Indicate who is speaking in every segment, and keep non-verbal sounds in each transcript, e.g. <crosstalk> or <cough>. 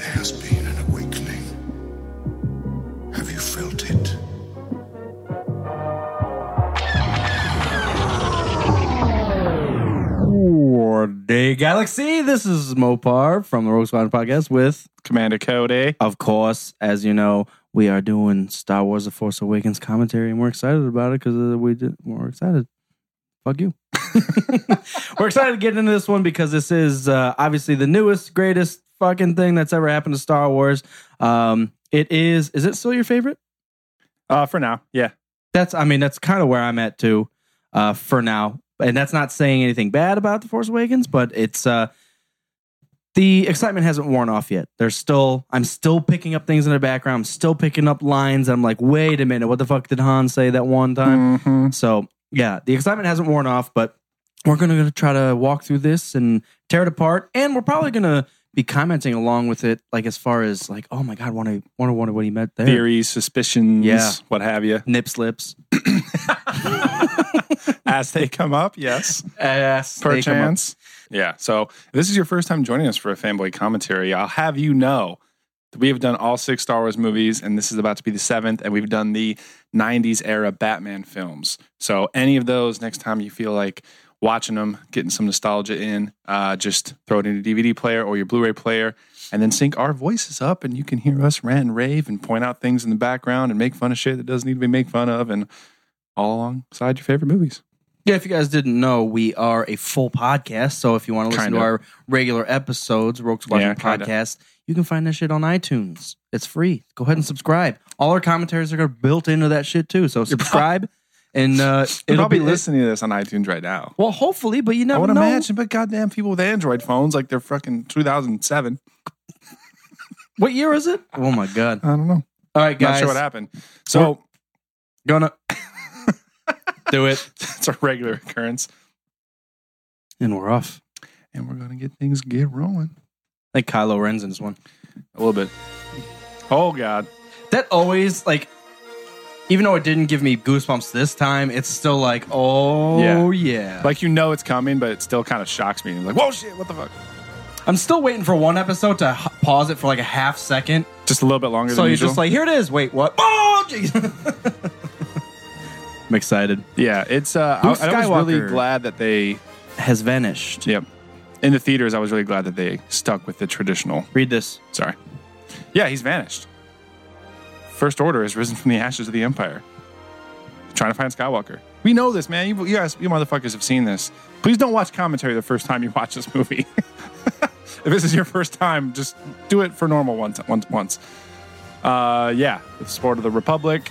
Speaker 1: has been an awakening. Have you felt it?
Speaker 2: Good Day Galaxy. This is Mopar from the Rogue Squadron podcast with,
Speaker 3: Commander eh? Cody.
Speaker 2: of course, as you know, we are doing Star Wars The Force Awakens commentary and we're excited about it because we did, we're excited. Fuck you. <laughs> we're excited to get into this one because this is uh, obviously the newest, greatest fucking thing that's ever happened to Star Wars. Um, it is, is it still your favorite?
Speaker 3: Uh, for now, yeah.
Speaker 2: that's I mean that's kind of where I'm at too uh, for now, and that's not saying anything bad about the Force Awakens, but it's uh, the excitement hasn't worn off yet. There's still I'm still picking up things in the background. I'm still picking up lines. I'm like, wait a minute, what the fuck did Han say that one time?
Speaker 3: Mhm.
Speaker 2: So yeah, the excitement hasn't worn off, but we're gonna, gonna try to walk through this and tear it apart, and we're probably gonna be commenting along with it, like as far as like, oh my god, wonder wonder wonder what he meant there.
Speaker 3: Theories, suspicions,
Speaker 2: Yeah.
Speaker 3: what
Speaker 2: <laughs>
Speaker 3: have you,
Speaker 2: Nip slips.
Speaker 3: as they come up. Yes,
Speaker 2: Ass. they come up.
Speaker 3: perchance. Yeah. So if this is your first time joining us for a fanboy commentary. I'll have you know that we have done all six Star Wars movies, and this is about to be the seventh. And we've done the '90s era Batman films. So any of those, next time you feel like watching them, getting some nostalgia in, uh, just throw it in a DVD player or your Blu-ray player, and then sync our voices up, and you can hear us rant and rave and point out things in the background and make fun of shit that doesn't need to be made fun of, and all alongside your favorite movies.
Speaker 2: Yeah, if you guys didn't know, we are a full podcast. So if you want to listen
Speaker 3: Kinda.
Speaker 2: to our regular episodes, Rogue Squadron
Speaker 3: Yeah, kinda.
Speaker 2: podcast, you can find that shit on iTunes. It's free. Go ahead and subscribe. All our commentaries are built into that shit too.
Speaker 3: <laughs>
Speaker 2: So subscribe, and uh,
Speaker 3: You're
Speaker 2: it'll
Speaker 3: probably
Speaker 2: be
Speaker 3: listening to this on iTunes right now.
Speaker 2: Well, hopefully, but you
Speaker 3: I
Speaker 2: never
Speaker 3: would
Speaker 2: know.
Speaker 3: imagine, but goddamn, people with Android phones like they're fucking 2007.
Speaker 2: What year is it? Oh my god!
Speaker 3: I don't know.
Speaker 2: All right, guys,
Speaker 3: Not sure what happened. So
Speaker 2: gonna do it,
Speaker 3: <laughs> it's a regular occurrence,
Speaker 2: and we're off.
Speaker 3: and we're gonna get things get rolling
Speaker 2: Like Kylo Ren's in this one.
Speaker 3: a little bit. Oh god,
Speaker 2: that always like even though it didn't give me goosebumps this time it's still like oh yeah,
Speaker 3: like you know it's coming, but it still kind of shocks me. I'm like, whoa, shit, what the fuck?
Speaker 2: i'm still waiting for one episode to h- pause it for like a half second
Speaker 3: Just a little bit longer.
Speaker 2: so
Speaker 3: than
Speaker 2: you're
Speaker 3: usual.
Speaker 2: just like here it is wait <laughs> what oh jeez i'm excited
Speaker 3: yeah, it's. Uh, I,
Speaker 2: Luke
Speaker 3: I was really
Speaker 2: Skywalker.
Speaker 3: glad that they.
Speaker 2: has vanished
Speaker 3: Yep. In the theaters, I was really glad that they stuck with the traditional.
Speaker 2: read this
Speaker 3: Sorry. Yeah, he's vanished. First Order has risen from the ashes of the Empire. Trying to find Skywalker. We know this, man. You, you, guys, you motherfuckers have seen this. Please don't watch commentary the first time you watch this movie. <laughs> if this is your first time, just do it for normal once. once, once. Uh, yeah, the support of the Republic.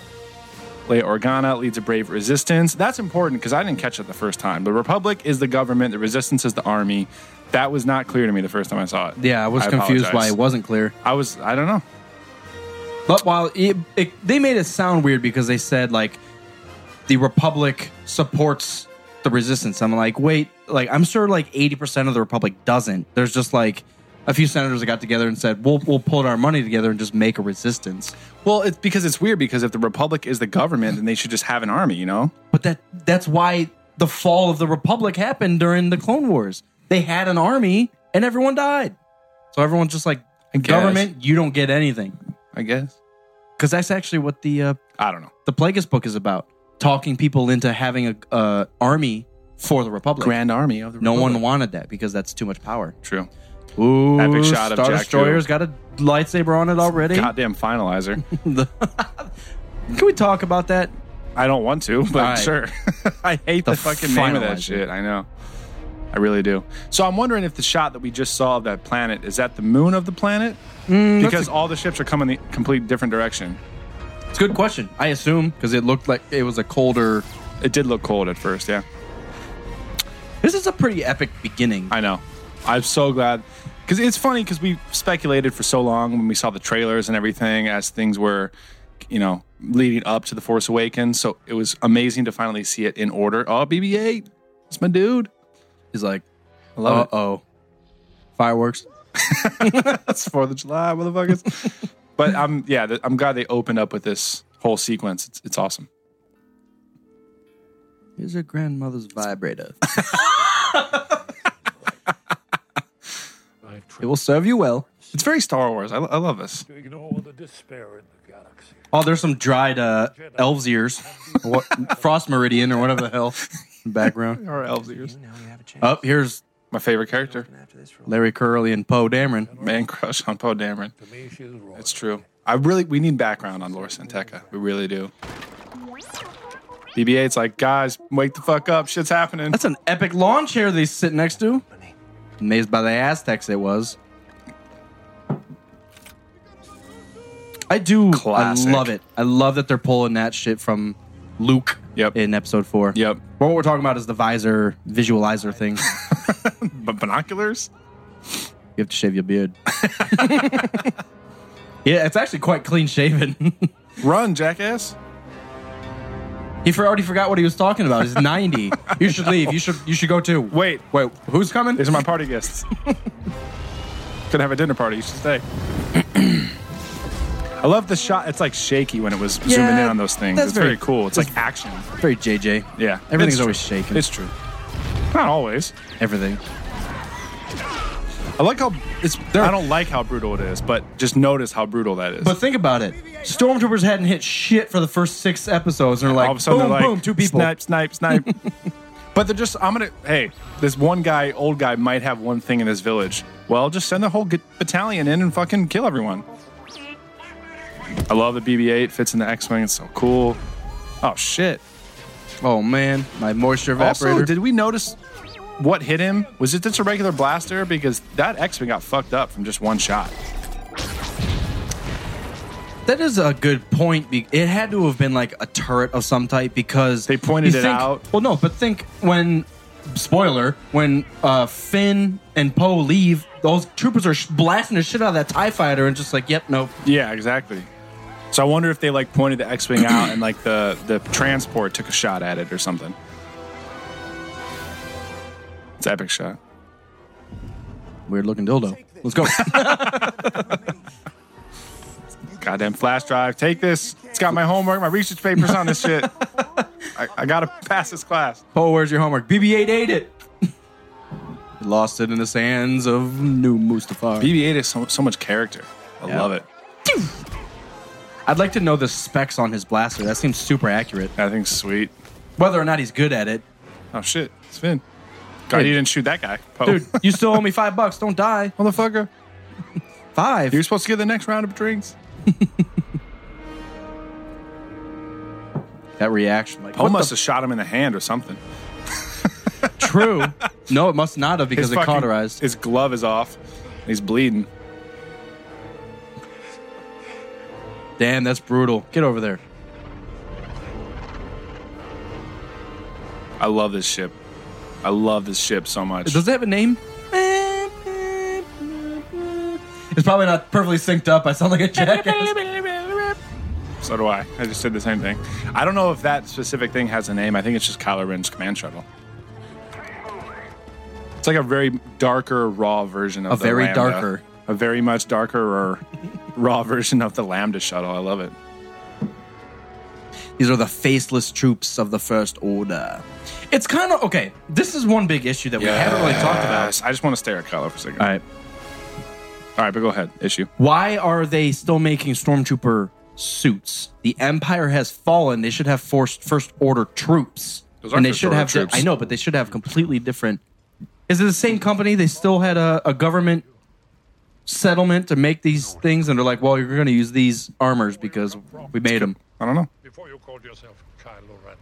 Speaker 3: Leia Organa leads a brave resistance. That's important because I didn't catch it the first time. The Republic is the government. The resistance is the army. That was not clear to me the first time I saw it.
Speaker 2: yeah i was confused why
Speaker 3: apologize.
Speaker 2: it wasn't clear
Speaker 3: I was, I don't know.
Speaker 2: But while it, it, they made it sound weird because they said like the Republic supports the resistance. I'm like, wait, like I'm sure like 80% of the Republic doesn't. There's just like a few senators that got together and said, "We'll we'll pull our money together and just make a resistance."
Speaker 3: Well, it's because it's weird because if the Republic is the government, then they should just have an army, you know?
Speaker 2: But that that's why the fall of the Republic happened during the Clone Wars. They had an army and everyone died. So everyone's just like,
Speaker 3: guess.
Speaker 2: "Government, you don't get anything."
Speaker 3: I guess.
Speaker 2: Cuz that's actually what the uh,
Speaker 3: I don't know.
Speaker 2: the Plagueis book is about talking people into having a uh, army for the Republic.
Speaker 3: Grand army of the
Speaker 2: no
Speaker 3: Republic.
Speaker 2: one wanted that because that's too much power.
Speaker 3: True.
Speaker 2: Ooh,
Speaker 3: Epic shot of
Speaker 2: Star
Speaker 3: Jakku.
Speaker 2: Destroyer's got a lightsaber on it already.
Speaker 3: Goddamn finalizer.
Speaker 2: The- Can we talk about that?
Speaker 3: I don't want to, but
Speaker 2: All right.
Speaker 3: sure. <laughs> I hate the,
Speaker 2: The
Speaker 3: fucking name of that
Speaker 2: finalizer.
Speaker 3: shit. I know. I really do. So I'm wondering if the shot that we just saw of that planet is that the moon of the planet? because all the ships are coming the complete different direction.
Speaker 2: It's a good question. I assume because it looked like it was a colder.
Speaker 3: It did look cold at first, yeah.
Speaker 2: This is a pretty epic beginning.
Speaker 3: I know. I'm so glad because it's funny because we speculated for so long when we saw the trailers and everything as things were, you know, leading up to the Force Awakens. So it was amazing to finally see it in order. Oh, BB-8, that's my dude.
Speaker 2: He's like,
Speaker 3: I
Speaker 2: uh
Speaker 3: love
Speaker 2: oh, fireworks.
Speaker 3: it. That's Fourth of July, motherfuckers. but I'm yeah, th- I'm glad they opened up with this whole sequence. It's, it's awesome.
Speaker 2: Here's your grandmother's <laughs> vibrator. it will serve you well.
Speaker 3: It's very Star Wars. I, I love this.
Speaker 1: to ignore the despair in the galaxy.
Speaker 2: Oh, there's some dried uh, elves ears, what, <laughs> frost meridian or whatever the hell background.
Speaker 3: Our elves ears.
Speaker 4: You know you have a chance.
Speaker 2: Up here's
Speaker 3: My favorite character,
Speaker 4: And after this for a
Speaker 2: Larry Curly and Poe Dameron.
Speaker 3: man crush on Poe Dameron.
Speaker 1: To me, she's royal.
Speaker 3: It's true. I really we need background on Laura Santeca. We really do. BB-8's like, guys, wake the fuck up. Shit's happening.
Speaker 2: That's an epic lawn chair they sit next to.
Speaker 4: company.
Speaker 2: Amazed by the Aztecs, it was. I do.
Speaker 3: Classic.
Speaker 2: I love it. I love that they're pulling that shit from Luke
Speaker 3: Yep.
Speaker 2: in episode four.
Speaker 3: Yep.
Speaker 2: What we're talking about is the visor visualizer <laughs> thing.
Speaker 3: But binoculars?
Speaker 2: You have to shave your beard. <laughs> yeah, it's actually quite clean shaven. <laughs>
Speaker 3: Run, jackass.
Speaker 2: he for, already forgot what he was talking about. He's
Speaker 3: <laughs>
Speaker 2: ninety. you should leave. You should. You should go too.
Speaker 3: Wait.
Speaker 2: Wait. Who's coming?
Speaker 3: These are my party guests. <laughs> Could have a dinner party. You should stay. <clears throat> I love the shot. It's like shaky when it was zooming in
Speaker 2: Yeah,
Speaker 3: on those things.
Speaker 2: that's
Speaker 3: It's very,
Speaker 2: very-
Speaker 3: cool. It's like action.
Speaker 2: Very JJ.
Speaker 3: Yeah.
Speaker 2: Everything's
Speaker 3: It's
Speaker 2: always
Speaker 3: true.
Speaker 2: shaking.
Speaker 3: It's true. Not always.
Speaker 2: Everything.
Speaker 3: I like how it's. I don't like how brutal it is, but just notice how brutal that is.
Speaker 2: But think about it. Stormtroopers hadn't hit shit for the first six episodes, and they're like,
Speaker 3: all of a sudden
Speaker 2: boom,
Speaker 3: they're like,
Speaker 2: boom, two people.
Speaker 3: snipe, snipe, <laughs> snipe. but they're just, I'm gonna, hey, this one guy, old guy, might have one thing in his village. Well, just send the whole g- battalion in and fucking kill everyone. I love the BB-8 fits in the X-wing. It's so cool. Oh shit!
Speaker 2: Oh man, my moisture evaporator.
Speaker 3: Also, did we notice what hit him? Was it just a regular blaster? Because that X-wing got fucked up from just one shot.
Speaker 2: that is a good point. be- It had to have been like a turret of some type because
Speaker 3: They pointed
Speaker 2: you
Speaker 3: it
Speaker 2: think-
Speaker 3: out.
Speaker 2: Well, no, but think when spoiler when uh, Finn and Poe leave, those troopers are sh- blasting the shit out of that Tie Fighter, and just like, yep, nope.
Speaker 3: Yeah, exactly. So I wonder if they like pointed the X-wing out and like the the transport took a shot at it or something. It's an epic shot.
Speaker 2: Weird looking dildo. Let's go.
Speaker 3: Goddamn flash drive. Take this. It's got my homework, my research papers on this shit. I, I gotta pass this class.
Speaker 2: <laughs> Poe, where's your homework? BB-8 ate it. <laughs> Lost it in the sands of New Mustafar.
Speaker 3: BB-8 is so, so much character. I
Speaker 2: Yeah.
Speaker 3: love it.
Speaker 2: I'd like to know the specs on his blaster. That seems super accurate.
Speaker 3: I think sweet.
Speaker 2: Whether or not he's good at it.
Speaker 3: Oh shit, it's Finn. God,
Speaker 2: Dude.
Speaker 3: you didn't shoot that guy, Poe.
Speaker 2: Dude, you still owe me five bucks. Don't die.
Speaker 3: motherfucker.
Speaker 2: Five.
Speaker 3: You're supposed to get the next round of drinks.
Speaker 2: That reaction. Like,
Speaker 3: Poe
Speaker 2: what
Speaker 3: must
Speaker 2: the
Speaker 3: have shot him in the hand or something.
Speaker 2: true. <laughs> No, it must not have
Speaker 3: His
Speaker 2: because it
Speaker 3: fucking-
Speaker 2: cauterized.
Speaker 3: His glove is off. He's bleeding.
Speaker 2: Damn, that's brutal. Get over there.
Speaker 3: I love this ship. I love this ship so much.
Speaker 2: Does it have a name? It's probably not perfectly synced up. I sound like a jackass.
Speaker 3: So do I. I just did the same thing. I don't know if that specific thing has a name. I think it's just Kylo Ren's command shuttle. It's like a very darker, raw version of
Speaker 2: A
Speaker 3: the
Speaker 2: very
Speaker 3: Lambda.
Speaker 2: darker.
Speaker 3: a very much darker or <laughs> raw version of the Lambda shuttle. I love it.
Speaker 2: These are the faceless troops of the First Order. It's kind of okay. This is one big issue that we haven't really talked about.
Speaker 3: Yes. I just want to stare at Kylo for a second.
Speaker 2: All right.
Speaker 3: All right, but go ahead. Issue.
Speaker 2: why are they still making stormtrooper suits? The Empire has fallen. They should have forced first order troops,
Speaker 3: Those aren't
Speaker 2: and they
Speaker 3: First
Speaker 2: should
Speaker 3: Order
Speaker 2: have.
Speaker 3: troops.
Speaker 2: I know, but they should have completely different. Is it the same company? They still had a, a government settlement to make these things, and they're like, "Well, you're going to use these armors because we made them."
Speaker 3: I don't know.
Speaker 1: Before you called yourself Kylo Ren.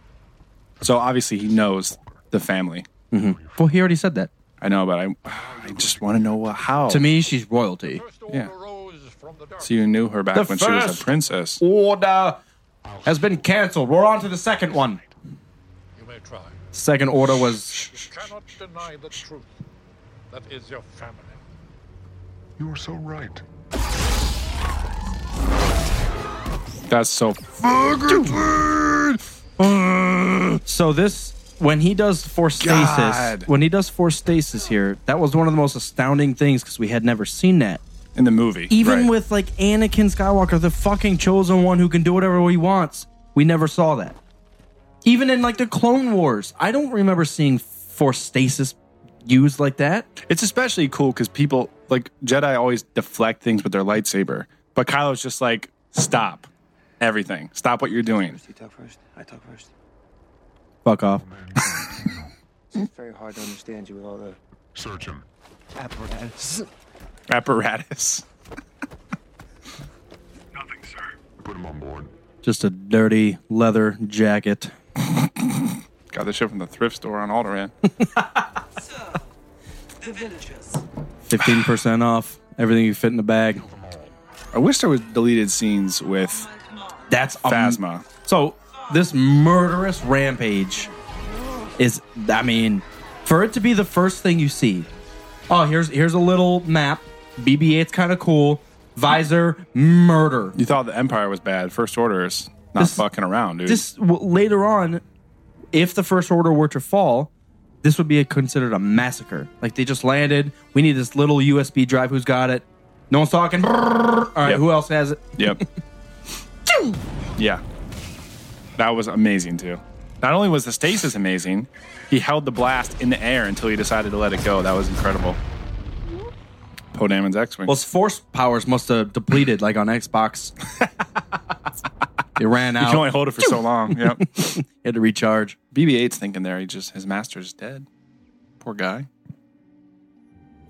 Speaker 3: So obviously he knows the family.
Speaker 2: Well, he already said that.
Speaker 3: I know, but I, I just want to know what, how.
Speaker 2: To me, she's royalty.
Speaker 1: First
Speaker 3: Yeah.
Speaker 1: order rose from the dark.
Speaker 3: so you knew her back
Speaker 2: The
Speaker 3: when she was
Speaker 2: first-
Speaker 3: a princess.
Speaker 2: Order has been canceled. We're on to the second one.
Speaker 1: You may try.
Speaker 2: Second order was
Speaker 1: You cannot deny the truth. That is your family.
Speaker 5: You are so right.
Speaker 3: That's so
Speaker 2: So this when he does force stasis,
Speaker 3: God.
Speaker 2: when he does force stasis here, that was one of the most astounding things because we had never seen that.
Speaker 3: in the movie.
Speaker 2: Even
Speaker 3: right.
Speaker 2: with like Anakin Skywalker, the fucking chosen one who can do whatever he wants, we never saw that. Even in like the Clone Wars, I don't remember seeing force stasis used like that.
Speaker 3: It's especially cool because people like Jedi always deflect things with their lightsaber, but Kylo's just like, stop everything, stop what you're doing.
Speaker 4: You talk first. I talk first.
Speaker 2: Fuck off.
Speaker 4: It's very hard to understand you with all the
Speaker 5: Search him.
Speaker 4: apparatus.
Speaker 3: Apparatus.
Speaker 5: Nothing, sir. Put him on board.
Speaker 2: Just a dirty leather jacket.
Speaker 3: <laughs> Got this shit from the thrift store on Alderaan. <laughs>
Speaker 6: So, <laughs> the villagers.
Speaker 2: Fifteen percent off everything you fit in the bag.
Speaker 3: I wish there was deleted scenes with
Speaker 6: My command.
Speaker 2: That's
Speaker 3: Um,
Speaker 2: a-
Speaker 3: Phasma.
Speaker 2: So this murderous rampage is I mean, for it to be the first thing you see. Oh, here's here's a little map. BB-8's kind of cool. Visor murder.
Speaker 3: You thought the Empire was bad. First Order is not
Speaker 2: This-
Speaker 3: fucking around, dude.
Speaker 2: This w- later on, if the first order were to fall, this would be a, considered a massacre. Like they just landed. We need this little USB drive. Who's got it? No one's talking. Brrrr. All right,
Speaker 3: Yep.
Speaker 2: who else has it?
Speaker 3: Yep. yeah. That was amazing too. Not only was the stasis amazing, he held the blast in the air until he decided to let it go. That was incredible. Poe Damon's X-wing.
Speaker 2: Well, his force powers must have depleted, like on Xbox. it ran
Speaker 3: you
Speaker 2: out.
Speaker 3: can only hold it for so long. Yep.
Speaker 2: had to recharge.
Speaker 3: BB-8's thinking there. He just his master's dead. Poor guy.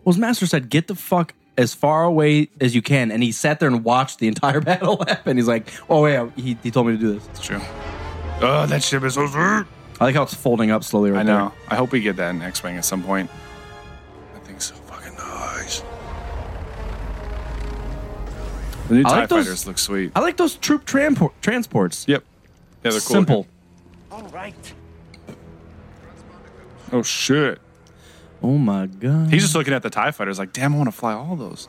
Speaker 2: Well, his master said, "Get the fuck as far away as you can," and he sat there and watched the entire <laughs> battle happen. He's like, "Oh yeah, he, he told me to do this."
Speaker 3: It's true. Oh, that ship is over.
Speaker 2: I like how it's folding up slowly. Right
Speaker 3: I know. I hope we get that in X-wing at some point. That thing's so fucking nice. The new
Speaker 2: I
Speaker 3: Tie
Speaker 2: like those-
Speaker 3: Fighters look sweet.
Speaker 2: there. I like those troop transport transports.
Speaker 3: Yep. Yeah, they're cool.
Speaker 2: Simple.
Speaker 4: All right.
Speaker 3: Oh shit.
Speaker 2: Oh my god.
Speaker 3: He's just looking at the TIE fighters like, damn, I want to fly all those.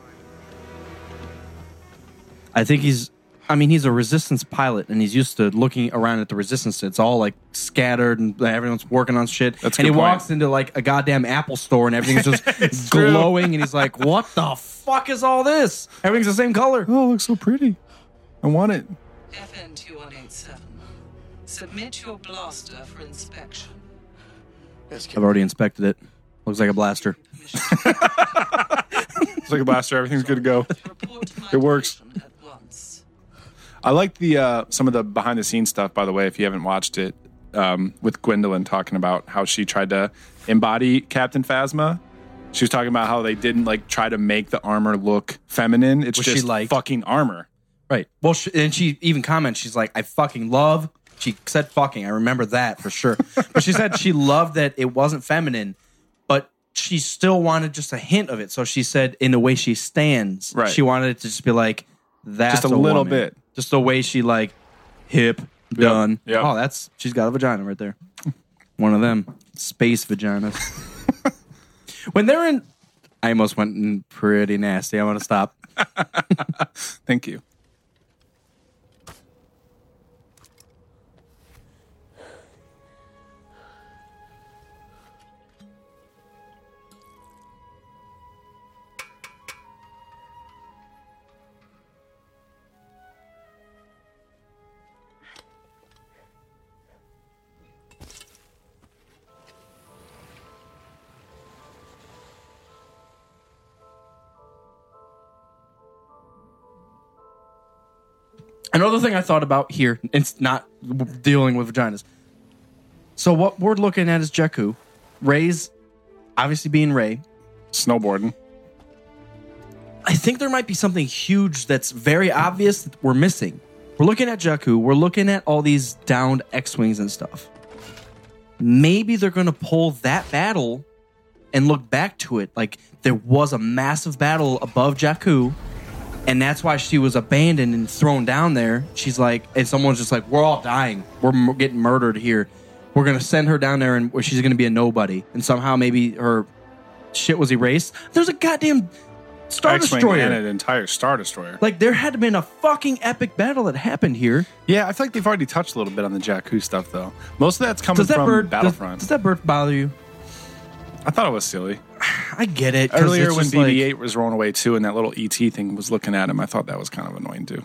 Speaker 2: I think he's. I mean, he's a resistance pilot, and he's used to looking around at the resistance. It's all like scattered, and everyone's working on shit.
Speaker 3: That's a
Speaker 2: and he
Speaker 3: good point.
Speaker 2: walks into like a goddamn Apple store, and
Speaker 3: <laughs>
Speaker 2: everything's just
Speaker 3: true.
Speaker 2: glowing. And he's like, "What the fuck is all this? Everything's the same color."
Speaker 3: Oh, it looks so pretty. I want it.
Speaker 6: FN 2187. Submit your blaster for inspection.
Speaker 2: I've already inspected it. Looks like a blaster.
Speaker 3: It's like a blaster. Everything's good to go.
Speaker 6: Report to my
Speaker 3: It works.
Speaker 6: division At once.
Speaker 3: <laughs> I like the uh, some of the behind the scenes stuff, by the way, if you haven't watched it, um, with Gwendolyn talking about how she tried to embody Captain Phasma. She was talking about how they didn't like try to make the armor look feminine. It's
Speaker 2: Was she
Speaker 3: just
Speaker 2: like-
Speaker 3: fucking armor.
Speaker 2: Right. Well, she, and she even comments, she's like, I fucking love. She said fucking. I remember that for sure. <laughs> but she said she loved that it wasn't feminine, but she still wanted just a hint of it. So she said, in the way she stands,
Speaker 3: Right.
Speaker 2: she wanted it to just be like, that's
Speaker 3: Just a little
Speaker 2: woman."
Speaker 3: bit.
Speaker 2: Just the way she, like, hip, done.
Speaker 3: Yep.
Speaker 2: Oh, that's, she's got a vagina right there. One of them. Space
Speaker 3: <laughs>
Speaker 2: vaginas. when they're in, I almost went in pretty nasty. I want to stop.
Speaker 3: Thank you.
Speaker 2: Another thing I thought about here, it's not dealing with vaginas. So what we're looking at is Jakku, Ray's obviously being Ray.
Speaker 3: Snowboarding.
Speaker 2: I think there might be something huge that's very obvious that we're missing. We're looking at Jakku. We're looking at all these downed X-wings and stuff. Maybe they're going to pull that battle and look back to it. Like there was a massive battle above Jakku, and that's why she was abandoned and thrown down there. She's like, and someone's just like, "We're all dying. We're mur- getting murdered here. We're going to send her down there, and where she's going to be a nobody." And somehow, maybe her shit was erased. There's a goddamn. Star
Speaker 3: X-wing
Speaker 2: Destroyer.
Speaker 3: and an entire Star Destroyer.
Speaker 2: Like there had been a fucking epic battle that happened here.
Speaker 3: Yeah, I feel like they've already touched a little bit on the Jakku stuff, though. Most of that's coming
Speaker 2: Does that
Speaker 3: from
Speaker 2: bird does-
Speaker 3: Battlefront.
Speaker 2: Does, that bird bother you?
Speaker 3: I thought it was silly.
Speaker 2: I get it. 'cause
Speaker 3: Earlier,
Speaker 2: it's
Speaker 3: when
Speaker 2: just like-
Speaker 3: BB-8 was rolling away too, and that little ET thing was looking at him, I thought that was kind of annoying too.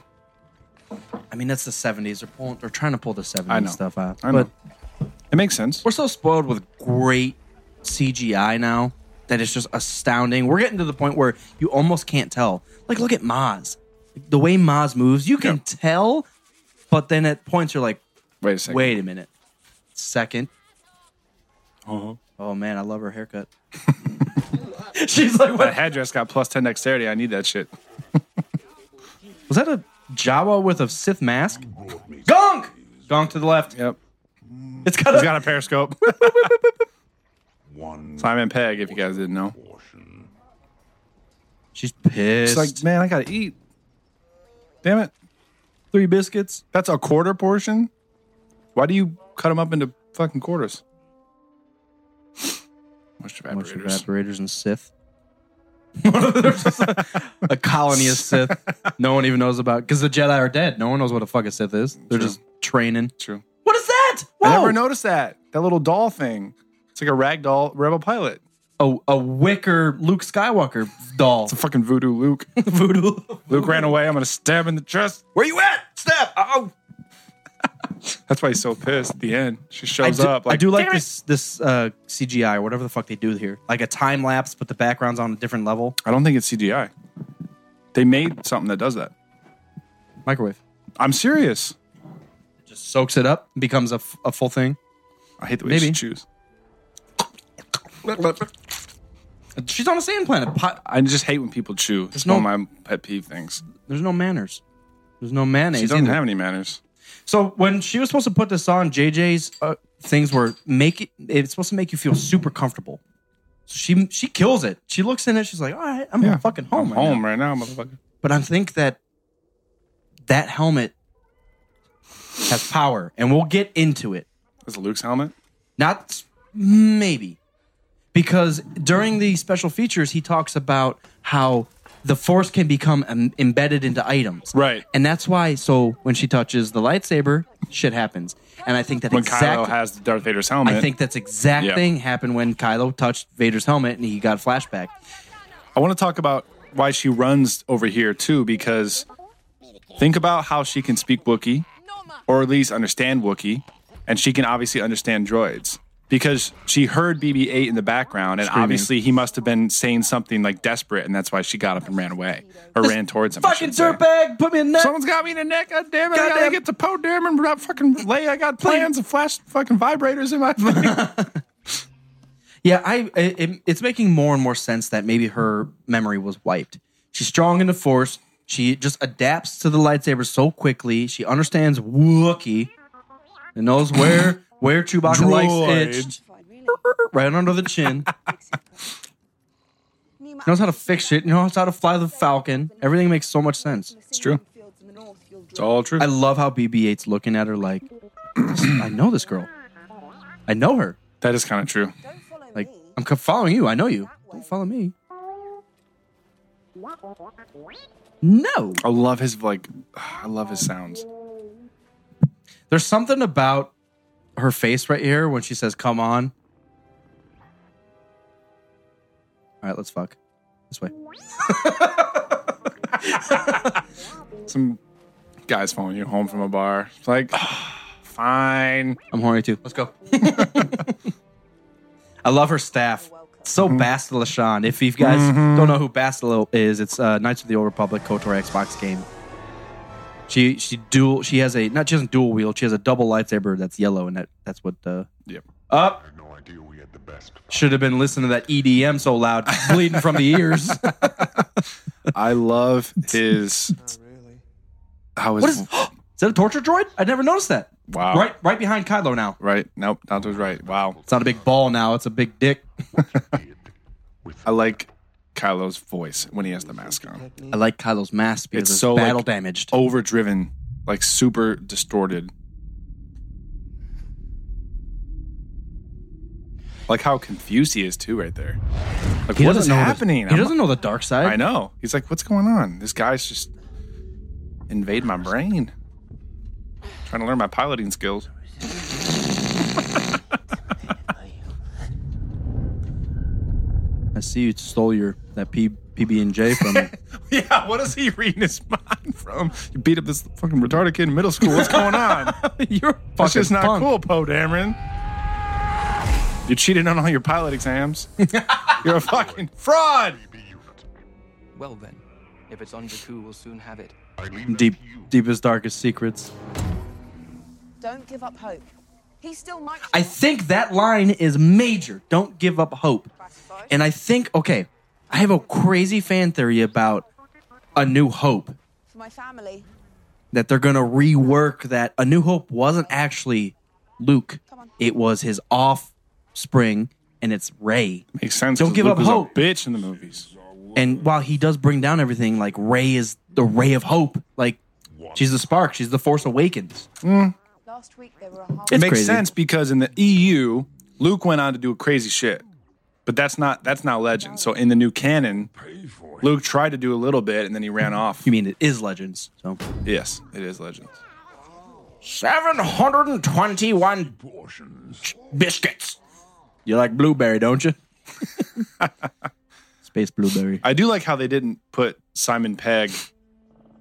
Speaker 2: I mean that's the seventies. They're pulling, they're trying to pull the
Speaker 3: I know
Speaker 2: seventies stuff out.
Speaker 3: I know.
Speaker 2: But
Speaker 3: it makes sense.
Speaker 2: we're so spoiled with great CGI now. that is just astounding. We're getting to the point where you almost can't tell. Like, look at Maz. Like, the way Maz moves, you can tell, but then at points you're like,
Speaker 3: Wait a second.
Speaker 2: wait a minute. Second.
Speaker 3: Uh-huh.
Speaker 2: Oh man, I love her haircut. <laughs> She's like,
Speaker 3: That
Speaker 2: what?
Speaker 3: headdress got plus 10 dexterity. I need that shit.
Speaker 2: Was that a Jawa with a Sith mask? Gonk! Gonk to the left.
Speaker 3: Yep.
Speaker 2: It's got
Speaker 3: He's
Speaker 2: a,
Speaker 3: got a periscope.
Speaker 5: One
Speaker 3: Simon Pegg, if you guys didn't know.
Speaker 5: portion.
Speaker 2: She's pissed.
Speaker 3: It's like, man, I gotta eat. Damn it.
Speaker 2: three biscuits.
Speaker 3: That's a quarter portion? Why do you cut them up into
Speaker 2: <sighs>
Speaker 3: fucking quarters? Moisture
Speaker 2: Bunch of
Speaker 3: evaporators.
Speaker 2: evaporators and Sith. <laughs> a colony of
Speaker 3: <laughs>
Speaker 2: Sith. No one even knows about because the Jedi are dead. No one knows what a fuck a Sith is. They're
Speaker 3: True.
Speaker 2: just training.
Speaker 3: True.
Speaker 2: What is that?
Speaker 3: I
Speaker 2: Whoa!
Speaker 3: never noticed that. That little doll thing. It's like a rag doll rebel pilot.
Speaker 2: a, a wicker Luke Skywalker doll.
Speaker 3: It's a fucking
Speaker 2: <laughs>
Speaker 3: voodoo Luke.
Speaker 2: voodoo.
Speaker 3: Luke ran away. I'm gonna stab him in the chest.
Speaker 2: Where you at? Step. Oh,
Speaker 3: That's why he's so pissed at the end. She
Speaker 2: I
Speaker 3: shows
Speaker 2: do,
Speaker 3: up. Like,
Speaker 2: I do like
Speaker 3: "Damn it."
Speaker 2: this this uh, CGI or whatever the fuck they do here. Like a time lapse, but the background's on a different level.
Speaker 3: I don't think it's CGI. They made something that does that.
Speaker 2: Microwave
Speaker 3: I'm serious.
Speaker 2: just soaks it up, becomes a, f- a full thing.
Speaker 3: I hate the way she
Speaker 2: Maybe. <laughs>
Speaker 3: chews.
Speaker 2: She's on a sand planet. Pot-
Speaker 3: I just hate when people chew. It's
Speaker 2: no-
Speaker 3: one of my pet peeve things.
Speaker 2: There's no manners. There's no mayonnaise.
Speaker 3: She doesn't
Speaker 2: either.
Speaker 3: have any manners.
Speaker 2: So when she was supposed to put this on, JJ's uh, things were make it. It's supposed to make you feel super comfortable. So she she kills it. She looks in it. She's like, "All right, I'm fucking home."
Speaker 3: I'm
Speaker 2: right now."
Speaker 3: home right now, motherfucker.
Speaker 2: But I think that that helmet has power, and we'll get into it.
Speaker 3: Is it Luke's helmet?
Speaker 2: Not s- maybe. Because during the special features, he talks about how the force can become em- embedded into items.
Speaker 3: Right.
Speaker 2: And that's why, so when she touches the lightsaber, shit happens. And I think that
Speaker 3: When Kylo
Speaker 2: exactly.
Speaker 3: has Darth Vader's helmet,
Speaker 2: I think that's exact
Speaker 3: Yeah.
Speaker 2: thing happened when Kylo touched Vader's helmet and he got a flashback.
Speaker 3: I want to talk about why she runs over here too, because think about how she can speak Wookiee, or at least understand Wookiee, and she can obviously understand droids. Because she heard BB 8 in the background, and
Speaker 2: Screaming.
Speaker 3: obviously he must have been saying something like desperate, and that's why she got up and ran away or ran towards him. I
Speaker 2: Fucking
Speaker 3: should say.
Speaker 2: dirtbag, put me in that.
Speaker 3: <laughs> Someone's got me in the neck. God damn it. I gotta
Speaker 2: Goddamn.
Speaker 3: get to Poe Dameron. but I fucking lay. I got plans and flash fucking vibrators in my <laughs> thing.
Speaker 2: Yeah, I it, it- it's making more and more sense that maybe her memory was wiped. She's strong in the Force. She just adapts to the lightsaber so quickly. She understands Wookiee and knows where where Chewbacca likes it, right under the chin. knows how to fix it. Knows how to fly the Falcon. Everything makes so much sense.
Speaker 7: It's
Speaker 3: true. It's all true.
Speaker 2: I love how BB-8's looking at her like, I know this girl. I know her.
Speaker 3: that is kind of true.
Speaker 2: Like I'm c- following you. I know you. Don't follow me. No.
Speaker 3: I love his like. <sighs> I love his sounds.
Speaker 2: There's something about her face right here when she says, "Come on." All right, let's fuck this way.
Speaker 3: Some guys following you home from a bar. It's <sighs> like, fine.
Speaker 2: I'm horny too. Let's go. <laughs> I love her staff. So Bastila Shan. If you guys don't know who Bastila is, it's uh, Knights of the Old Republic KOTOR Xbox game. She she dual she has a not she doesn't dual wield she has a double lightsaber that's yellow and that that's what uh,
Speaker 3: Yep.
Speaker 2: up
Speaker 5: I had no idea we had the best.
Speaker 2: should have been listening to that EDM so loud bleeding from the ears.
Speaker 3: I <laughs> love his. How
Speaker 2: What is,
Speaker 3: his
Speaker 2: is that a torture droid? I never noticed that.
Speaker 3: wow.
Speaker 2: Right, right behind Kylo now.
Speaker 3: <gasps> Right. Nope. Dante's right. Wow.
Speaker 2: It's not a big ball now. It's a big dick.
Speaker 3: I like Kylo's voice when he has the mask on.
Speaker 2: I like Kylo's mask because
Speaker 3: It's
Speaker 2: it's,
Speaker 3: so, like, Oh,
Speaker 2: battle damaged.
Speaker 3: Overdriven, like super distorted. Like how confused he is too, right there. Like what is
Speaker 2: know the-
Speaker 3: happening?
Speaker 2: he
Speaker 3: I'm-
Speaker 2: doesn't know the dark side.
Speaker 3: I know. He's like, what's going on? This guy's just invade my brain. Trying to learn my piloting skills. <laughs>
Speaker 2: I see you stole your that P, PB and J from
Speaker 3: <laughs>
Speaker 2: me.
Speaker 3: Yeah, what is he reading his <laughs> mind from? You beat up this fucking retarded kid in middle school. What's
Speaker 2: <laughs>
Speaker 3: going on?
Speaker 2: You're a
Speaker 3: That's just
Speaker 2: fucking
Speaker 3: not
Speaker 2: punk. <laughs>
Speaker 3: cool, Poe Dameron. You cheated on all your pilot exams. You're a fucking fraud.
Speaker 5: BB unit.
Speaker 4: Well then, if it's on Jakku, we'll soon have it.
Speaker 5: I leave
Speaker 2: Deep,
Speaker 5: that to you.
Speaker 2: deepest, darkest secrets.
Speaker 7: Don't give up hope. He still might.
Speaker 2: I think that line is major. Don't give up hope. And I think, okay, I have a crazy fan theory about A New Hope
Speaker 7: for my family.
Speaker 2: that they're going to rework that A New Hope wasn't actually Luke, it was his offspring, and it's Ray.
Speaker 3: Makes sense.
Speaker 2: Don't
Speaker 3: 'cause
Speaker 2: give
Speaker 3: Luke
Speaker 2: up
Speaker 3: was a
Speaker 2: hope.
Speaker 3: bitch in the movies.
Speaker 2: And while he does bring down everything, like Ray is the ray of hope. Like she's the spark. She's the Force Awakens.
Speaker 7: Last week they were a half.
Speaker 2: It's
Speaker 3: makes
Speaker 2: crazy.
Speaker 3: sense because in the EU, Luke went on to do crazy shit. But that's not that's not legend. So in the new canon, Luke tried to do a little bit and then he ran off.
Speaker 2: You mean it is legends? So
Speaker 3: Yes, it is legend.
Speaker 2: seven hundred and twenty-one biscuits. You like blueberry, don't <laughs> you? Space blueberry.
Speaker 3: I do like how they didn't put Simon Pegg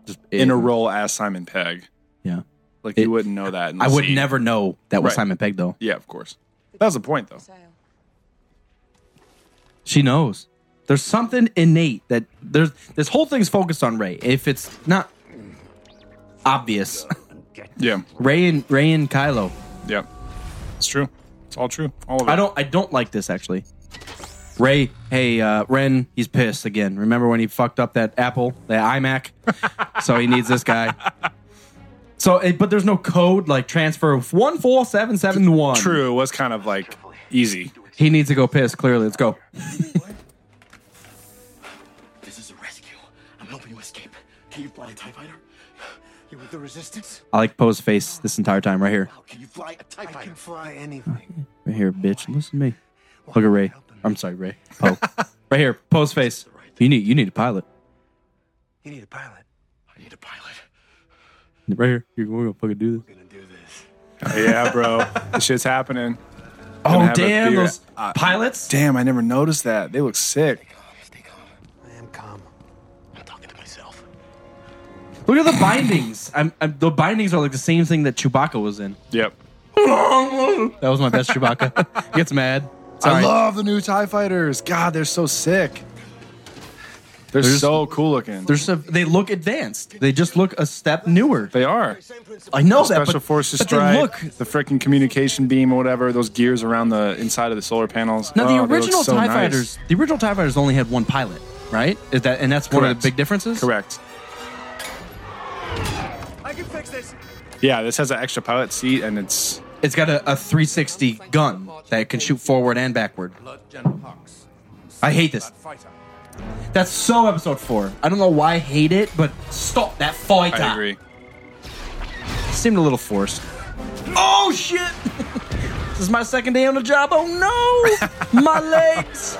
Speaker 2: Just
Speaker 3: in a role as Simon Pegg.
Speaker 2: Yeah,
Speaker 3: Like
Speaker 2: It-
Speaker 3: you wouldn't know that.
Speaker 2: I
Speaker 3: unless
Speaker 2: would
Speaker 3: he-
Speaker 2: never know that was
Speaker 3: Right.
Speaker 2: Simon Pegg though.
Speaker 3: Yeah, of course. That was the point though.
Speaker 7: sale.
Speaker 2: She knows. There's something innate that there's. This whole thing's focused on Ray. If it's not obvious, <laughs>
Speaker 3: Yeah.
Speaker 2: Ray and Ray and Kylo.
Speaker 3: Yeah. It's true. It's all true. All of it.
Speaker 2: I don't I don't like this actually. Ray, hey, uh, Ren, he's pissed again. Remember when he fucked up that Apple, the iMac? so he needs this guy. So, it, but there's no code like transfer one four seven seven one.
Speaker 3: True, it was kind of like easy.
Speaker 2: He needs to go piss. Clearly, let's go.
Speaker 8: This is a rescue. I'm helping you escape. Can you fly a TIE fighter? You with the resistance?
Speaker 2: I like Poe's face this entire time right here,
Speaker 8: How can you fly a TIE fighter?
Speaker 4: Fly anything.
Speaker 2: right here, bitch. Listen to me. Look at Ray. I'm sorry, Ray. Poe, <laughs> right here. Poe's face. You need you need a pilot.
Speaker 4: You need a pilot.
Speaker 8: I need a pilot.
Speaker 2: Right here. You're gonna fucking do this.
Speaker 8: We're gonna do this.
Speaker 3: yeah, bro. This shit's happening. Gonna
Speaker 2: Oh
Speaker 3: have a
Speaker 2: damn,
Speaker 3: beer.
Speaker 2: those
Speaker 3: Uh,
Speaker 2: pilots.
Speaker 3: Damn, I never noticed that. They look sick.
Speaker 8: Calm, stay calm.
Speaker 4: I am calm.
Speaker 8: I'm talking to myself.
Speaker 2: Look at the bindings. I'm, I'm, the bindings are like the same thing that Chewbacca was in.
Speaker 3: Yep.
Speaker 2: That was my best <laughs> Chewbacca. Gets mad. Sorry.
Speaker 3: I love the new TIE fighters. God, they're so sick. They're,
Speaker 2: They're just-
Speaker 3: so cool looking.
Speaker 2: They're so, they look advanced. They just look a step newer.
Speaker 3: They are.
Speaker 2: I know that.
Speaker 3: Special
Speaker 2: but,
Speaker 3: Forces
Speaker 2: but
Speaker 3: strike.
Speaker 2: They look.
Speaker 3: The freaking communication beam or whatever, those gears around the inside of the solar panels.
Speaker 2: Now
Speaker 3: Oh,
Speaker 2: the
Speaker 3: they look
Speaker 2: original
Speaker 3: so
Speaker 2: Tie
Speaker 3: nice.
Speaker 2: Fighters. The original Tie Fighters only had one pilot, right? Is that and that's one of
Speaker 3: Correct.
Speaker 2: the big differences.
Speaker 3: Correct.
Speaker 4: I can fix this.
Speaker 3: Yeah, this has an extra pilot seat and it's
Speaker 2: It's got a, a 360 gun that can shoot forward and backward. I hate this. That's so episode four. I don't know why I hate it, but stop that fight.
Speaker 3: I agree.
Speaker 2: Seemed a little forced. Oh shit! <laughs> this is my second day on the job. Oh no! my legs.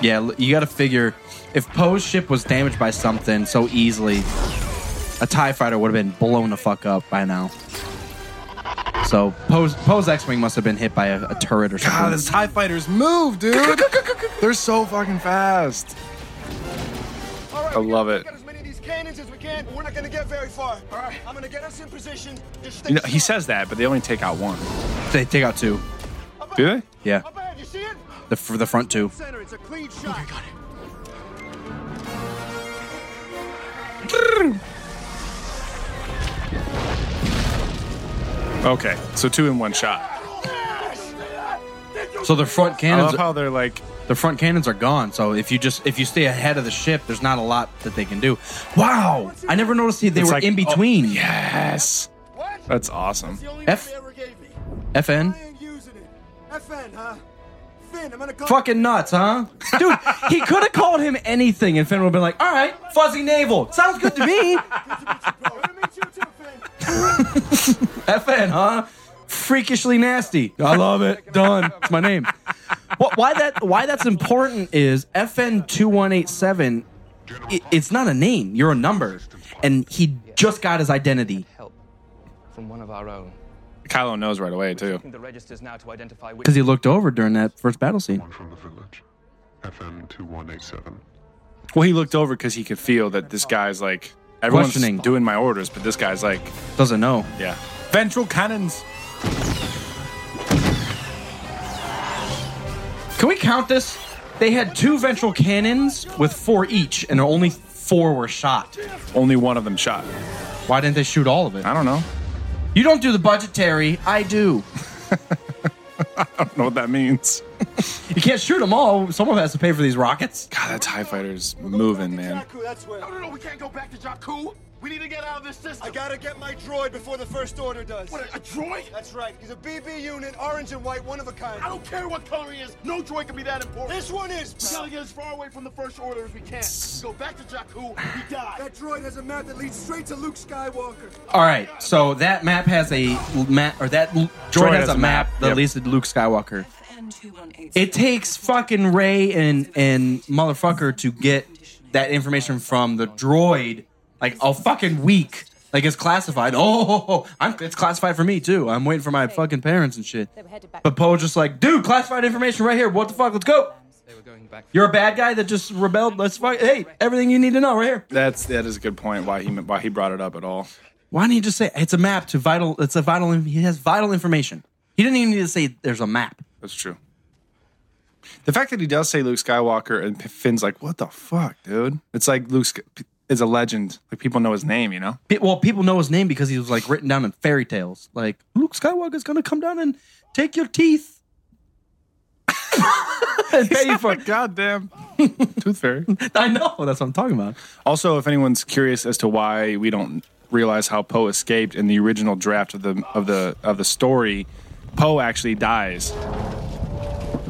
Speaker 2: <laughs> yeah, l- you got to figure if Poe's ship was damaged by something so easily, a Tie Fighter would have been blown the fuck up by now. So Poe's, Poe's X-wing must have been hit by a, a turret or something.
Speaker 3: God, those TIE fighters move, dude. They're so fucking fast. I love it.
Speaker 8: as many of these cannons as we can, but we're not gonna get very far. All right. I'm gonna get us in position. Just stay
Speaker 3: You know, he
Speaker 8: sharp.
Speaker 3: says that, but they only take out one.
Speaker 2: they take out two.
Speaker 8: Up
Speaker 3: Do
Speaker 8: ahead.
Speaker 3: they?
Speaker 2: Yeah,
Speaker 8: Up ahead, you see it?
Speaker 2: the f- the front two.
Speaker 8: Center, it's a clean shot. got it.
Speaker 3: Okay, so two in one shot.
Speaker 2: So the front
Speaker 3: I
Speaker 2: cannons.
Speaker 3: love how they're like,
Speaker 2: the front cannons are gone so if you just if you stay ahead of the ship there's not a lot that they can do wow i never noticed they, they
Speaker 3: It's
Speaker 2: were
Speaker 3: like-
Speaker 2: in between
Speaker 3: oh, yes,
Speaker 8: What?
Speaker 3: that's awesome.
Speaker 8: the only
Speaker 2: F-
Speaker 8: one they ever gave me.
Speaker 2: fn
Speaker 8: I ain't using it. FN, huh? Finn, I'm gonna call <laughs>
Speaker 2: fucking nuts huh dude he could have called him anything and finn would have been like all right fuzzy navel sounds good to
Speaker 3: <laughs>
Speaker 2: me
Speaker 8: Good to meet you, bro. Good to meet you too, Finn.
Speaker 2: fn huh freakishly nasty i love it done it's my name what, why that why that's important is fn2187 it, it's not a name you're a number and he just got his identity
Speaker 4: Help from one of our own.
Speaker 3: Kylo knows right away too.
Speaker 4: Checking the registers now to identify which.
Speaker 2: because he looked over during that first battle scene
Speaker 5: One from the village. FN 2187.
Speaker 3: Well, he looked over because he could feel that this guy's like, everyone's
Speaker 2: Questioning.
Speaker 3: doing my orders, but this guy's like,
Speaker 2: Doesn't know.
Speaker 3: yeah, ventral cannons.
Speaker 2: Can we count this? They had two ventral cannons with four each, and only four were shot.
Speaker 3: Only one of them shot.
Speaker 2: Why didn't they shoot all of it?
Speaker 3: I don't know.
Speaker 2: You don't do the budgetary. I do.
Speaker 3: I don't know what that means.
Speaker 2: You can't shoot them all. Someone has to pay for these rockets.
Speaker 3: God, that TIE fighter's moving, man.
Speaker 8: that's where. No, no, no, we can't go back to Jakku. We need to get out of this system. I gotta get my droid before the First Order does. What, a, a droid? That's right. He's a BB unit, orange and white, one of a kind. I don't care what color he is. No droid can be that important. This one is. We gotta get as far away from the First Order as we can. Go back to Jakku, we die. That droid has a map that leads straight to Luke Skywalker.
Speaker 2: All right. So that map has a l- map, or that l- droid has, a map, that
Speaker 3: Yep.
Speaker 2: leads to Luke Skywalker.
Speaker 6: FN2187.
Speaker 2: It takes fucking Ray and and motherfucker to get that information from the droid like a fucking week. Like it's classified. Oh, I'm, it's classified for me too. I'm waiting for my fucking parents and shit.
Speaker 7: They were headed back.
Speaker 2: But Poe's just like, dude, classified information right here. What the fuck? Let's go. You're a bad guy that just rebelled. Let's fuck. Hey, everything you need to know right here.
Speaker 3: That's that is a good point. Why he why he brought it up at all?
Speaker 2: Why didn't he just say it's a map to vital? It's a vital. He has vital information. He didn't even need to say there's a map.
Speaker 3: That's true. The fact that he does say Luke Skywalker and P- Finn's like, what the fuck, dude? It's like Luke Sk- is a legend. Like people know his name, you know.
Speaker 2: Pe- well, people know his name because he was like written down in fairy tales. Like Luke Skywalker's gonna come down and take your teeth. <laughs> and pay you for it.
Speaker 3: <laughs> goddamn tooth fairy.
Speaker 2: I know that's what I'm talking about.
Speaker 3: Also, if anyone's curious as to why we don't realize how Poe escaped in the original draft of the of the of the story, Poe actually dies,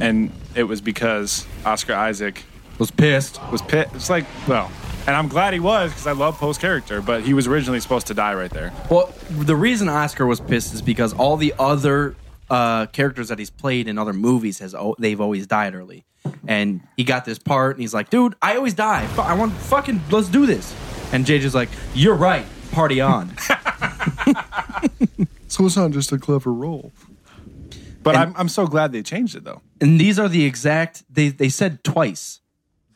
Speaker 3: and it was because Oscar Isaac
Speaker 2: Was pissed.
Speaker 3: was pit. It's like well, and I'm glad he was because I love Poe's character, but he was originally supposed to die right there.
Speaker 2: Well, the reason Oscar was pissed is because all the other uh, characters that he's played in other movies has al- they've always died early, and he got this part, and he's like, "Dude, I always die. Fu- I want fucking let's do this." And JJ's like, "You're right. Party on." <laughs>
Speaker 3: So it's not just a clever role. But I'm I'm so glad they changed it though.
Speaker 2: and these are the exact they they said twice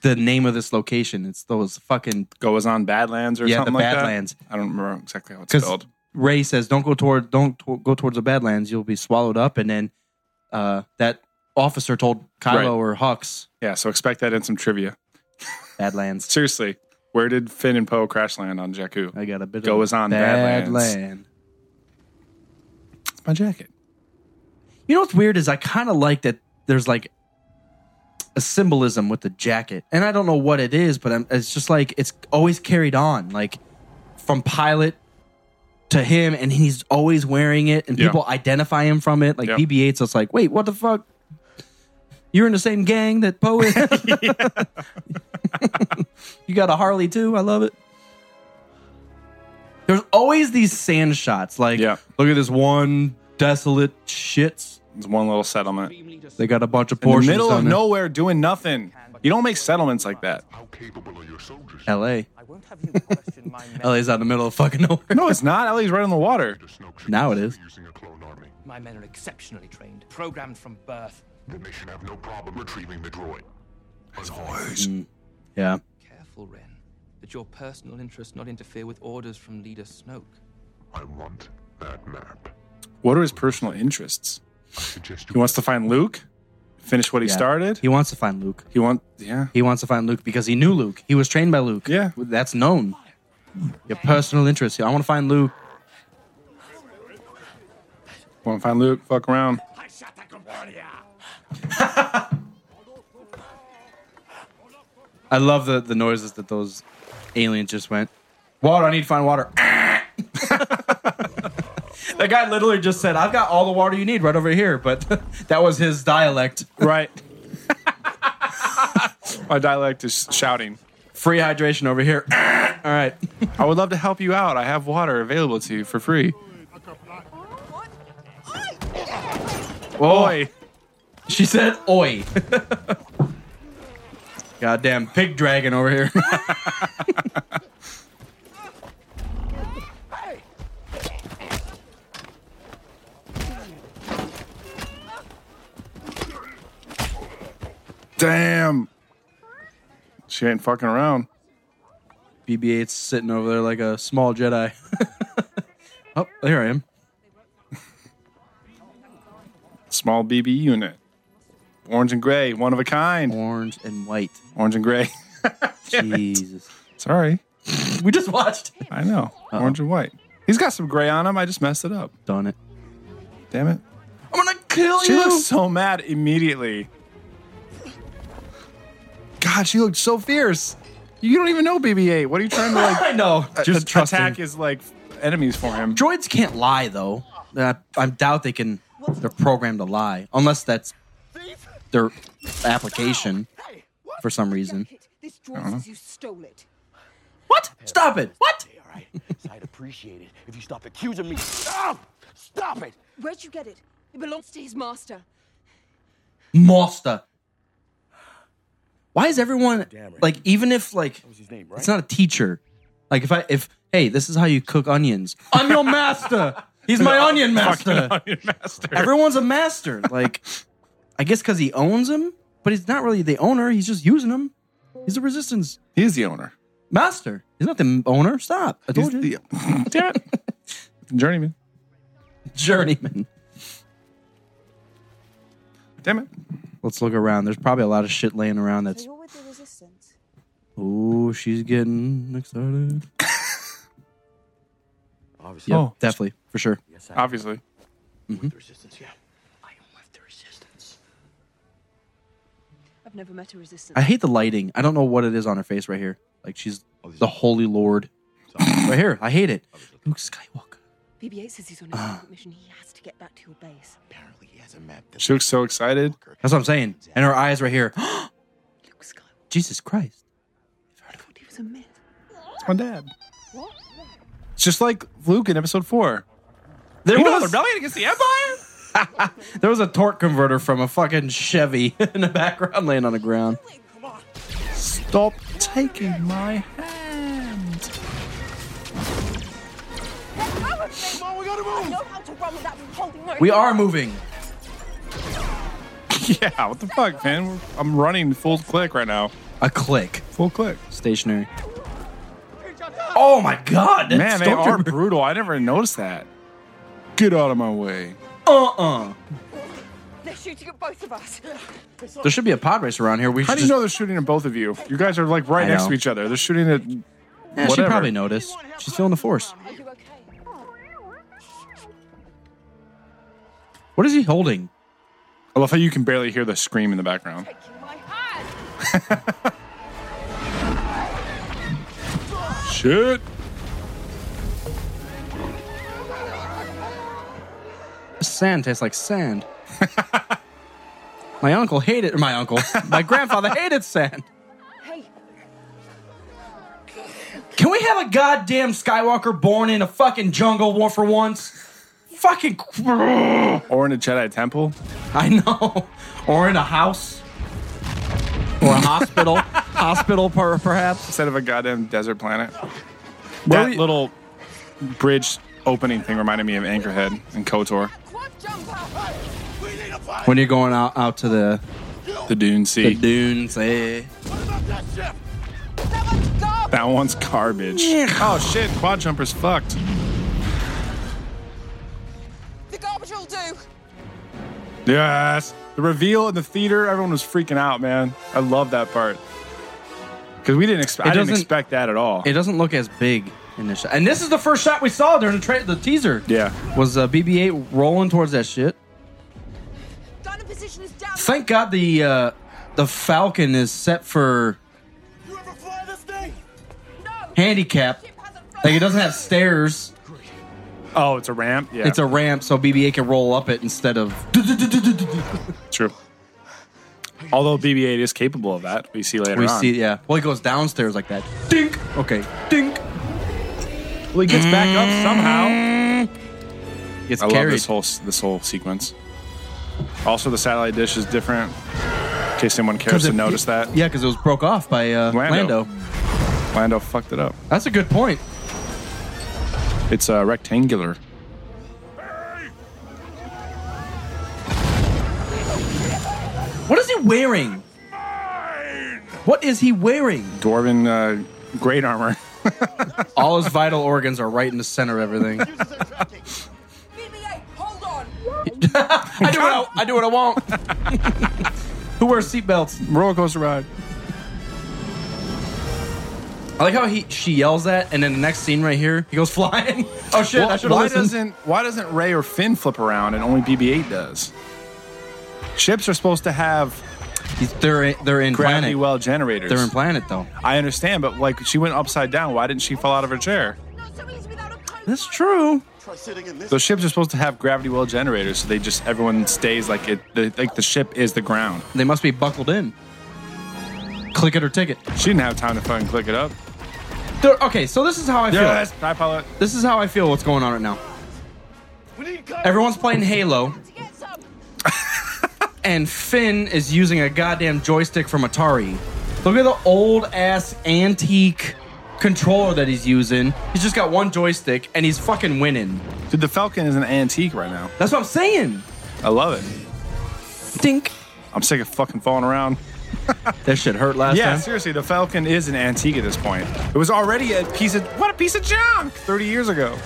Speaker 2: the name of this location. It's those fucking
Speaker 3: Goes on Badlands or
Speaker 2: Yeah, the
Speaker 3: something like
Speaker 2: Badlands.
Speaker 3: that. I don't remember exactly how it's
Speaker 2: because
Speaker 3: spelled.
Speaker 2: Ray says, "Don't go toward, don't to- go towards the Badlands. You'll be swallowed up." And then uh, that officer told Kylo
Speaker 3: Right.
Speaker 2: or Hux,
Speaker 3: Yeah, so expect that in some trivia.
Speaker 2: "Badlands."
Speaker 3: Seriously, where did Finn and Poe crash land on Jakku?
Speaker 2: I got a bit
Speaker 3: Goes
Speaker 2: of
Speaker 3: on
Speaker 2: bad
Speaker 3: Badlands.
Speaker 2: land.
Speaker 3: It's my jacket.
Speaker 2: You know what's weird is I kind of like that there's like a symbolism with the jacket, and I don't know what it is, but I'm, it's just like it's always carried on, like from pilot to him, and he's always wearing it, and
Speaker 3: Yeah.
Speaker 2: people identify him from it. Like
Speaker 3: Yeah.
Speaker 2: BB-8, so it's like, wait, what the fuck? You're in the same gang that Poe is. you got a Harley too. I love it. There's always these sand shots. Like,
Speaker 3: Yeah.
Speaker 2: look at this one desolate shits.
Speaker 3: It's one little settlement. In
Speaker 2: They got a bunch of
Speaker 3: the
Speaker 2: Porsches
Speaker 3: middle of
Speaker 2: down in
Speaker 3: nowhere doowing nothing. You don't make settlements like that.
Speaker 5: How capable are your soldiers?
Speaker 2: L.A.
Speaker 9: I won't have you question my
Speaker 2: <laughs>
Speaker 9: men.
Speaker 2: L.A.'s out in the middle of fucking
Speaker 3: <laughs>
Speaker 2: nowhere.
Speaker 3: No, it's not. Ellie's right on the water.
Speaker 5: Snoke should
Speaker 2: Now it
Speaker 5: also
Speaker 2: is.
Speaker 5: be Using a clone army.
Speaker 9: My men are exceptionally trained, programmed from birth.
Speaker 5: The mission have no problem retrieving the droid.
Speaker 2: Yeah.
Speaker 9: Careful, Ren, that your personal interests not interfere with orders from Leader Snoke.
Speaker 5: I want that map.
Speaker 3: What are his personal interests?
Speaker 5: I suggest
Speaker 3: He
Speaker 5: you
Speaker 3: wants to find Luke, finish what he
Speaker 2: Yeah.
Speaker 3: started.
Speaker 2: He
Speaker 3: He,
Speaker 2: wants to find Luke.
Speaker 3: want yeah.
Speaker 2: He wants to find Luke because he knew Luke. He was trained by Luke.
Speaker 3: Yeah.
Speaker 2: That's known. Your personal interest. I want to find Luke.
Speaker 3: Want to find Luke? Fuck around.
Speaker 2: I love the, the noises that those aliens just went. Water, I need to find water. <laughs> the guy literally just said, I've got all the water you need right over here, but <laughs> that was his dialect.
Speaker 3: Right. <laughs> My dialect is shouting.
Speaker 2: Free hydration over here. <laughs> all right.
Speaker 3: I would love to help you out. I have water available to you for free.
Speaker 2: Oh.
Speaker 3: Boy,
Speaker 2: She said, "Oi." <laughs> Goddamn pig dragon over here. <laughs>
Speaker 3: damn. She ain't fucking around.
Speaker 2: BB-8's sitting over there like a small Jedi. <laughs> oh, there I am.
Speaker 3: Small BB unit. Orange and gray, one of a kind.
Speaker 2: Orange and white.
Speaker 3: Orange and gray. <laughs> Damn it.
Speaker 2: Jesus.
Speaker 3: Sorry.
Speaker 2: We just watched.
Speaker 3: I know. Orange and white. He's got some gray on him. I just messed it up.
Speaker 2: Done it.
Speaker 3: Damn it.
Speaker 2: I'm gonna kill
Speaker 3: She looks so mad immediately. God, she looked so fierce. You don't even know BB-8. What are you trying to <laughs> like?
Speaker 2: I know.
Speaker 3: just
Speaker 2: Just trust
Speaker 3: Uh, attack
Speaker 2: him.
Speaker 3: his like enemies for him.
Speaker 2: Droids can't lie though. I, I doubt they can. They're programmed to lie unless that's their application for some reason.
Speaker 7: This drawer says you stole it.
Speaker 2: What? Stop it! What?
Speaker 8: All right. So I'd appreciate it if you stopped accusing me. Stop! Stop it!
Speaker 7: Where'd you get it? It belongs to his master.
Speaker 2: Monster. Why is everyone like? Even if like,
Speaker 8: His name,
Speaker 2: it's
Speaker 8: right?
Speaker 2: not a teacher. Like if I if hey, this is how you cook <laughs> onions. I'm your master. He's my onion master.
Speaker 3: <laughs> Onion Master.
Speaker 2: Everyone's a master. Like, I guess because he owns him, but he's not really the owner. He's just using him. He's a resistance
Speaker 3: He's the owner.
Speaker 2: master. He's not the owner. Stop. I
Speaker 3: He's
Speaker 2: told <laughs> you.
Speaker 3: the <laughs> damn it. Journeyman.
Speaker 2: Journeyman.
Speaker 3: Damn it.
Speaker 2: Let's look around. There's probably a lot of shit laying around
Speaker 7: So
Speaker 2: that's.
Speaker 7: you're with the resistance.
Speaker 2: Oh, she's getting excited.
Speaker 8: Obviously.
Speaker 2: Yep,
Speaker 3: Oh.
Speaker 2: definitely. For sure.
Speaker 8: Yes, I
Speaker 3: Obviously.
Speaker 8: with the resistance, yeah. I am with the resistance.
Speaker 7: I've never met a resistance.
Speaker 2: I hate the lighting. I don't know what it is on her face right here. Like, she's the Holy Lord. right here. I hate it. Luke Skywalker.
Speaker 7: BB-8 says he's on a
Speaker 2: Ah.
Speaker 7: secret mission. He has to get back to your base.
Speaker 8: Apparently he has a map that
Speaker 3: She looks so excited.
Speaker 2: That's what I'm saying. And her eyes right here. <gasps>
Speaker 7: Luke Skywalker
Speaker 2: Jesus Christ.
Speaker 7: thought he was a myth.
Speaker 3: It's my dad. It's just like Luke in episode four.
Speaker 2: There
Speaker 3: You know
Speaker 2: was-
Speaker 3: the rebellion against the Empire?
Speaker 2: <laughs> There was a torque converter from a fucking Chevy <laughs> in the background laying on the ground.
Speaker 3: Stop taking my hand. <laughs>
Speaker 7: I know how to run without holding my
Speaker 2: We are moving.
Speaker 3: Yeah, what the fuck, man? We're, I'm running full click right now.
Speaker 2: A click.
Speaker 3: Full click.
Speaker 2: Stationary. Oh my god. that
Speaker 3: <laughs> Man, they are
Speaker 2: stormtrooper-
Speaker 3: brutal. I never noticed that. Get out of my way.
Speaker 2: <laughs> Uh-uh.
Speaker 7: They're shooting at both of us.
Speaker 2: There should be a pod race around here. We
Speaker 3: How
Speaker 2: should
Speaker 3: <laughs> do you
Speaker 2: just-
Speaker 3: know they're shooting at both of you? You guys are like right
Speaker 2: I
Speaker 3: next
Speaker 2: know.
Speaker 3: to each other. They're shooting at.
Speaker 2: Eh, she
Speaker 3: whatever.
Speaker 2: probably noticed. She's feeling the force.
Speaker 7: Are you okay?
Speaker 2: What is he holding?
Speaker 3: I love how you can barely hear the scream in the background.
Speaker 7: Taking my hand.
Speaker 3: Shit.
Speaker 2: Sand tastes like sand. <laughs> my uncle hated my uncle. My grandfather <laughs> hated sand.
Speaker 7: Hey,
Speaker 2: Can we have a goddamn Skywalker born in a fucking jungle war for once? Fucking
Speaker 3: Or in a Jedi temple.
Speaker 2: <laughs> I know. Or in a house. Or a hospital. <laughs> hospital, per- perhaps.
Speaker 3: instead of a goddamn desert planet.
Speaker 2: Where
Speaker 3: that
Speaker 2: we-
Speaker 3: little bridge opening thing reminded me of Anchorhead and KOTOR.
Speaker 7: quad jumper.
Speaker 8: We need a fight!
Speaker 2: When you're going out, out to the,
Speaker 3: The Dune
Speaker 2: the
Speaker 3: Sea.
Speaker 2: dunes, eh?
Speaker 8: What about that ship?
Speaker 7: Someone's gone.
Speaker 3: that one's garbage. Oh shit, quad jumper's fucked.
Speaker 7: The garbage will do.
Speaker 3: Yes. The reveal in the theater, everyone was freaking out, man. I love that part. Because we didn't expect
Speaker 2: It
Speaker 3: I didn't
Speaker 2: doesn't-
Speaker 3: expect that at all.
Speaker 2: It doesn't look as big in this shot. And this is the first shot we saw during the, tra- the teaser.
Speaker 3: yeah.
Speaker 2: Was uh, BB-8 rolling towards that shit?
Speaker 7: Gunner position is down.
Speaker 2: Thank God the uh, the Falcon is set for
Speaker 8: You ever fly this thing?
Speaker 7: no.
Speaker 2: handicap.
Speaker 7: Ship hasn't flown.
Speaker 2: Like it doesn't have stairs.
Speaker 3: Oh, it's a ramp? Yeah.
Speaker 2: It's a ramp, so BB-8 can roll up it instead <laughs> of.
Speaker 3: true. Although BB 8 is capable of that, we see later
Speaker 2: We
Speaker 3: on.
Speaker 2: see, yeah. Well, he goes downstairs like that. Dink. Okay. Dink.
Speaker 3: Well, he gets back up somehow.
Speaker 2: Gets
Speaker 3: I love
Speaker 2: carried.
Speaker 3: this whole this whole sequence. Also, the satellite dish is different. In case anyone cares to
Speaker 2: it-
Speaker 3: notice that,
Speaker 2: Yeah, because it was broke off by uh,
Speaker 3: Lando.
Speaker 2: Lando.
Speaker 3: Lando fucked it up.
Speaker 2: That's a good point.
Speaker 3: It's uh, rectangular.
Speaker 2: What is he wearing? What is he wearing?
Speaker 3: Dwarven uh, great armor.
Speaker 2: All his vital organs are right in the center of
Speaker 3: <laughs>
Speaker 2: everything.
Speaker 7: BB-8, hold on.
Speaker 2: I do what I, I do what I want. <laughs> Who wears seatbelts?
Speaker 3: Roller coaster ride.
Speaker 2: I like how he she yells that, and then the next scene right here, he goes <laughs> flying. Oh shit! I
Speaker 3: Why-
Speaker 2: should have
Speaker 3: why
Speaker 2: listened.
Speaker 3: doesn't why doesn't Ray or Finn flip around and only BB-8 does? Ships are supposed to have
Speaker 2: He's- they're they're in
Speaker 3: gravity
Speaker 2: planet.
Speaker 3: well generators.
Speaker 2: they're in planet though.
Speaker 3: I understand, but like she went upside down. Why didn't she fall out of her chair?
Speaker 2: That's true.
Speaker 8: Try sitting in this.
Speaker 3: Those ships are supposed to have gravity well generators, so they just everyone stays like it. The, like the ship is the ground.
Speaker 2: They must be buckled in. Click it or ticket.
Speaker 3: She didn't have time to fucking click it up.
Speaker 2: They're, okay, so this is how I feel.
Speaker 3: There it is. Hi, pilot.
Speaker 2: This is how I feel. What's going on right now?
Speaker 8: We need cover.
Speaker 2: Everyone's playing Halo, <laughs> and Finn is using a goddamn joystick from Atari. Look at the old ass antique controller that he's using. He's just got one joystick, and he's fucking winning.
Speaker 3: Dude, the Falcon is an antique right now.
Speaker 2: That's what I'm saying.
Speaker 3: I love it.
Speaker 2: Think
Speaker 3: I'm sick of fucking falling around.
Speaker 2: that shit hurt last
Speaker 3: yeah,
Speaker 2: time.
Speaker 3: seriously, the Falcon is an antique at this point. It was already a piece of what a piece of junk 30 years ago.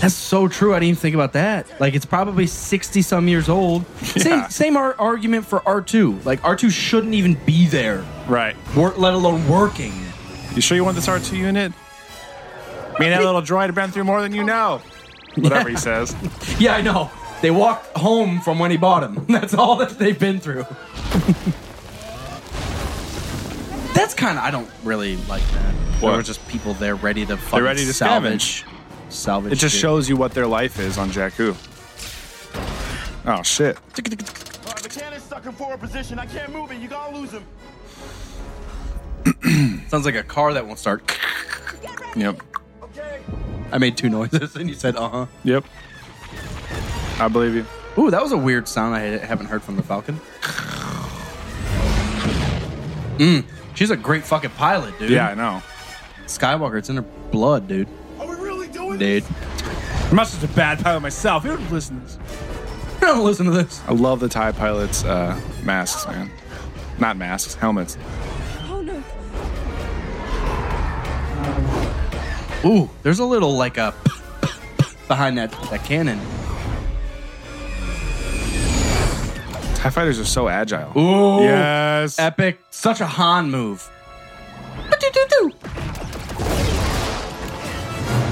Speaker 2: That's so true. I didn't even think about that. Like it's probably sixty some years
Speaker 3: <laughs>
Speaker 2: old.
Speaker 3: Yeah.
Speaker 2: Same same ar- argument for R two. Like R two shouldn't even be there,
Speaker 3: Right.
Speaker 2: wor- let alone working.
Speaker 3: You sure you want this R2 unit? Me and that little droid have been through more than you know. Whatever he says.
Speaker 2: Yeah, I know. They walked home from when he bought them. <laughs> That's all that they've been through. <laughs> That's kind of I don't really like that.
Speaker 3: What?
Speaker 2: There were just people there ready to fucking
Speaker 3: ready to
Speaker 2: salvage. Salvage.
Speaker 3: It just
Speaker 2: shit.
Speaker 3: shows you what their life is on Jakku. Oh shit.
Speaker 8: Uh, the cannon's stuck in forward position. I can't move it. You gotta lose him.
Speaker 2: sounds like a car that won't start. <laughs>
Speaker 3: Yep.
Speaker 8: Okay.
Speaker 2: I made two noises and you said uh huh.
Speaker 3: Yep. I believe you.
Speaker 2: Ooh, that was a weird sound I haven't heard from the Falcon. Mm, she's a great fucking pilot, dude.
Speaker 3: Yeah, I know.
Speaker 2: Skywalker, it's in her blood, dude.
Speaker 8: Are we really doing
Speaker 2: Dude. <laughs>
Speaker 3: I'm not such a bad pilot myself. You don't listen to this.
Speaker 2: Don't listen to this.
Speaker 3: I love the TIE pilots' uh, masks, man. Not masks, helmets.
Speaker 7: Oh no.
Speaker 2: Ooh, there's a little like a <laughs> behind that, that cannon.
Speaker 3: TIE fighters are so agile.
Speaker 2: Ooh.
Speaker 3: Yes.
Speaker 2: Epic. Such a Han move.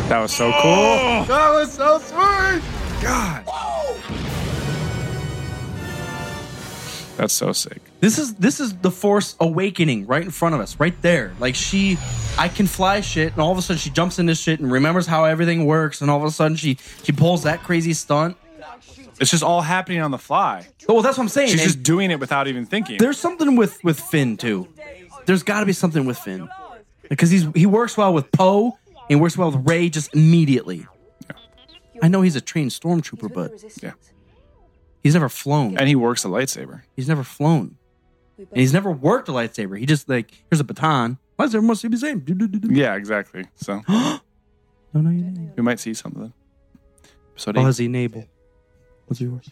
Speaker 3: that was so cool.
Speaker 2: Oh.
Speaker 3: That was so sweet. God. That's so sick.
Speaker 2: This is this is the Force awakening right in front of us, right there. Like she, I can fly shit, and all of a sudden she jumps into shit and remembers how everything works, and all of a sudden she she pulls that crazy stunt.
Speaker 3: It's just all happening on the fly.
Speaker 2: Oh, well, that's what I'm saying.
Speaker 3: She's
Speaker 2: and-
Speaker 3: just doing it without even thinking.
Speaker 2: There's something with with Finn too. There's got to be something with Finn because he's he works well with Poe and he works well with Ray just immediately. I know he's a trained stormtrooper, but
Speaker 3: Yeah.
Speaker 2: he's never flown.
Speaker 3: And he works a lightsaber.
Speaker 2: He's never flown, and he's never worked a lightsaber. He just like here's a baton. Lightsaber must be the same. Do, do, do, do.
Speaker 3: Yeah, exactly. So
Speaker 2: No, no, you didn't.
Speaker 3: we might see something. So do you-
Speaker 2: Ozzy Nabel. What's <laughs> yours?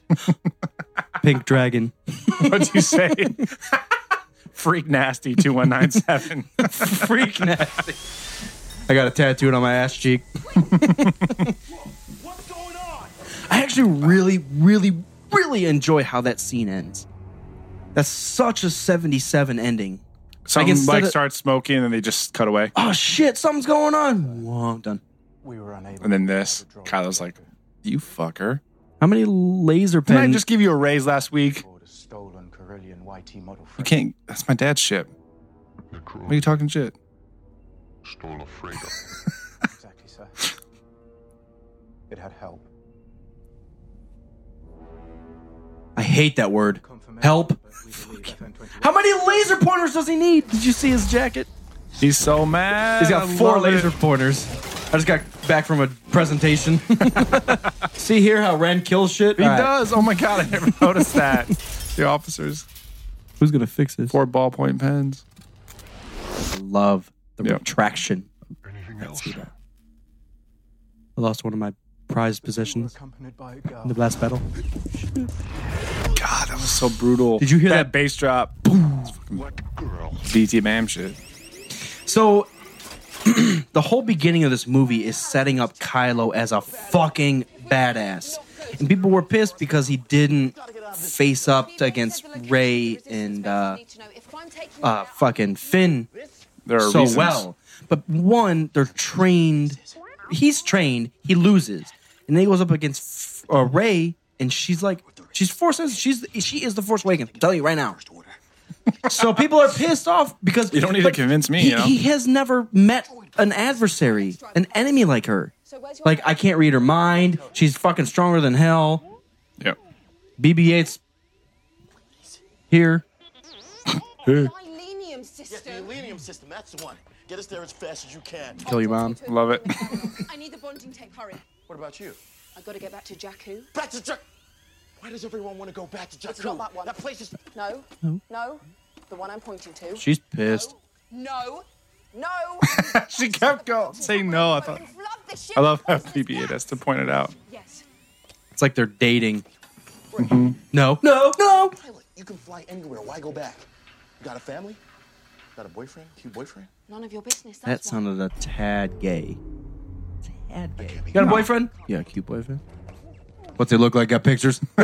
Speaker 2: Pink dragon.
Speaker 3: <laughs> what'd you say? <laughs> Freak nasty two one nine seven.
Speaker 2: <laughs> Freak
Speaker 3: <laughs>
Speaker 2: nasty. I got a tattooed on my ass cheek.
Speaker 8: What's going on?
Speaker 2: I actually really, really, really enjoy how that scene ends. That's such a 77 ending.
Speaker 3: Someone
Speaker 2: instead
Speaker 3: like
Speaker 2: of-
Speaker 3: starts smoking and they just cut away.
Speaker 2: Oh shit, something's going on. Whoa, I'm done.
Speaker 3: And then this. Kylo's like, You fucker.
Speaker 2: How many laser
Speaker 3: Didn't I
Speaker 2: pens?
Speaker 3: just give you a raise last week?
Speaker 8: Bought a stolen Carillion YT model
Speaker 3: You can't that's my dad's ship.
Speaker 5: The
Speaker 3: What are you
Speaker 5: droid
Speaker 3: talking shit?
Speaker 5: stole a freighter.
Speaker 8: Exactly, sir. It had help.
Speaker 2: I hate that word. Help. How many laser pointers does he need? Did you see his jacket?
Speaker 3: He's so mad.
Speaker 2: He's got
Speaker 3: I
Speaker 2: four
Speaker 3: love it.
Speaker 2: laser pointers. I just got back from a presentation. <laughs> see here how Ren kills shit?
Speaker 3: He
Speaker 2: All right.
Speaker 3: does. Oh my god, I never <laughs> noticed that. The officers.
Speaker 2: Who's gonna fix this?
Speaker 3: Four ballpoint pens.
Speaker 2: Love the
Speaker 3: Yeah.
Speaker 2: retraction.
Speaker 5: Anything else?
Speaker 2: I lost one of my prized possessions
Speaker 8: Accompanied by a girl.
Speaker 2: in the last battle.
Speaker 3: God, that was so brutal.
Speaker 2: Did you hear that-
Speaker 3: bass drop?
Speaker 5: What girl?
Speaker 3: BT Bam shit.
Speaker 2: So <clears throat> the whole beginning of this movie is setting up Kylo as a fucking badass. And people were pissed because he didn't face up against Ray and uh, uh, fucking Finn
Speaker 3: There are
Speaker 2: so
Speaker 3: reasons.
Speaker 2: well. But one, they're trained. He's trained. He loses, and then he goes up against F- uh, Ray, and she's like, she's Force. She's she is the Force Awakens. I'm telling you right now. So people are pissed off because
Speaker 3: You don't need to
Speaker 2: but
Speaker 3: convince me,
Speaker 2: He,
Speaker 3: you know?
Speaker 2: he has never met an adversary, an enemy like her. Like I can't read her mind. She's fucking stronger than hell.
Speaker 3: Yep.
Speaker 2: BB-8's here.
Speaker 7: Dilenium system.
Speaker 8: Helium system, that's the one. Get us there as fast as you can.
Speaker 2: Kill your mom.
Speaker 3: Love it. <laughs>
Speaker 7: I need the bonding tape. Hurry.
Speaker 8: What about you?
Speaker 7: I gotta get back to Jakku.
Speaker 8: Back to Jack. Why does everyone want to go back to Jakku?
Speaker 7: not that one.
Speaker 8: place is.
Speaker 7: No. No. The one I'm pointing to.
Speaker 2: She's pissed.
Speaker 7: No. No.
Speaker 3: <laughs> she kept going. Say no. I thought. I love how BB-8 has to point it out.
Speaker 7: Yes.
Speaker 2: It's like they're dating.
Speaker 3: Mm-hmm.
Speaker 2: No, no, no.
Speaker 8: Pilot, you can fly anywhere. Why go back? You got a family? Got a boyfriend? Cute boyfriend?
Speaker 7: None of your business.
Speaker 2: That
Speaker 7: That's why.
Speaker 2: sounded a tad gay. Tad gay. You got a boyfriend? Yeah, cute boyfriend. What's it look like? Got pictures? <laughs>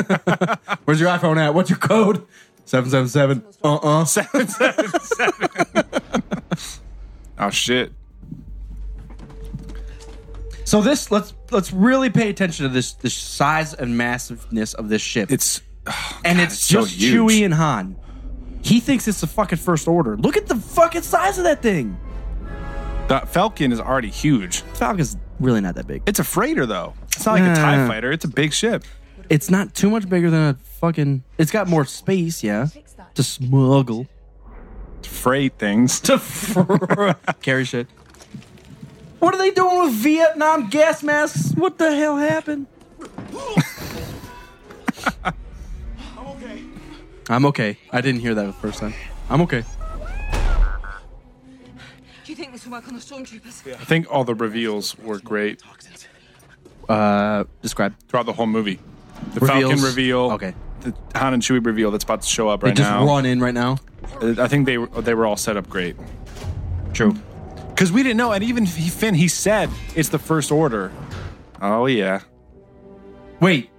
Speaker 2: Where's your iPhone at? What's your code? Seven seven seven. Uh <laughs> uh.
Speaker 3: Oh shit.
Speaker 2: So this let's let's really pay attention to this the size and massiveness of this ship.
Speaker 3: It's
Speaker 2: and it's,
Speaker 3: it's so
Speaker 2: just
Speaker 3: huge.
Speaker 2: Chewie and Han. He thinks it's the fucking first order. Look at the fucking size of that thing.
Speaker 3: the uh, Falcon is already huge.
Speaker 2: Falcon's really not that big.
Speaker 3: It's a freighter though. It's not like a Tie
Speaker 2: Nah.
Speaker 3: Fighter. It's a big ship.
Speaker 2: It's not too much bigger than a fucking. It's got more space, yeah, to smuggle,
Speaker 3: Freight
Speaker 2: <laughs>
Speaker 3: things.
Speaker 2: to fr- <laughs> carry shit. What are they doing with Vietnam gas masks? What the hell happened?
Speaker 8: I'm okay.
Speaker 2: I'm okay. I didn't hear that the first time. I'm okay.
Speaker 6: Do you think this will work on the stormtroopers?
Speaker 3: I think all the reveals were great
Speaker 8: Toxins.
Speaker 2: Uh, describe.
Speaker 3: throughout the whole movie. The Falcon
Speaker 2: Reveals.
Speaker 3: reveal.
Speaker 2: Okay.
Speaker 3: The Han and Chewie reveal that's about to show up right
Speaker 2: they just
Speaker 3: now.
Speaker 2: run in right now.
Speaker 3: Uh, I think they were- they were all set up great
Speaker 2: True.
Speaker 3: because we didn't know. And even he, Finn, he said it's the First Order. Oh yeah,
Speaker 2: Wait,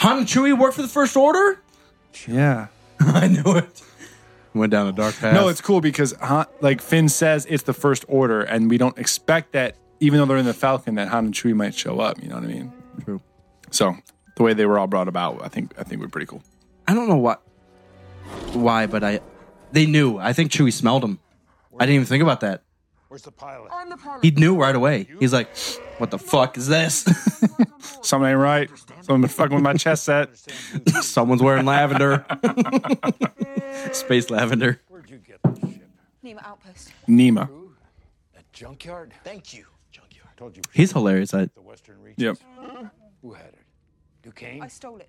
Speaker 2: Han and Chewie work for the First Order?
Speaker 3: yeah.
Speaker 2: <laughs> I knew it. Went down a dark path.
Speaker 3: No, it's cool because Han, like Finn says it's the First Order, and we don't expect that. Even though they're in the Falcon, that Han and Chewie might show up. You know what I mean?
Speaker 2: true.
Speaker 3: So the way they were all brought about, I think I think were pretty cool.
Speaker 2: I don't know what, why, but I, they knew. I think Chewie smelled him. I didn't even think about that.
Speaker 1: Where's the pilot?
Speaker 2: He knew right away. He's like, "What the fuck is this? <laughs>
Speaker 3: Something ain't right. Someone been fucking with my chess set.
Speaker 2: Someone's wearing lavender, <laughs> space lavender."
Speaker 1: Where'd you get this ship?
Speaker 7: Nemo outpost.
Speaker 3: Nima.
Speaker 1: At junkyard?
Speaker 8: Thank you, Junkyard.
Speaker 1: Told you.
Speaker 2: He's hilarious. I,
Speaker 1: The Western region.
Speaker 3: Yep.
Speaker 1: Who had it? Duquesne?
Speaker 7: I stole it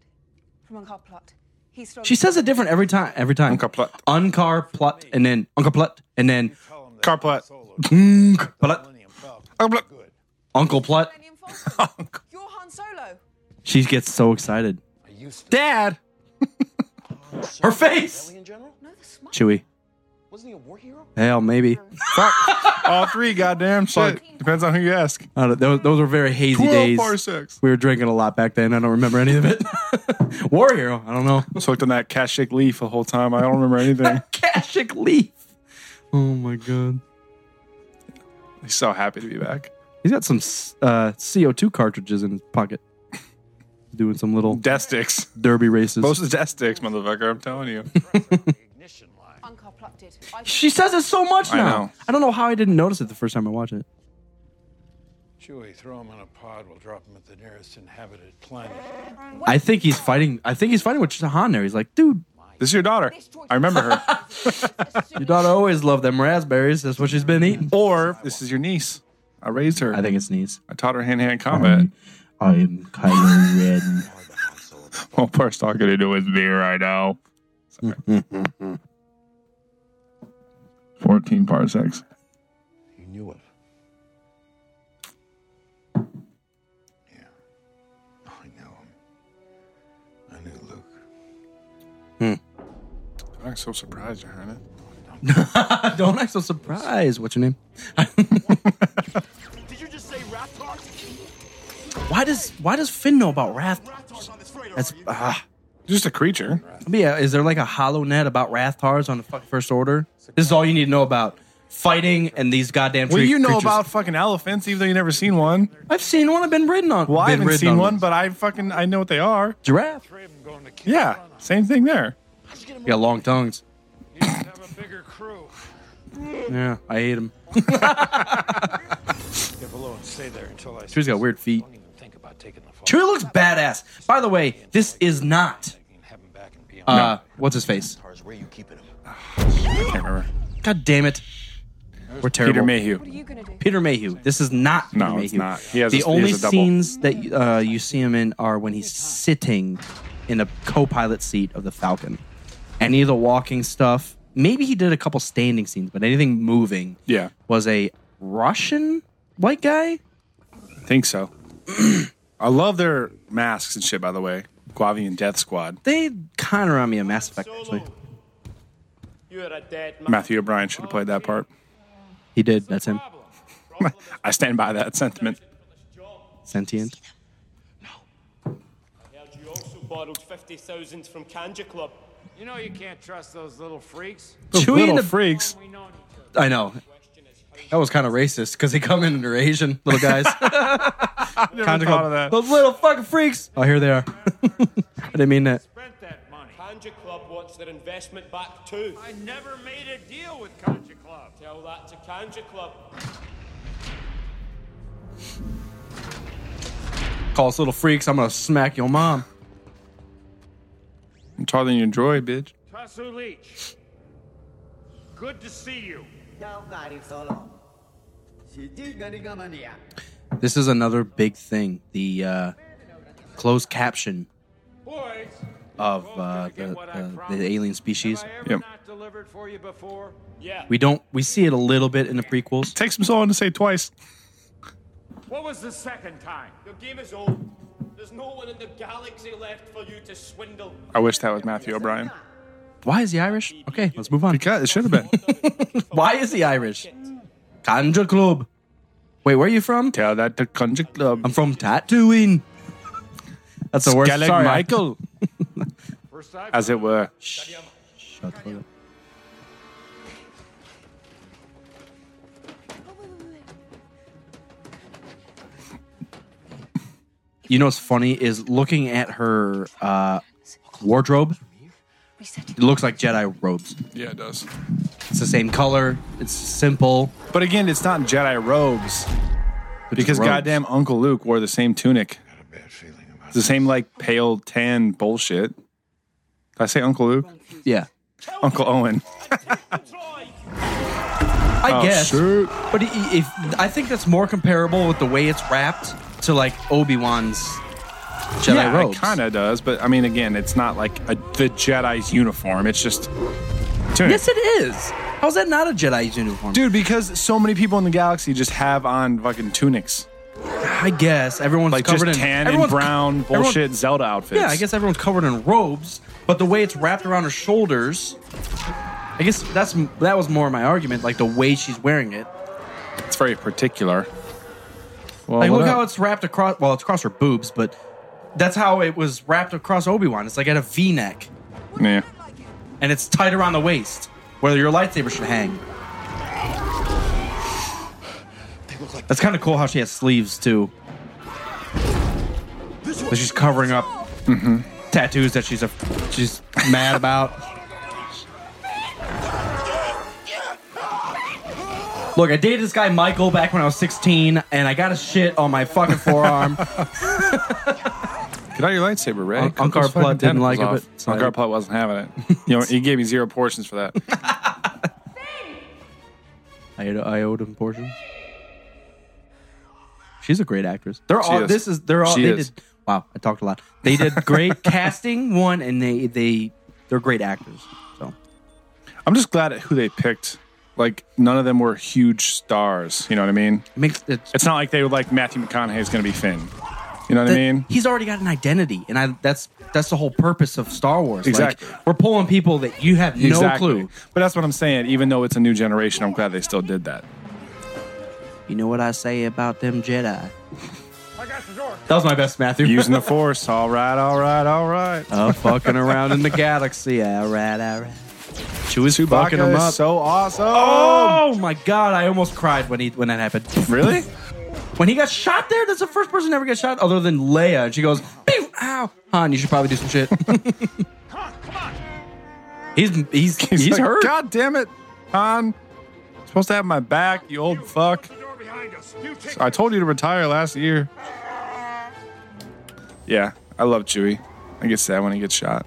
Speaker 7: from Uncar Plot. He stole
Speaker 2: she
Speaker 7: it.
Speaker 2: says it different every time. Every time.
Speaker 3: Uncar Plut.
Speaker 2: Uncar plut, and then uncar plut, and then
Speaker 1: Tell him that
Speaker 3: Carplat.
Speaker 1: solo.
Speaker 2: unc plut,
Speaker 1: Millennium Falcon.
Speaker 3: Carplat.
Speaker 1: Good.
Speaker 2: uncle plut.
Speaker 7: Millennium
Speaker 3: <laughs>
Speaker 7: Falcon. You're Han Solo.
Speaker 2: She gets so excited.
Speaker 1: I used to.
Speaker 2: Dad. <laughs> Her face.
Speaker 8: Alien General?
Speaker 7: No, the smile.
Speaker 2: Chewie.
Speaker 8: Wasn't he a war hero?
Speaker 2: Hell, maybe.
Speaker 3: All three, goddamn shit. Depends on who you ask.
Speaker 2: I don't- those, those were very hazy
Speaker 3: 12
Speaker 2: days.
Speaker 3: parsecs.
Speaker 2: We were drinking a lot back then. I don't remember any of it. <laughs> War Hero. I don't know.
Speaker 3: Just hooked on that Kashik leaf the whole time. I don't
Speaker 2: <laughs>
Speaker 3: remember anything.
Speaker 2: Kashik Leaf. Oh my god.
Speaker 3: He's so happy to be back.
Speaker 2: He's got some uh, CO2 cartridges in his pocket. Doing some little
Speaker 3: Death sticks.
Speaker 2: derby races.
Speaker 3: Most of the death sticks, motherfucker. I'm telling you.
Speaker 1: Ignition line.
Speaker 7: Uncar Plot did.
Speaker 3: <laughs>
Speaker 7: I
Speaker 2: she says it so much
Speaker 3: I
Speaker 2: now.
Speaker 3: know.
Speaker 2: I don't know how I didn't notice it the first time I watched it.
Speaker 1: Chewie, throw him on a pod. We'll drop him at the nearest inhabited planet.
Speaker 2: I think he's fighting. I think he's fighting with Han there. He's like, dude,
Speaker 3: This is your daughter. I remember her.
Speaker 2: your daughter always loved them raspberries. That's what she's been eating.
Speaker 3: Or this is your niece. I raised her.
Speaker 2: I think Mm-hmm. it's knees.
Speaker 3: I taught her hand to hand combat.
Speaker 2: I am Kylo Ren.
Speaker 3: All first talking to do with me right now.
Speaker 2: Mm-hmm.
Speaker 3: Sorry. 14 parsecs.
Speaker 1: You knew it. Yeah. I know him. I knew Luke.
Speaker 3: I'm so surprised you heard it.
Speaker 2: Don't act so surprised. What's your
Speaker 8: <laughs>
Speaker 2: name?
Speaker 8: Did you just say Raptors?
Speaker 2: Why does Why does Finn know about Wrath?
Speaker 8: Raptors on this freighter,
Speaker 2: That's
Speaker 8: are you?
Speaker 2: ah.
Speaker 3: Just a creature.
Speaker 2: But yeah, is there like a hollow net about Rathtars on the fucking First Order? This is all you need to know about fighting and these goddamn.
Speaker 3: Well,
Speaker 2: tree
Speaker 3: you know
Speaker 2: creatures.
Speaker 3: about fucking elephants, even though you never seen one.
Speaker 2: I've seen one. I've been ridden on.
Speaker 3: Well, I
Speaker 2: been
Speaker 3: haven't
Speaker 2: ridden
Speaker 3: seen
Speaker 2: on
Speaker 3: one, but I fucking I know what they are.
Speaker 2: giraffe.
Speaker 3: Yeah, same thing there.
Speaker 2: You got long tongues.
Speaker 1: Have a bigger crew.
Speaker 2: Yeah, I ate them.
Speaker 1: Get below and stay there until I.
Speaker 2: Chewie's got weird feet.
Speaker 1: Don't even think about taking the fall.
Speaker 2: Chewie looks badass. By the way, this is not.
Speaker 1: You can have him back and be on.
Speaker 2: Uh, what's his face?
Speaker 8: Where you keeping him?
Speaker 3: Can't remember.
Speaker 2: God damn it. We're terrible.
Speaker 3: Peter Mayhew.
Speaker 7: What are you gonna do?
Speaker 2: Peter Mayhew. This is not
Speaker 3: No,
Speaker 2: Peter
Speaker 3: it's
Speaker 2: Mayhew.
Speaker 3: not. He has
Speaker 2: the
Speaker 3: a- he
Speaker 2: only
Speaker 3: has a double.
Speaker 2: scenes that uh, you see him in are when he's sitting in the co-pilot seat of the Falcon. Any of the walking stuff, maybe he did a couple standing scenes, but anything moving
Speaker 3: Yeah,
Speaker 2: was a Russian white guy.
Speaker 3: I think so. <clears throat> I love their masks and shit. By the way, Guavian Death Squad.
Speaker 2: They kind of remind me of Mass Effect. Actually,
Speaker 10: You're a dead man.
Speaker 3: Matthew O'Brien should have played that part. <laughs>
Speaker 2: he did. That's him. <laughs>
Speaker 3: I stand by that sentiment.
Speaker 2: Sentient.
Speaker 10: I heard you also borrowed 50,000 from Kanja Club.
Speaker 11: You know you can't trust those little freaks.
Speaker 3: Those
Speaker 2: Chewie
Speaker 3: <laughs> little
Speaker 2: and the-
Speaker 3: freaks.
Speaker 11: We know each other.
Speaker 2: I know. That was kind of racist because they come in and they're Asian little guys.
Speaker 3: Never thought of that.
Speaker 2: Those little fucking freaks. Oh, here they are. <laughs> I didn't mean that.
Speaker 11: Spent that money.
Speaker 10: Kanja Club wants their investment back too.
Speaker 11: I never made a deal with Concha Club.
Speaker 10: Tell that to Kanja Club.
Speaker 2: Call us little freaks. I'm gonna smack your mom.
Speaker 3: I'm taller than your droid, bitch.
Speaker 11: Tasu Leech. Good to see you.
Speaker 2: This is another big thing. The uh, closed caption
Speaker 11: Boys.
Speaker 2: of
Speaker 11: both
Speaker 2: uh,
Speaker 11: gonna get
Speaker 2: the,
Speaker 11: what I
Speaker 2: the,
Speaker 11: promised.
Speaker 2: the alien species.
Speaker 11: Have I ever
Speaker 3: Yep.
Speaker 11: not delivered for you before?
Speaker 10: Yeah.
Speaker 2: We don't. We see it a little bit in the prequels.
Speaker 3: Takes them so long to say twice.
Speaker 11: What was the second time?
Speaker 10: Your game is old. There's no one in the galaxy left for you to swindle.
Speaker 3: I wish that was Matthew O'Brien.
Speaker 2: Why is he Irish? Okay, let's move on.
Speaker 3: Because it should have <laughs> been.
Speaker 2: Why is he Irish? Kanja Club. Wait, where are you from?
Speaker 3: Tell that to Conjure Club.
Speaker 2: I'm from Tatooine. That's the worst.
Speaker 3: Skeleton
Speaker 2: Sorry, I- <laughs>
Speaker 3: Michael,
Speaker 11: First time.
Speaker 3: as it were.
Speaker 2: Shut up. You know what's funny is looking at her uh, wardrobe. It looks like Jedi robes.
Speaker 3: Yeah, it does.
Speaker 2: It's the same color. It's simple.
Speaker 3: But again, it's not Jedi robes because
Speaker 2: robes.
Speaker 3: goddamn Uncle Luke wore the same tunic,
Speaker 1: I had a bad feeling about
Speaker 3: the same like pale tan bullshit. Did I say Uncle Luke?
Speaker 2: Yeah,
Speaker 3: Uncle Owen. Oh,
Speaker 2: I guess.
Speaker 3: Sure.
Speaker 2: But i- i- if I think that's more comparable with the way it's wrapped to like Obi Wan's Jedi
Speaker 3: yeah,
Speaker 2: robes.
Speaker 3: it kind of does, but I mean, again, it's not like a, the Jedi's uniform. It's just tunic.
Speaker 2: <laughs> Yes, it is. How's that not a Jedi's uniform?
Speaker 3: Dude, because so many people in the galaxy just have on fucking tunics,
Speaker 2: I guess everyone's
Speaker 3: like
Speaker 2: covered
Speaker 3: just
Speaker 2: in
Speaker 3: tan and
Speaker 2: everyone's co-
Speaker 3: <laughs> brown
Speaker 2: everyone-
Speaker 3: bullshit Zelda outfits.
Speaker 2: yeah, I guess everyone's covered in robes, but the way it's wrapped around her shoulders, I guess that's that was more my argument. Like the way she's wearing it,
Speaker 3: it's very particular. Well,
Speaker 2: like
Speaker 3: what
Speaker 2: look
Speaker 3: up?
Speaker 2: how it's wrapped across. Well, it's across her boobs, but that's how it was wrapped across Obi Wan. It's like at a V neck,
Speaker 3: yeah.
Speaker 2: and it's tight around the waist, where your lightsaber should hang. That's kind of cool how she has sleeves too. But she's covering up mm-hmm, tattoos that she's a, she's mad about. Look, I dated this guy Michael back when I was 16, and I got a shit on my fucking forearm.
Speaker 3: Get out your lightsaber, Ray.
Speaker 2: Un-
Speaker 3: Cut
Speaker 2: Uncar
Speaker 3: those fucking
Speaker 2: Plutt didn't
Speaker 3: tentacles
Speaker 2: like it,
Speaker 3: off.
Speaker 2: but- sorry.
Speaker 3: Uncar Plutt wasn't having <laughs> it. You know, he gave me zero portions for that.
Speaker 2: I, I owed him portions. She's a great actress. They're
Speaker 3: She
Speaker 2: all.
Speaker 3: is.
Speaker 2: This is. They're all.
Speaker 3: She
Speaker 2: they
Speaker 3: is.
Speaker 2: did. Wow, I talked a lot. They did <laughs> great casting. One, and they they they're great actors. So
Speaker 3: I'm just glad at who they picked. Like none of them were huge stars. You know what I mean?
Speaker 2: it makes it's
Speaker 3: It's not like they were like Matthew McConaughey's going to be Finn. You know what
Speaker 2: that
Speaker 3: I mean?
Speaker 2: he's already got an identity, and I that's that's the whole purpose of Star Wars. Like,
Speaker 3: Exactly.
Speaker 2: we're pulling people that you have no clue.
Speaker 3: But that's what I'm saying. Even though it's a new generation, I'm glad they still did that.
Speaker 2: You know what I say about them Jedi?
Speaker 11: I I got the door.
Speaker 2: That was my best, Matthew. <laughs>
Speaker 3: Using the force. <laughs> All right, all right, all right.
Speaker 2: Oh, fucking around in the galaxy. All right, all right. Chewie's
Speaker 3: Chewbacca
Speaker 2: fucking him
Speaker 3: is
Speaker 2: up.
Speaker 3: so awesome.
Speaker 2: Oh my god, I almost cried when he when that happened.
Speaker 3: Really?
Speaker 2: When he got shot there, that's the first person to ever get shot other than Leia. And she goes, Pew, ow. Han, you should probably do some
Speaker 3: <laughs>
Speaker 2: shit. he's he's he's,
Speaker 3: like,
Speaker 2: hurt.
Speaker 3: God damn it, Han. You're Supposed to have my back, you old fuck. I told you to retire last year. Yeah, I love Chewie. I get sad when he gets shot.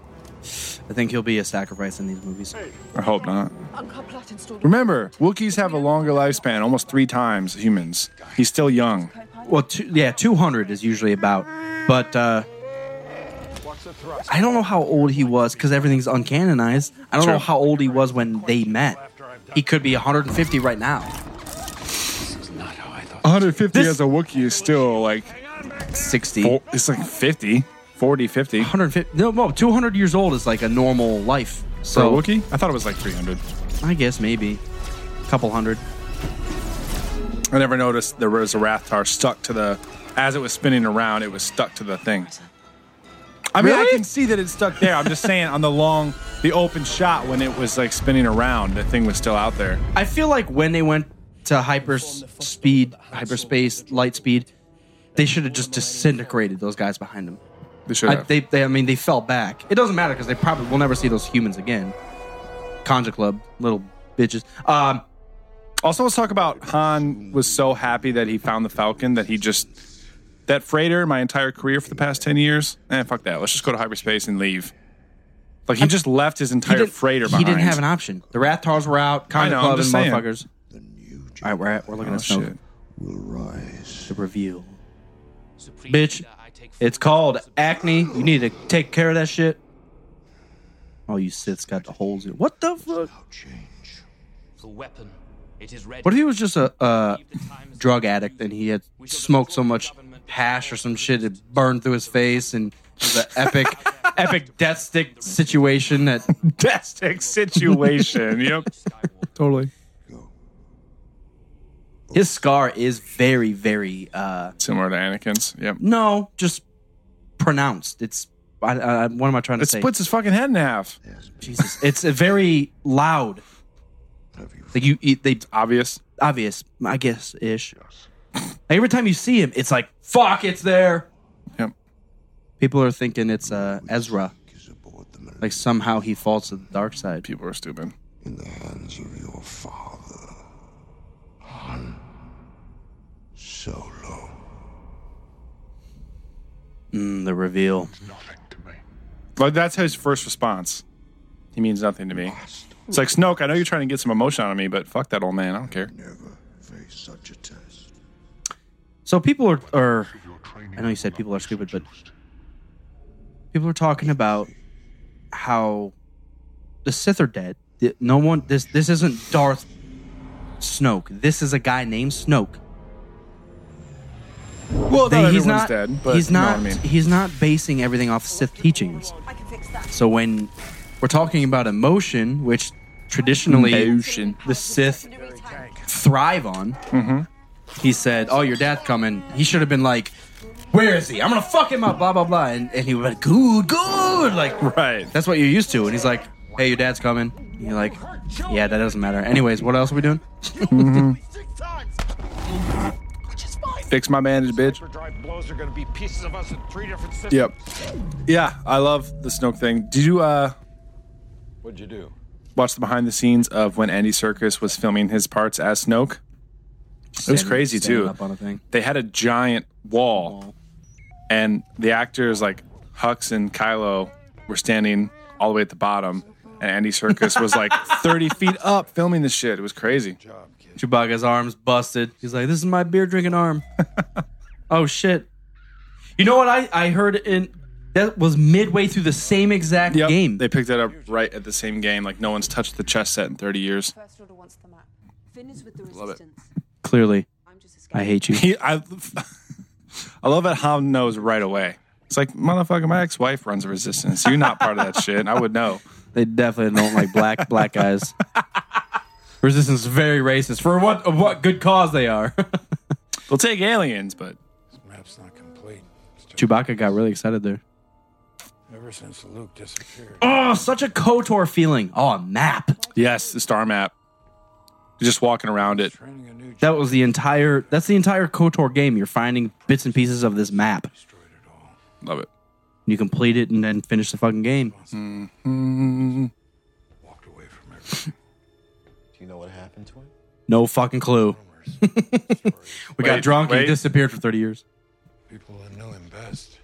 Speaker 2: I think he'll be a sacrifice in these movies.
Speaker 3: I hope not.
Speaker 6: Uncut plat installed.
Speaker 3: Remember, Wookiees have a longer lifespan, almost three times humans. He's still young.
Speaker 2: Well, two, yeah, 200 is usually about. But uh, I don't know how old he was because everything's uncanonized. I don't
Speaker 3: True.
Speaker 2: know how old he was when they met. He could be 150 right now.
Speaker 3: 150 as a Wookiee is still like
Speaker 2: 60.
Speaker 3: four, it's like 50, 40, 50.
Speaker 2: 150. No, no, 200 years old is like a normal life. So
Speaker 3: For a Wookiee? I thought it was like 300.
Speaker 2: I guess maybe a couple hundred.
Speaker 3: I never noticed there was a Rathar stuck to the. As it was spinning around, it was stuck to the thing. I mean, I
Speaker 2: Really?
Speaker 3: can see that it's stuck there. I'm just saying, on the long, the open shot when it was like spinning around, the thing was still out there.
Speaker 2: I feel like when they went to hyper speed, hyperspace, light speed, they should have just disintegrated those guys behind them.
Speaker 3: They should
Speaker 2: I,
Speaker 3: have.
Speaker 2: they, they, I mean, they fell back. It doesn't matter because they probably will never see those humans again. Conja Club, little bitches. Um,
Speaker 3: Also, let's talk about Han was so happy that he found the Falcon that he just that freighter my entire career for the past ten years. Eh, fuck that. Let's just go to hyperspace and leave. Like he just left his
Speaker 2: he
Speaker 3: entire
Speaker 2: didn't,
Speaker 3: freighter
Speaker 2: he
Speaker 3: behind.
Speaker 2: didn't have an option. The Rathars were out.
Speaker 3: I
Speaker 2: Conja
Speaker 3: know, I'm
Speaker 2: Club and
Speaker 3: just saying.
Speaker 2: motherfuckers. All right, we're at, we're looking
Speaker 3: Oh,
Speaker 2: at Snoke.
Speaker 3: shit. <laughs>
Speaker 2: The reveal. Bitch, it's called acne. You need to take care of that shit. Oh, you Sith's got the holes in. What the fuck?
Speaker 10: The weapon. It is ready.
Speaker 2: What if he was just a, a drug addict and he had smoked so much hash or some shit it burned through his face and it was an epic, epic death stick situation
Speaker 3: <laughs>
Speaker 2: that
Speaker 3: Fantastic situation. <laughs> yep.
Speaker 2: totally. His scar is very, very uh,
Speaker 3: Similar to Anakin's. Yep.
Speaker 2: no, just pronounced. It's I, I, what am I trying to
Speaker 3: It
Speaker 2: say?
Speaker 3: splits his fucking head in half.
Speaker 2: Jesus, it's a very loud. Like you, you they
Speaker 3: Obvious.
Speaker 2: obvious, I guess ish. Like every time you see him, it's like fuck, it's there.
Speaker 3: Yep.
Speaker 2: People are thinking it's uh, Ezra. Like somehow he falls to the dark side.
Speaker 3: People are stupid.
Speaker 5: In the hands of your father, Han Solo.
Speaker 2: Mm, the reveal.
Speaker 5: Nothing to me.
Speaker 3: But that's his first response. He means nothing to me. It's like Snoke. I know you're trying to get some emotion out of me, but fuck that old man. I don't care.
Speaker 5: Never face such a test.
Speaker 2: So people are, are
Speaker 5: Your training
Speaker 2: I know you said people are stupid, but people are talking about how the Sith are dead. Th- No one. This this isn't Darth Snoke. This is a guy named Snoke.
Speaker 3: Well,
Speaker 2: They-
Speaker 3: not
Speaker 2: he's
Speaker 3: everyone's
Speaker 2: not.
Speaker 3: dead, but
Speaker 2: he's
Speaker 3: you know
Speaker 2: not.
Speaker 3: what I mean.
Speaker 2: He's not basing everything off Sith teachings.
Speaker 7: I can fix that.
Speaker 2: So when we're talking about emotion, which traditionally
Speaker 3: Emotion.
Speaker 2: the Sith thrive on,
Speaker 3: Mm-hmm.
Speaker 2: he said, "Oh, your dad coming." He should have been like, "Where is he? I'm gonna fuck him up." Blah blah blah, and, and he was like, "Good, good." Like
Speaker 3: Right.
Speaker 2: that's what you're used to. And he's like, "Hey, your dad's coming." And you're like, "Yeah, that doesn't matter." Anyways, what else are we doing?
Speaker 3: Fix my bandage, bitch.
Speaker 11: Hyperdrive blows are going to be pieces of us in three different systems.
Speaker 3: Yep. Yeah, I love the Snoke thing. Did you uh,
Speaker 1: What'd you do?
Speaker 3: watch the behind the scenes of when Andy Circus was filming his parts as Snoke? It was
Speaker 2: Standing-
Speaker 3: crazy
Speaker 2: standing
Speaker 3: too.
Speaker 2: Up on a thing.
Speaker 3: They had a giant wall, and the actors like Hux and Kylo were standing all the way at the bottom, and Andy Circus
Speaker 2: <laughs>
Speaker 3: was like 30 feet up filming this shit. It was crazy.
Speaker 2: Chewbacca's arms busted. He's like, "This is my beer drinking <laughs> arm." oh shit! You know what I I heard in that was midway through the same exact
Speaker 3: Yep,
Speaker 2: game.
Speaker 3: They picked that up right at the same game. Like no one's touched the chess set in 30 years.
Speaker 7: First order wants the map.
Speaker 6: Finn is with the
Speaker 3: Love it.
Speaker 6: resistance.
Speaker 2: Clearly,
Speaker 6: I'm just escaping.
Speaker 2: I hate you. <laughs>
Speaker 3: He, I, I love that Han knows right away. It's like, motherfucker, my ex wife runs the resistance. You're not part of that shit. I would know.
Speaker 2: They definitely don't like black black guys. <laughs> Resistance is very racist for what of what good cause they are. <laughs>
Speaker 3: They'll take aliens, but
Speaker 1: This map's not complete.
Speaker 2: Chewbacca got really excited there.
Speaker 1: Ever since Luke disappeared.
Speaker 2: Oh, such a KOTOR feeling. Oh, a map.
Speaker 3: Yes, the star map. You're just walking around it.
Speaker 2: That was the entire. That's the entire KOTOR game. You're finding bits and pieces of this map.
Speaker 3: Love it.
Speaker 2: You complete it and then finish the fucking game.
Speaker 12: Do you know what happened to him?
Speaker 2: No fucking clue. we got
Speaker 12: Wait,
Speaker 2: drunk
Speaker 12: wait.
Speaker 2: and disappeared for 30 years.
Speaker 1: People that knew him best.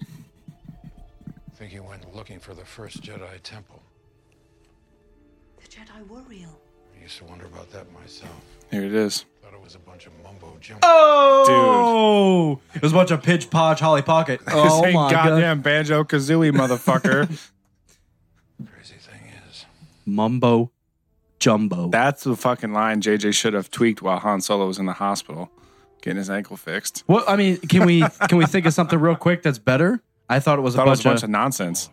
Speaker 1: I think he went looking for the first Jedi temple.
Speaker 6: The Jedi were real.
Speaker 1: I used to wonder about that myself.
Speaker 3: Here it is. <laughs>
Speaker 1: Thought it was a bunch of mumbo jumbo.
Speaker 2: Oh, dude, it was a bunch of pitch podge Holly Pocket.
Speaker 3: <laughs> this
Speaker 2: Oh
Speaker 3: ain't
Speaker 2: my god,
Speaker 3: goddamn banjo kazooie, motherfucker. <laughs>
Speaker 2: mumbo jumbo.
Speaker 3: That's the fucking line JJ should have tweaked while Han Solo was in the hospital getting his ankle fixed.
Speaker 2: Well, I mean, can we can we think of something real quick that's better? I thought it was a,
Speaker 3: Thought it
Speaker 2: bunch,
Speaker 3: was a bunch
Speaker 2: of,
Speaker 3: of nonsense.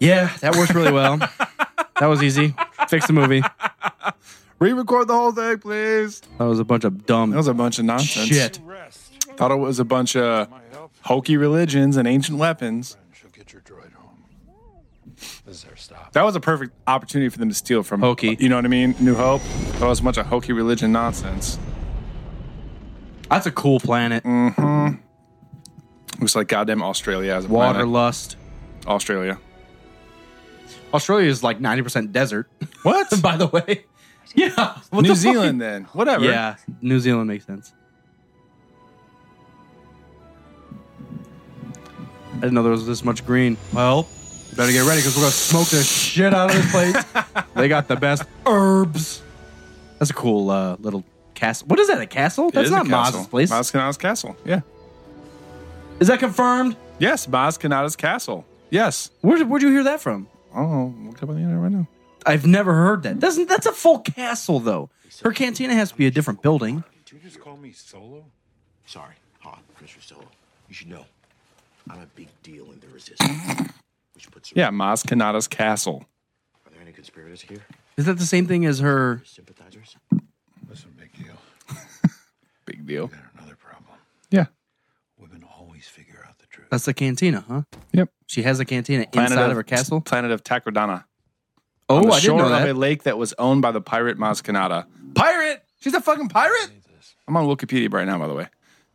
Speaker 2: Yeah, that works really
Speaker 3: <laughs>
Speaker 2: well. that was easy. Fix the movie. That
Speaker 3: Re-record the whole thing, please.
Speaker 2: was a bunch of dumb.
Speaker 3: That was a bunch of nonsense.
Speaker 2: Shit.
Speaker 3: Thought it was a bunch of hokey religions and ancient weapons.
Speaker 1: This is their stop.
Speaker 3: That was a perfect opportunity for them to steal from hokey. You know what I mean? New Hope. That was a bunch of hokey religion nonsense.
Speaker 2: That's a cool planet.
Speaker 3: Mm-hmm. Looks like goddamn Australia as a planet.
Speaker 2: Waterlust.
Speaker 3: Australia.
Speaker 2: Australia is like ninety percent desert. <laughs>
Speaker 3: What?
Speaker 2: By the way, <laughs> yeah. What
Speaker 3: New
Speaker 2: the fuck?
Speaker 3: Zealand then. Whatever.
Speaker 2: Yeah, New Zealand makes sense. I didn't know there was this much green. Well, better get ready because we're gonna smoke the shit out of this place.
Speaker 3: <laughs>
Speaker 2: they got the best herbs. That's a cool uh, little castle. What is that? A castle?
Speaker 3: It
Speaker 2: That's
Speaker 3: is a
Speaker 2: not Maz's
Speaker 3: castle.
Speaker 2: place.
Speaker 3: Maz Kanata's castle. Yeah.
Speaker 2: Is that confirmed?
Speaker 3: Yes, Maz Kanata's castle. Yes.
Speaker 2: Where, where'd you hear that from?
Speaker 3: Oh, look up on the internet right now.
Speaker 2: I've never heard that. Doesn't that's a full castle though? Her cantina has to be a different building.
Speaker 1: Did you just call me Solo?
Speaker 12: Sorry, Han, Mr. Solo. You should know, I'm a big deal in the resistance.
Speaker 3: Yeah, Maz Kanata's castle.
Speaker 12: Are there any conspirators here?
Speaker 2: Is that the same thing as her?
Speaker 12: Sympathizers?
Speaker 1: Listen, big deal.
Speaker 3: Big deal.
Speaker 1: Another problem.
Speaker 3: Yeah.
Speaker 1: Women always figure out the truth.
Speaker 2: That's the cantina, huh?
Speaker 3: Yep.
Speaker 2: She has a cantina inside of, her castle.
Speaker 3: Planet of Takodana.
Speaker 2: Oh,
Speaker 3: on the
Speaker 2: I didn't
Speaker 3: shore
Speaker 2: know that.
Speaker 3: of a lake that was owned by the pirate Maz Kanata. Pirate? She's a fucking pirate? I'm on Wikipedia right now, by the way.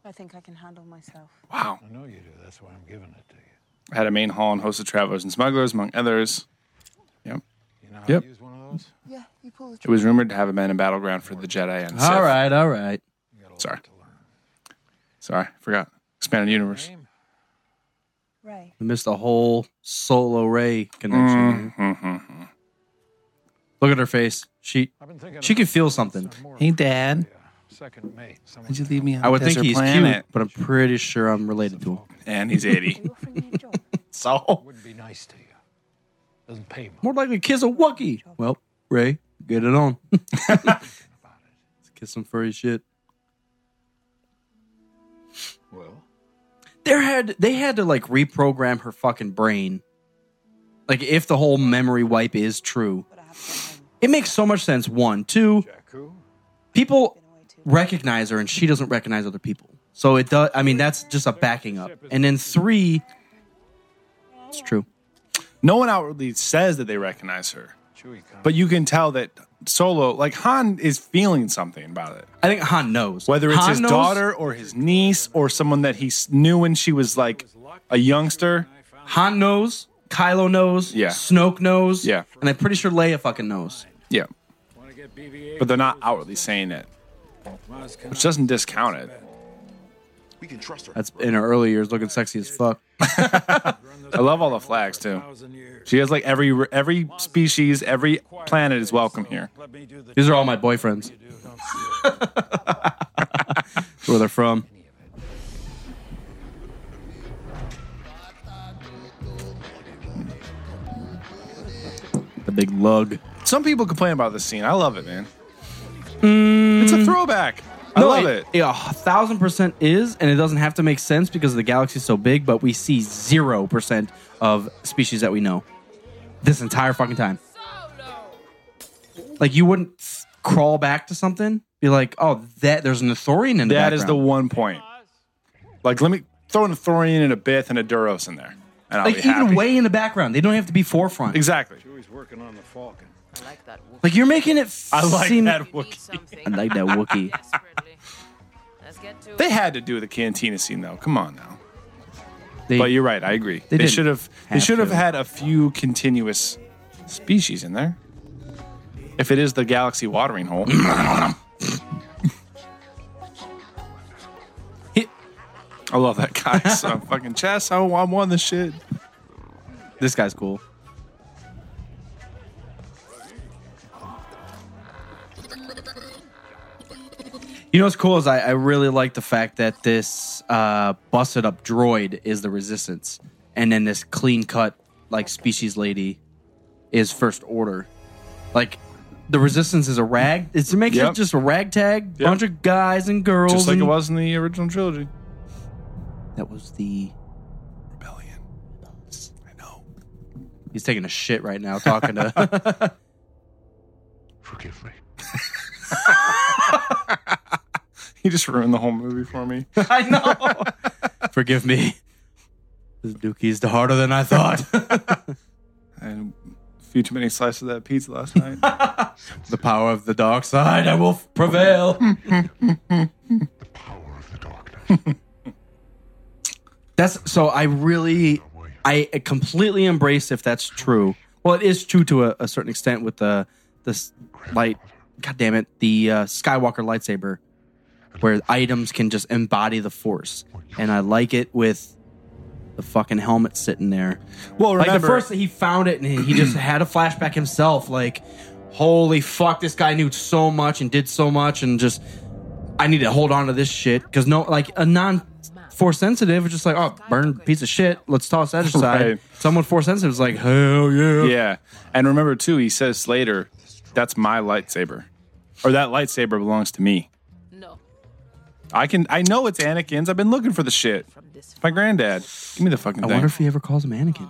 Speaker 7: I think I can handle myself.
Speaker 3: Wow.
Speaker 1: I know you do. That's why I'm giving it to you.
Speaker 3: Had a main hall and hosted travelers and smugglers, among others. Yep.
Speaker 1: You know how
Speaker 3: Yep.
Speaker 1: to use one of those?
Speaker 7: Yeah, you pull the
Speaker 3: It was rumored to have a man in battleground for the Jedi and Sith.
Speaker 2: All right, all right.
Speaker 3: Sorry. Sorry, forgot. Expanded universe.
Speaker 7: Ray.
Speaker 2: We missed a whole Solo Ray connection.
Speaker 3: Mm-hmm,
Speaker 2: Look at her face. She she can feel something. Hey, Dad.
Speaker 1: Second May. Someone
Speaker 3: Would you leave me on
Speaker 2: I would think
Speaker 3: desert
Speaker 2: he's
Speaker 3: planet?
Speaker 2: cute, but I'm pretty sure I'm related to him.
Speaker 3: And he's 80. so?
Speaker 1: would be nice to you. Doesn't pay much.
Speaker 2: More likely kiss a Wookiee. Well, Ray, get it
Speaker 1: <laughs>
Speaker 2: on. Let's kiss some furry shit.
Speaker 12: Well,
Speaker 2: There had they had to like reprogram her fucking brain. Like if the whole memory wipe is true. It makes so much sense. One, two, people recognize her and she doesn't recognize other people. So it does I mean that's just a backing up. And then three It's true.
Speaker 3: No one outwardly says that they recognize her. But you can tell that Solo, like Han, is feeling something about it.
Speaker 2: I think Han knows.
Speaker 3: Whether it's
Speaker 2: Han
Speaker 3: his
Speaker 2: knows-
Speaker 3: daughter or his niece or someone that he s- knew when she was like a youngster.
Speaker 2: Han knows, Kylo knows,
Speaker 3: Yeah.
Speaker 2: Snoke knows.
Speaker 3: Yeah.
Speaker 2: And I'm pretty sure Leia fucking knows.
Speaker 3: Yeah. But they're not outwardly saying it, which doesn't discount it.
Speaker 12: we can trust her.
Speaker 2: That's in her early years looking sexy as fuck.
Speaker 3: I love all the flags too. She has like every every species, every planet is welcome here.
Speaker 2: These are all my boyfriends. <laughs> Where they're from. The big lug.
Speaker 3: Some people complain about this scene. I love it, man.
Speaker 2: Mm.
Speaker 3: It's a throwback. I love it.
Speaker 2: Yeah, a thousand percent is, and it doesn't have to make sense because the galaxy's so big, but we see zero percent of species that we know this entire fucking time. Like you wouldn't th- crawl back to something, be like, "Oh, that there's an Ithorian in the
Speaker 3: That is the
Speaker 2: background."
Speaker 3: one point. Like, let me throwing a Thorian and a Bith and a Duros in there. And I'll
Speaker 2: like
Speaker 3: be
Speaker 2: even
Speaker 3: happy.
Speaker 2: way in the background. They don't have to be forefront.
Speaker 3: Exactly.
Speaker 1: Chewie's working on the Falcon.
Speaker 13: I like that.
Speaker 2: Like you're making it. F-
Speaker 3: I like
Speaker 2: seem-
Speaker 3: that Wookiee.
Speaker 2: <laughs> I
Speaker 13: <laughs>
Speaker 2: like that
Speaker 3: <laughs>
Speaker 2: Wookiee.
Speaker 13: Let's get to
Speaker 3: They
Speaker 13: it.
Speaker 3: had to do the cantina scene though. Come on now. but you're right. I agree.
Speaker 2: they
Speaker 3: They,
Speaker 2: didn't
Speaker 3: should have. They
Speaker 2: have
Speaker 3: should have
Speaker 2: to.
Speaker 3: had a few continuous species in there. If it is the galaxy
Speaker 2: <coughs>
Speaker 3: watering hole, I love that guy.
Speaker 2: <laughs>
Speaker 3: So fucking chess. I want one this shit.
Speaker 2: This guy's cool. You know what's cool is I, I really like the fact that this uh, busted up droid is the resistance, and then this clean cut like species lady is first order. Like the resistance is a rag. It's it makes
Speaker 3: Yep.
Speaker 2: it just a ragtag bunch of guys and girls,
Speaker 3: Just like it
Speaker 2: and-
Speaker 3: was in the original trilogy.
Speaker 2: That was the He's taking a shit right now talking to. <laughs>
Speaker 5: Forgive me.
Speaker 3: He just ruined the whole movie for
Speaker 2: <laughs>
Speaker 3: me.
Speaker 2: I know. Forgive me. This dookie's harder than I thought.
Speaker 3: I few too many slices of that
Speaker 2: <laughs>
Speaker 3: pizza last night.
Speaker 2: the power of the dark side, I will prevail. That's so. I really, I completely embrace if that's true. Well, it is true to a, a certain extent with the this light. God damn it, the uh, Skywalker lightsaber, where items can just embody the Force, and I like it with the fucking helmet sitting there.
Speaker 3: Well,
Speaker 2: like the
Speaker 3: remember-
Speaker 2: first that he found it, and he he
Speaker 3: <clears throat>
Speaker 2: just had a flashback himself. Like, holy fuck, this guy knew so much and did so much, and just I need to hold on to this shit because no, like a non force sensitive is just like, oh, burn piece of shit. Let's toss that aside.
Speaker 3: Right.
Speaker 2: Someone force sensitive is like, hell yeah,
Speaker 3: yeah. And remember too, he says later, "That's my lightsaber, or that lightsaber belongs to me."
Speaker 13: No.
Speaker 3: I can. I know it's Anakin's. I've been looking for the shit. It's my granddad. Give me the fucking
Speaker 2: I
Speaker 3: thing.
Speaker 2: wonder if he ever calls him Anakin.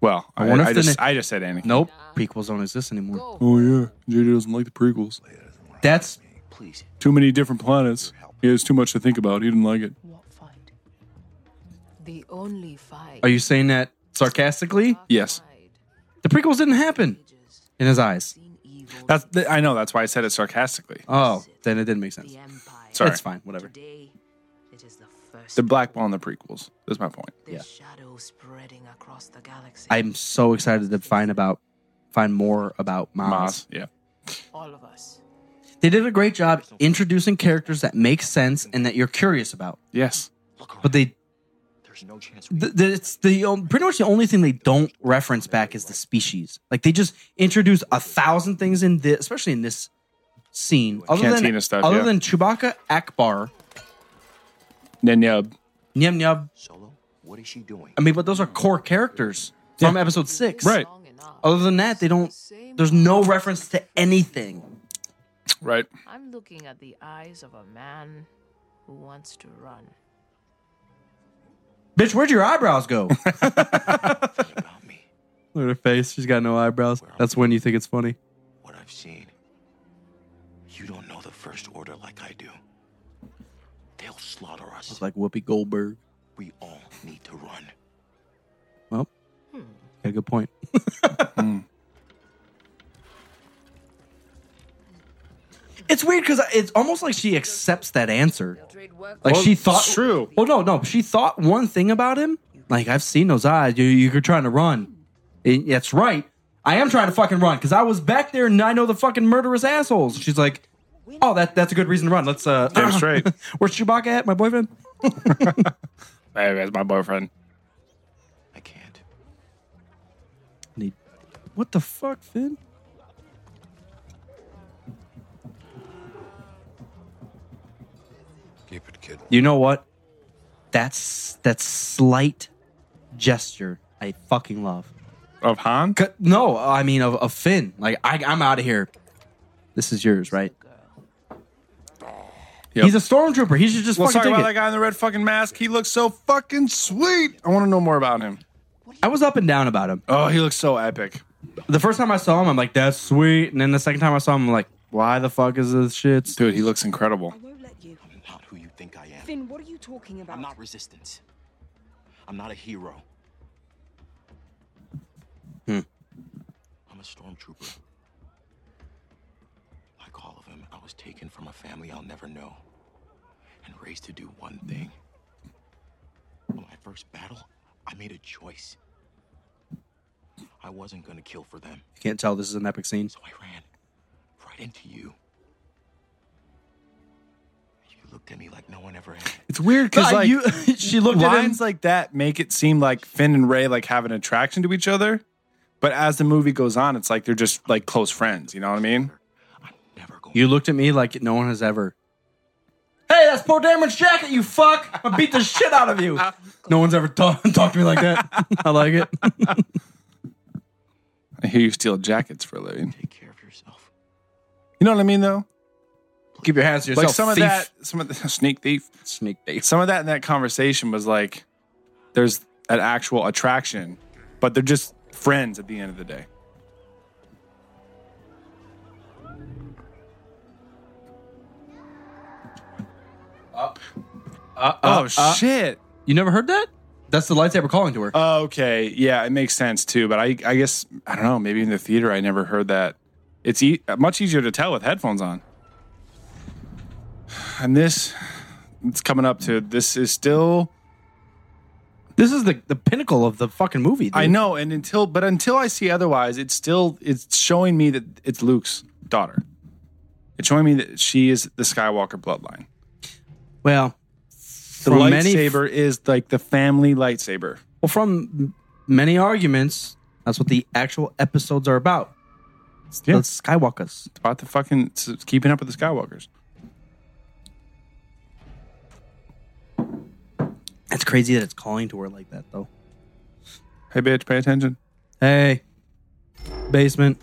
Speaker 3: well,
Speaker 2: I
Speaker 3: I,
Speaker 2: wonder
Speaker 3: I
Speaker 2: if the
Speaker 3: just.
Speaker 2: na-
Speaker 3: I just said Anakin.
Speaker 2: Nope, prequels don't exist anymore.
Speaker 3: Oh yeah, JJ doesn't like the prequels.
Speaker 2: That's
Speaker 3: Too many different planets. He has too much to think about. He didn't like it.
Speaker 13: The only fight.
Speaker 2: Are you saying that sarcastically?
Speaker 3: Yes.
Speaker 2: The prequels didn't happen in his eyes.
Speaker 3: That's. th- I know. That's why I said it sarcastically.
Speaker 2: Oh, then it didn't make sense.
Speaker 3: Sorry.
Speaker 2: That's fine. Whatever.
Speaker 13: Today, it is the first.
Speaker 3: They're blackballing the prequels. That's my point.
Speaker 13: The shadow spreading across the galaxy.
Speaker 2: I'm so excited to find about find more about Miles.
Speaker 3: Maz, yeah.
Speaker 13: All of us.
Speaker 2: They did a great job introducing characters that make sense and that you're curious about.
Speaker 3: Yes.
Speaker 2: But they
Speaker 12: There's no chance.
Speaker 2: th- th- it's the um, pretty much the only thing they don't reference back is the species. Like they just introduce a thousand things in this, especially in this scene. Other than
Speaker 3: Cantina stuff,
Speaker 2: other
Speaker 3: yeah.
Speaker 2: than Chewbacca, Akbar,
Speaker 3: Nenyub,
Speaker 2: Nyam Nyub.
Speaker 12: What is she doing?
Speaker 2: I mean, but those are core characters from Episode Six,
Speaker 3: Right.
Speaker 2: Other than that, they don't. There's no reference to anything.
Speaker 3: Right.
Speaker 13: I'm looking at the eyes of a man who wants to run.
Speaker 2: Bitch, where'd your eyebrows go? Look at her face. She's got no eyebrows. That's when you think it's funny.
Speaker 12: What I've seen. You don't know the First Order like I do. They'll slaughter us.
Speaker 2: Looks like Whoopi Goldberg.
Speaker 12: We all need to run.
Speaker 2: Well, got a good point. <laughs> Hmm. It's weird because it's almost like she accepts that answer. Like
Speaker 3: Well,
Speaker 2: she thought
Speaker 3: it's true.
Speaker 2: Well, no, no, she thought one thing about him. Like I've seen those eyes. You, you're trying to run. It- that's right. I am trying to fucking run because I was back there and I know the fucking murderous assholes. She's like, oh, that that's a good reason to run. Let's uh,
Speaker 3: Damn straight.
Speaker 2: <clears throat> Where's Chewbacca at? My boyfriend.
Speaker 3: Hey, that's my boyfriend.
Speaker 2: What the fuck, Finn?
Speaker 1: Keep it, kid.
Speaker 2: You know what? That's that slight gesture I fucking love.
Speaker 3: Of Han?
Speaker 2: No, I mean of, of Finn. Like I, I'm out of here. This is yours, right? He's a stormtrooper. He should just
Speaker 3: Let's
Speaker 2: fucking
Speaker 3: talk
Speaker 2: take
Speaker 3: about
Speaker 2: it.
Speaker 3: that guy in the red fucking mask. He looks so fucking sweet. I want to know more about him.
Speaker 2: I was up and down about him.
Speaker 3: Oh, he looks so epic.
Speaker 2: The first time I saw him, I'm like, that's sweet. And then the second time I saw him, I'm like, why the fuck is this shit?
Speaker 3: Dude, he looks incredible.
Speaker 12: Not who you think I am.
Speaker 7: Finn, what are you talking about?
Speaker 12: I'm not resistance. I'm not a hero.
Speaker 2: Hmm.
Speaker 12: I'm a stormtrooper. Like all of them, I was taken from a family I'll never know and raised to do one thing. When my first battle, I made a choice. I wasn't gonna kill for them,
Speaker 2: You can't tell this is an epic scene.
Speaker 12: right into you. You looked at me like no one ever had.
Speaker 3: It's weird because
Speaker 12: No,
Speaker 2: <laughs>
Speaker 3: like <laughs>
Speaker 12: you- she looked at him-
Speaker 3: lines like that make it seem like Finn and Ray like have an attraction to each other, but as the movie goes on, it's like they're just like close friends. You know what I mean?
Speaker 2: You looked at me like no one has ever.
Speaker 14: Hey, that's Poe Dameron's jacket, you fuck! I'm gonna beat the shit out of you!
Speaker 2: No one's ever talked talked to me like that. I like it.
Speaker 3: I hear you steal jackets for a living.
Speaker 12: Take care of yourself.
Speaker 3: You know what I mean, though.
Speaker 2: Keep your hands to yourself.
Speaker 3: Like some
Speaker 2: thief.
Speaker 3: of that, some of the <laughs> sneak thief,
Speaker 2: sneak thief.
Speaker 3: Some of that in that conversation was like, there's an actual attraction, but they're just friends at the end of the day.
Speaker 2: Uh,
Speaker 3: Oh, shit!
Speaker 2: You never heard that? That's the lightsaber calling to her.
Speaker 3: Okay, yeah, it makes sense too. But I, I guess I don't know. Maybe in the theater, I never heard that. It's e- much easier to tell with headphones on. <sighs> And this, it's coming up to this is still.
Speaker 2: This is the the pinnacle of the fucking movie. dude.
Speaker 3: I know, and until but until I see otherwise, it's still it's showing me that it's Luke's daughter. It's showing me that she is the Skywalker bloodline.
Speaker 2: Well,
Speaker 3: the
Speaker 2: from many-
Speaker 3: lightsaber is like the family lightsaber.
Speaker 2: Well, from m- many arguments, that's what the actual episodes are about. It's the Skywalkers. It's
Speaker 3: about the fucking it's keeping up with the Skywalkers.
Speaker 2: That's crazy that it's calling to her like that, though.
Speaker 3: Hey, bitch, pay attention.
Speaker 2: Hey, basement.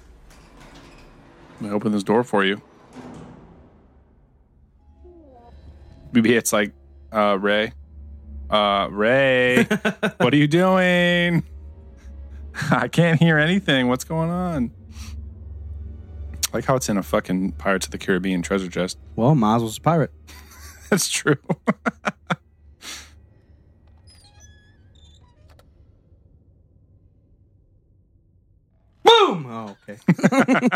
Speaker 3: Let me open this door for you. Maybe it's like, uh, Ray. Uh, Ray, what are you doing? I can't hear anything. What's going on? I like how it's in a fucking Pirates of the Caribbean treasure chest. <laughs>
Speaker 2: Well, Miles was a pirate.
Speaker 3: That's true. <laughs>
Speaker 2: Boom! <laughs> Oh, okay. <laughs>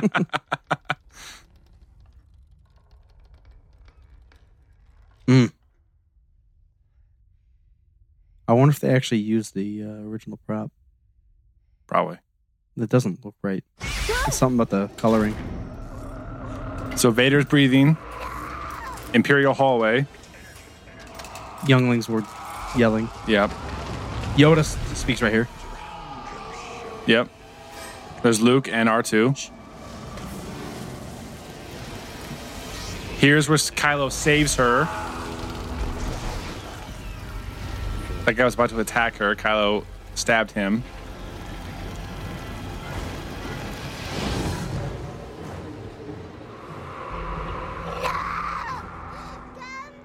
Speaker 2: Mm. I wonder if they actually used the uh, original prop.
Speaker 3: Probably.
Speaker 2: That doesn't look right. It's something about the coloring.
Speaker 3: So Vader's breathing. Imperial hallway.
Speaker 2: Younglings were yelling.
Speaker 3: Yep.
Speaker 2: Yoda s- speaks right here.
Speaker 3: Yep. There's Luke and R2. Here's where Kylo saves her. That guy was about to attack her. Kylo stabbed him.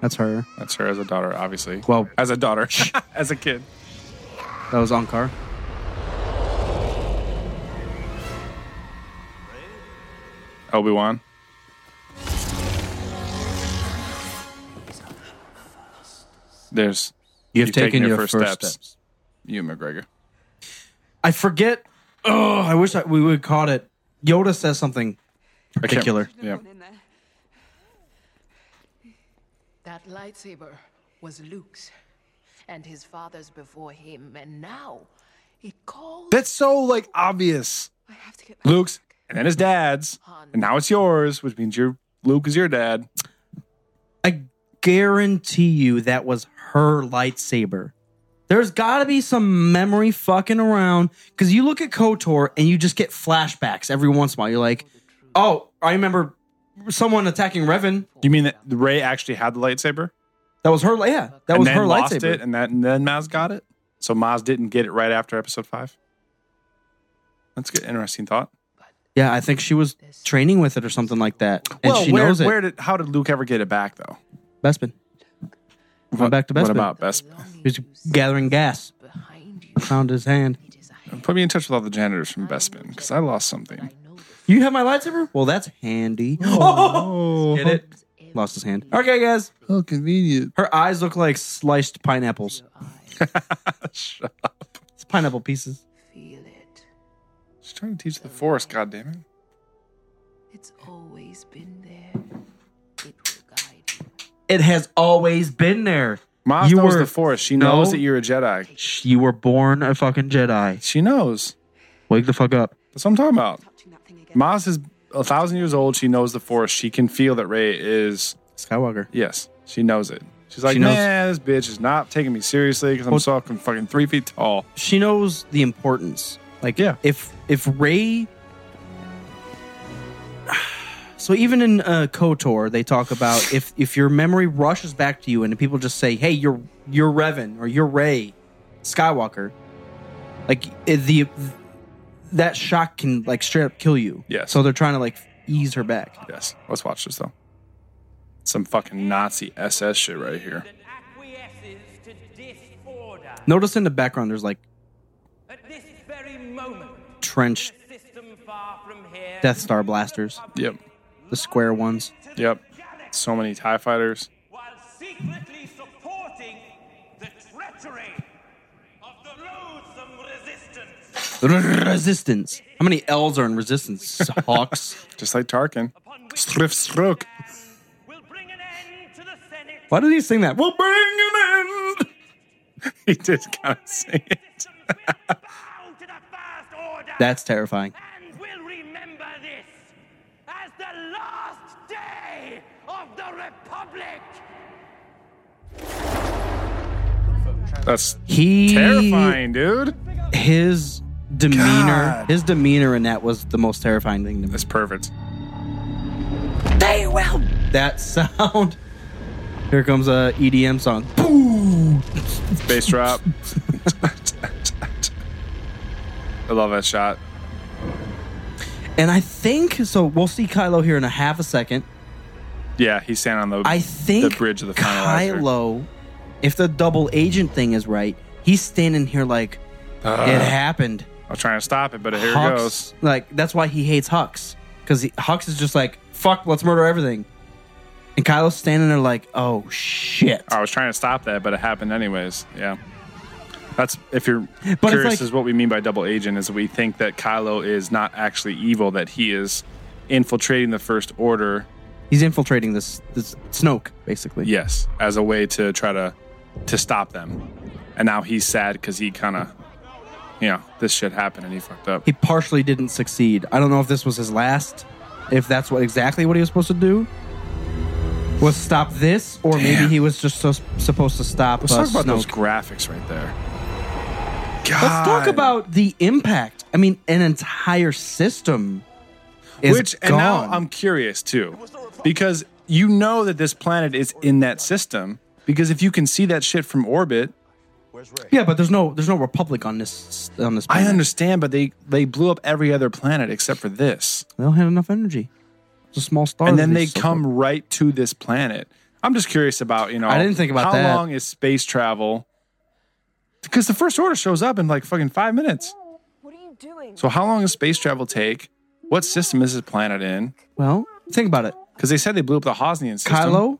Speaker 2: That's her.
Speaker 3: That's her as a daughter, obviously.
Speaker 2: Well,
Speaker 3: as
Speaker 2: <laughs>
Speaker 3: a daughter, <laughs> as a kid.
Speaker 2: That was Ankar.
Speaker 3: Obi Wan. There's.
Speaker 2: You've taken your first steps.
Speaker 3: You McGregor.
Speaker 2: I forget. Oh, I wish I, we would have caught it. Yoda says something
Speaker 3: can't-
Speaker 2: particular.
Speaker 3: Yeah.
Speaker 13: That lightsaber was Luke's and his father's before him, and now it calls.
Speaker 3: That's so like obvious. Luke's and then his dad's, and now it's yours, which means your Luke is your dad.
Speaker 2: I guarantee you that was her lightsaber. There's got to be some memory fucking around because you look at Kotor and you just get flashbacks every once in a while. You're like, oh, I remember someone attacking Revan.
Speaker 3: You mean that Ray actually had the lightsaber?
Speaker 2: That was her. Yeah, that
Speaker 3: And
Speaker 2: was
Speaker 3: then
Speaker 2: her
Speaker 3: lost
Speaker 2: lightsaber.
Speaker 3: it, and that and then Maz got it. So Maz didn't get it right after Episode Five. That's good. Interesting thought.
Speaker 2: Yeah, I think she was training with it or something like that, and
Speaker 3: well,
Speaker 2: she
Speaker 3: where,
Speaker 2: knows it.
Speaker 3: where did how did Luke ever get it back though?
Speaker 2: Bespin. Went back to Bespin.
Speaker 3: What about Best?
Speaker 2: He's gathering gas. Found his hand.
Speaker 3: Put me in touch with all the janitors from Bespin because I lost <laughs> something.
Speaker 2: You have my lightsaber? Well, that's handy. Oh, <laughs> get it? Lost his hand. Okay, guys.
Speaker 3: How convenient.
Speaker 2: Her eyes look like sliced pineapples.
Speaker 3: Shut up.
Speaker 2: It's pineapple pieces.
Speaker 13: Feel it.
Speaker 3: She's trying to teach the force, goddammit.
Speaker 13: It's always been there. It will guide you.
Speaker 2: It has always been there.
Speaker 3: Maz knows the Force. She knows that you're a Jedi.
Speaker 2: You were born a fucking Jedi.
Speaker 3: She knows.
Speaker 2: Wake the fuck up.
Speaker 3: That's what I'm talking about. Maz is a thousand years old. She knows the Force. She can feel that Ray is
Speaker 2: Skywalker.
Speaker 3: Yes, she knows it. She's like,
Speaker 2: She knows-
Speaker 3: man, this bitch is not taking me seriously because I'm
Speaker 2: Well-
Speaker 3: so fucking- fucking three feet tall.
Speaker 2: She knows the importance. Like yeah. if if Ray So even in uh, KOTOR they talk <sighs> about if if your memory rushes back to you and people just say, "Hey, you're you're Revan or you're Ray Skywalker." Like it- the that shock can like straight up kill you.
Speaker 3: Yes.
Speaker 2: So they're trying to like ease her back.
Speaker 3: Yes. Let's watch this though. Some fucking Nazi SS shit right here.
Speaker 2: Notice in the background there's like
Speaker 10: At this very moment,
Speaker 2: trench Death Star blasters.
Speaker 3: Yep.
Speaker 2: The square ones.
Speaker 3: Yep. So many TIE fighters.
Speaker 10: secretly supporting the treachery of the loathsome resistance.
Speaker 2: Resistance. How many L's are in resistance? <laughs> Hawks.
Speaker 3: Just like Tarkin. Striff stroke.
Speaker 2: Why did he sing that? We'll bring an end.
Speaker 3: <laughs> he did kind of sing it.
Speaker 2: That's terrifying.
Speaker 10: As the last day of the Republic!
Speaker 3: That's
Speaker 2: he
Speaker 3: terrifying, dude.
Speaker 2: His demeanor,
Speaker 3: God.
Speaker 2: his demeanor in that was the most terrifying thing to me. That's
Speaker 3: perfect.
Speaker 2: They will. That <laughs> sound. Here comes a EDM song. Boom.
Speaker 3: Bass drop. I love that shot.
Speaker 2: And I think so. We'll see Kylo here in a half a second.
Speaker 3: Yeah, he's standing on the
Speaker 2: I think
Speaker 3: the bridge of the finalizer.
Speaker 2: Kylo, if the double agent thing is right, he's standing here like it happened.
Speaker 3: I'm trying to stop it, but Ah. here
Speaker 2: Hux,
Speaker 3: it goes.
Speaker 2: Like that's why he hates Hux because Hux is just like fuck, let's murder everything. And Kylo's standing there like, oh shit.
Speaker 3: I was trying to stop that, but it happened anyways. Yeah. That's if you're
Speaker 2: it's
Speaker 3: curious
Speaker 2: like-
Speaker 3: is what we mean by double agent is we think that Kylo is not actually evil, that he is infiltrating the first order
Speaker 2: He's infiltrating this this Snoke basically.
Speaker 3: Yes, as a way to try to to stop them. And now he's sad because he kind of, you know, this shit happened and he fucked up.
Speaker 2: He partially didn't succeed. I don't know if this was his last, if that's what exactly what he was supposed to do. Was stop this, or maybe he was just so, supposed to stop.
Speaker 3: Let's
Speaker 2: uh,
Speaker 3: talk about
Speaker 2: Snoke.
Speaker 3: those graphics right there.
Speaker 2: Let's talk about the impact. I mean, an entire system is
Speaker 3: Which
Speaker 2: gone.
Speaker 3: and now I'm curious too, because you know that this planet is in that system because if you can see that shit from orbit,
Speaker 2: yeah, but there's no there's no republic on this on this.
Speaker 3: I
Speaker 2: planet.
Speaker 3: understand. But they they blew up every other planet except for this.
Speaker 2: They don't have enough energy. It's a small star.
Speaker 3: and
Speaker 2: that
Speaker 3: then they
Speaker 2: needs to
Speaker 3: come right to this planet. I'm just curious about you know.
Speaker 2: I didn't think about
Speaker 3: how
Speaker 2: that.
Speaker 3: long is space travel? Because the first order shows up in like fucking five minutes. What are you doing? So how long does space travel take? What system is this planet in?
Speaker 2: Well, think about it.
Speaker 3: Because they said they blew up the Hosnian system.
Speaker 2: Kylo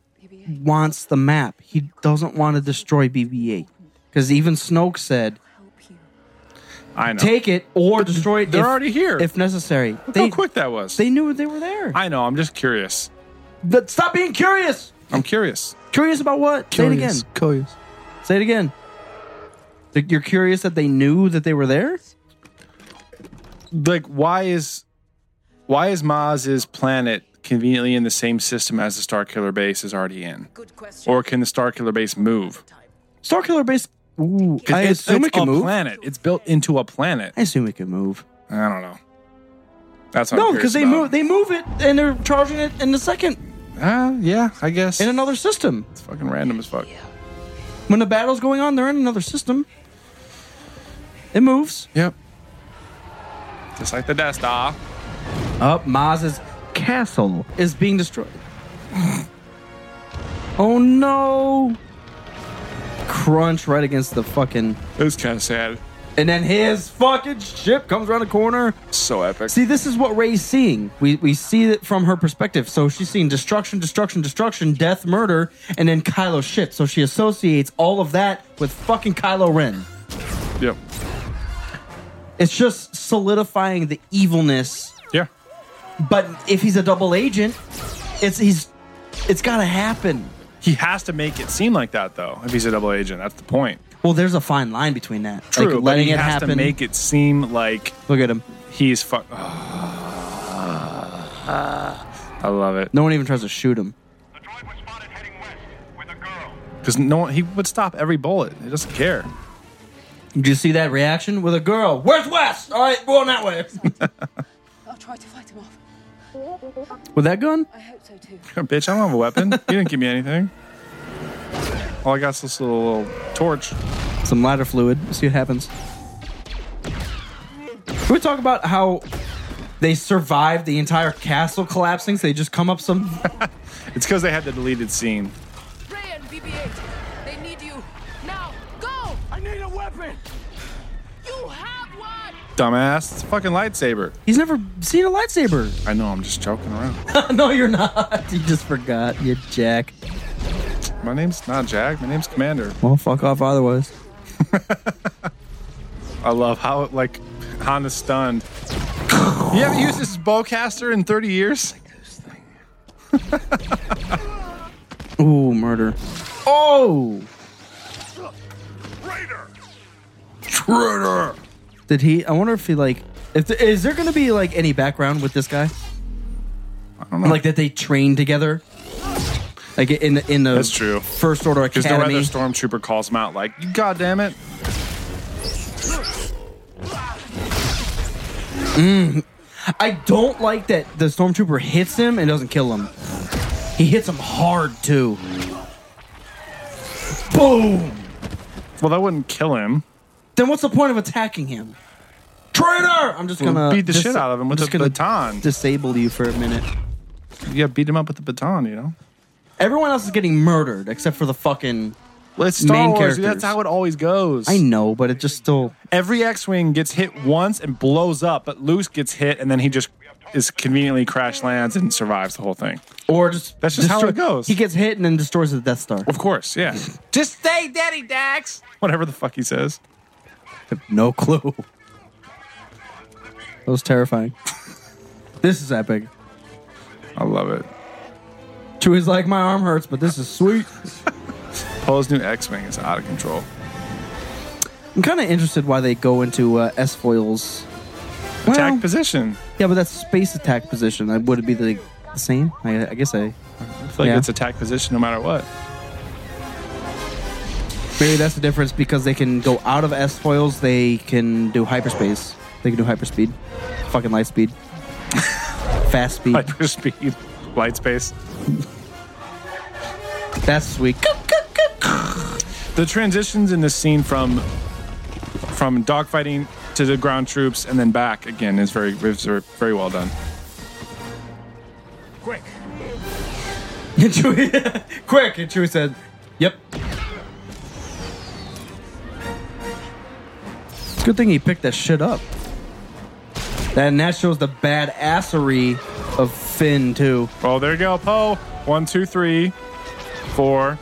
Speaker 2: wants the map. He doesn't want to destroy BB-8 because even Snoke said,
Speaker 3: I know.
Speaker 2: "Take it or destroy it."
Speaker 3: they're
Speaker 2: if-
Speaker 3: already here.
Speaker 2: if necessary.
Speaker 3: Look
Speaker 2: they
Speaker 3: how quick that was.
Speaker 2: they knew they were there.
Speaker 3: I know. I'm just curious.
Speaker 2: But stop being curious.
Speaker 3: I'm curious.
Speaker 2: Curious about what? Say it
Speaker 3: Curious,
Speaker 2: again. Curious. Say it again. Th- You're curious that they knew that they were there.
Speaker 3: Like, why is why is Maz's planet conveniently in the same system as the Star Killer base is already in? Or can the Star Killer base move?
Speaker 2: Star Killer base. Ooh, I
Speaker 3: it's,
Speaker 2: assume
Speaker 3: it's
Speaker 2: it can
Speaker 3: a
Speaker 2: move.
Speaker 3: planet. It's built into a planet.
Speaker 2: I assume it can move.
Speaker 3: I don't know. That's what
Speaker 2: No,
Speaker 3: I'm
Speaker 2: because
Speaker 3: curious
Speaker 2: they
Speaker 3: about.
Speaker 2: move. They move it, and they're charging it in a second.
Speaker 3: Ah, yeah, I guess
Speaker 2: in another system.
Speaker 3: It's fucking random as fuck.
Speaker 2: When the battle's going on, they're in another system. It moves.
Speaker 3: Yep. Just like the Death Star.
Speaker 2: Up, Maz's castle is being destroyed. <sighs> oh no! Crunch right against the fucking.
Speaker 3: It was kind of sad.
Speaker 2: And then his fucking ship comes around the corner.
Speaker 3: So epic.
Speaker 2: See, this is what Ray's seeing. We, we see it from her perspective. So she's seeing destruction, destruction, destruction, death, murder, and then Kylo shit. So she associates all of that with fucking Kylo Ren.
Speaker 3: Yep.
Speaker 2: It's just solidifying the evilness.
Speaker 3: Yeah.
Speaker 2: But if he's a double agent, it's he's it's gotta happen.
Speaker 3: He has to make it seem like that though. If he's a double agent, that's the point.
Speaker 2: Well, there's a fine line between that. Like,
Speaker 3: True, but
Speaker 2: letting
Speaker 3: he
Speaker 2: it
Speaker 3: has
Speaker 2: happen.
Speaker 3: to make it seem like.
Speaker 2: Look at him.
Speaker 3: He's <sighs> fuck. I love it
Speaker 2: no one even tries to shoot him.
Speaker 3: because no one, he would stop every bullet. He doesn't care. <laughs>
Speaker 2: Did you see that reaction with a girl? Where's West? All right, we're on that way.
Speaker 7: <laughs> I'll try to fight him off.
Speaker 2: With that gun?
Speaker 7: I hope so too.
Speaker 3: Bitch, I don't have a weapon. you didn't give me anything. All I got's this little, little torch.
Speaker 2: Some lighter fluid. See what happens. Can we talk about how they survived the entire castle collapsing? So they just come up some. <laughs>
Speaker 3: it's because they had the deleted scene.
Speaker 13: Ray and BB-8, they need you now. Go! I need a weapon. You have one.
Speaker 3: Dumbass. It's a fucking lightsaber.
Speaker 2: He's never seen a lightsaber.
Speaker 3: I know, I'm just joking
Speaker 2: <laughs>
Speaker 3: around.
Speaker 2: no, you're not. You just forgot. You jack.
Speaker 3: My name's not Jack. My name's Commander.
Speaker 2: Well, fuck off otherwise.
Speaker 3: I love how like Hana's stunned. you haven't used this bowcaster in 30 years.
Speaker 2: Ooh, murder. Oh!
Speaker 3: Traitor!
Speaker 2: Did he? I wonder if he, like. If the, is there going to be, like, any background with this guy? I
Speaker 3: don't know.
Speaker 2: Like, that they trained together? Like, in the, in the
Speaker 3: That's true.
Speaker 2: First Order
Speaker 3: Because no
Speaker 2: Academy?
Speaker 3: other stormtrooper calls him out like, "God damn it!"
Speaker 2: Mm. I don't like that the stormtrooper hits him and doesn't kill him. He hits him hard too. Boom.
Speaker 3: Well, that wouldn't kill him.
Speaker 2: Then what's the point of attacking him? Traitor! I'm just
Speaker 3: Well,
Speaker 2: gonna
Speaker 3: beat the
Speaker 2: dis-
Speaker 3: shit out of him with
Speaker 2: I'm just
Speaker 3: a
Speaker 2: gonna
Speaker 3: baton.
Speaker 2: Disable you for a minute.
Speaker 3: Yeah, beat him up with the baton. You know.
Speaker 2: Everyone else is getting murdered except for the fucking
Speaker 3: It's Star
Speaker 2: main
Speaker 3: Wars.
Speaker 2: characters.
Speaker 3: dude. That's how it always goes.
Speaker 2: I know, but it just still.
Speaker 3: Every X-wing gets hit once and blows up, but Luke gets hit and then he just is conveniently crash lands and survives the whole thing.
Speaker 2: Or just
Speaker 3: that's just how it
Speaker 2: destroy-
Speaker 3: goes.
Speaker 2: He gets hit and then destroys the Death Star.
Speaker 3: Of course, yeah. <laughs> Just stay, Daddy Dax. Whatever the fuck he says.
Speaker 2: No clue. That was terrifying. <laughs> this is epic.
Speaker 3: I love it.
Speaker 2: Chewie's like, my arm hurts, but this is sweet.
Speaker 3: Poe's new X-wing is out of control.
Speaker 2: I'm kind of interested why they go into uh, S foils.
Speaker 3: Attack position.
Speaker 2: Yeah, but that's space attack position. Uh, Would it be the, the same? I, I guess I.
Speaker 3: I feel like
Speaker 2: Yeah.
Speaker 3: it's attack position no matter what. <laughs>
Speaker 2: Maybe that's the difference because they can go out of S foils. They can do hyperspace. They can do hyperspeed. Fucking light speed. <laughs> Fast speed.
Speaker 3: Hyper speed, light space.
Speaker 2: That's sweet.
Speaker 3: The transitions in this scene from from dogfighting to the ground troops and then back again is very is very very well done.
Speaker 11: Quick.
Speaker 2: And Chewie, <laughs> quick! And Chewie said, "Yep." It's a good thing he picked that shit up. And that shows the badassery of Finn too.
Speaker 3: Oh, there you go, Poe. One, two, three, four,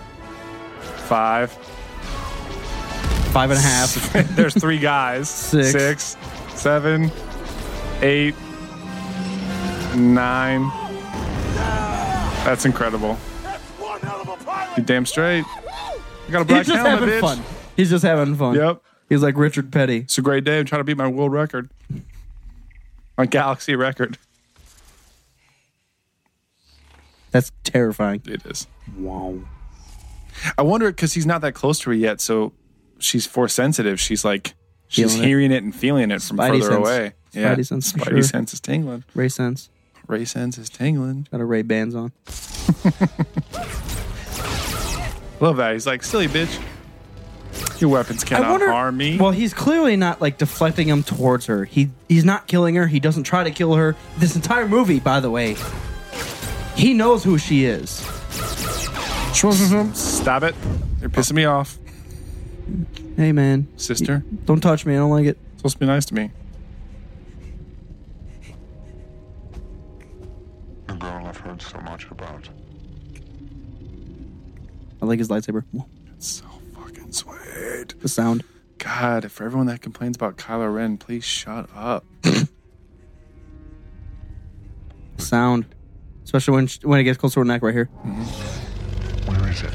Speaker 3: five,
Speaker 2: five and a half.
Speaker 3: <laughs> There's three guys. Six, six, seven, eight, nine. That's incredible. You damn straight. You got a black
Speaker 2: He's just
Speaker 3: helmet,
Speaker 2: having
Speaker 3: bitch.
Speaker 2: fun. He's just having fun.
Speaker 3: Yep.
Speaker 2: He's like Richard Petty. It's
Speaker 3: a great day. I'm trying to beat my world record. My galaxy record.
Speaker 2: That's terrifying.
Speaker 3: It is.
Speaker 2: Wow.
Speaker 3: I wonder because he's not that close to her yet, so she's force sensitive. She's like she's
Speaker 2: Feeling it.
Speaker 3: hearing it. and feeling it from
Speaker 2: Spidey
Speaker 3: further
Speaker 2: sense.
Speaker 3: away.
Speaker 2: Spidey sense for
Speaker 3: Spidey
Speaker 2: sure.
Speaker 3: sense is tingling.
Speaker 2: Ray sense.
Speaker 3: Ray sense is tingling.
Speaker 2: Got a Ray bands on.
Speaker 3: Love that. He's like silly bitch. Your weapons cannot harm me.
Speaker 2: Well, he's clearly not like deflecting him towards her. He he's not killing her. He doesn't try to kill her. This entire movie, by the way, he knows who she is.
Speaker 3: Stop it. You're pissing me off.
Speaker 2: Hey, man.
Speaker 3: Sister?
Speaker 2: Y- Don't touch me. I don't like it.
Speaker 3: Supposed to be nice to me.
Speaker 5: The girl I've heard so much about.
Speaker 2: I like his lightsaber.
Speaker 3: It's so fucking sweet.
Speaker 2: The sound.
Speaker 3: God, for everyone that complains about Kylo Ren, please shut up.
Speaker 2: The sound. Especially when sh- when it gets close to her neck right here.
Speaker 5: Where is it?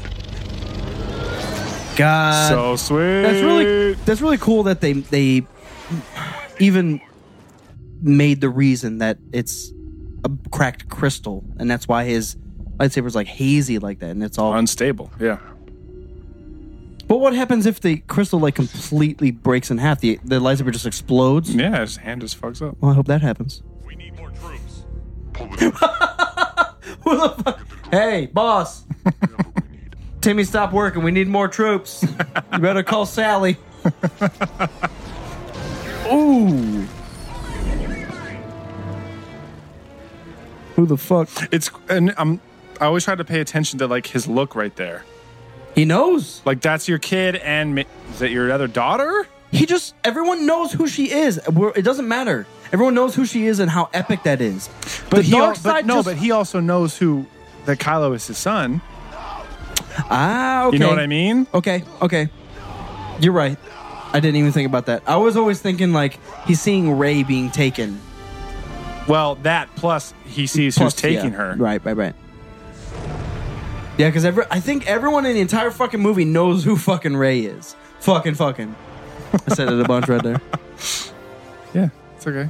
Speaker 2: God.
Speaker 3: So sweet.
Speaker 2: That's really that's really cool that they they even made the reason that it's a cracked crystal and that's why his lightsaber's like hazy like that and it's all
Speaker 3: unstable. Yeah.
Speaker 2: But what happens if the crystal like completely breaks in half? The the lightsaber just explodes?
Speaker 3: Yeah, his hand just fucks up.
Speaker 2: Well, I hope that happens. Who the fuck? Hey, boss. Timmy, stop working. We need more troops. You better call
Speaker 3: <laughs>
Speaker 2: Sally. Ooh. Who the fuck?
Speaker 3: It's and I'm I always try to pay attention to like his look right there.
Speaker 2: He knows.
Speaker 3: Like that's your kid and ma- is that your other daughter?
Speaker 2: He just, everyone knows who she is. We're, it doesn't matter. Everyone knows who she is and how epic that is.
Speaker 3: But he al- but no, but he also knows who that Kylo is his son.
Speaker 2: Ah, okay.
Speaker 3: You know what I mean?
Speaker 2: Okay, okay. You're right. I didn't even think about that. I was always thinking like he's seeing Ray being taken.
Speaker 3: Well, that plus he sees
Speaker 2: Plus,
Speaker 3: who's taking
Speaker 2: yeah.
Speaker 3: her.
Speaker 2: Right, right, right. Yeah, because every I think everyone in the entire fucking movie knows who fucking Ray is. Fucking fucking. I said it a bunch right
Speaker 3: <laughs>
Speaker 2: there.
Speaker 3: Yeah, it's okay.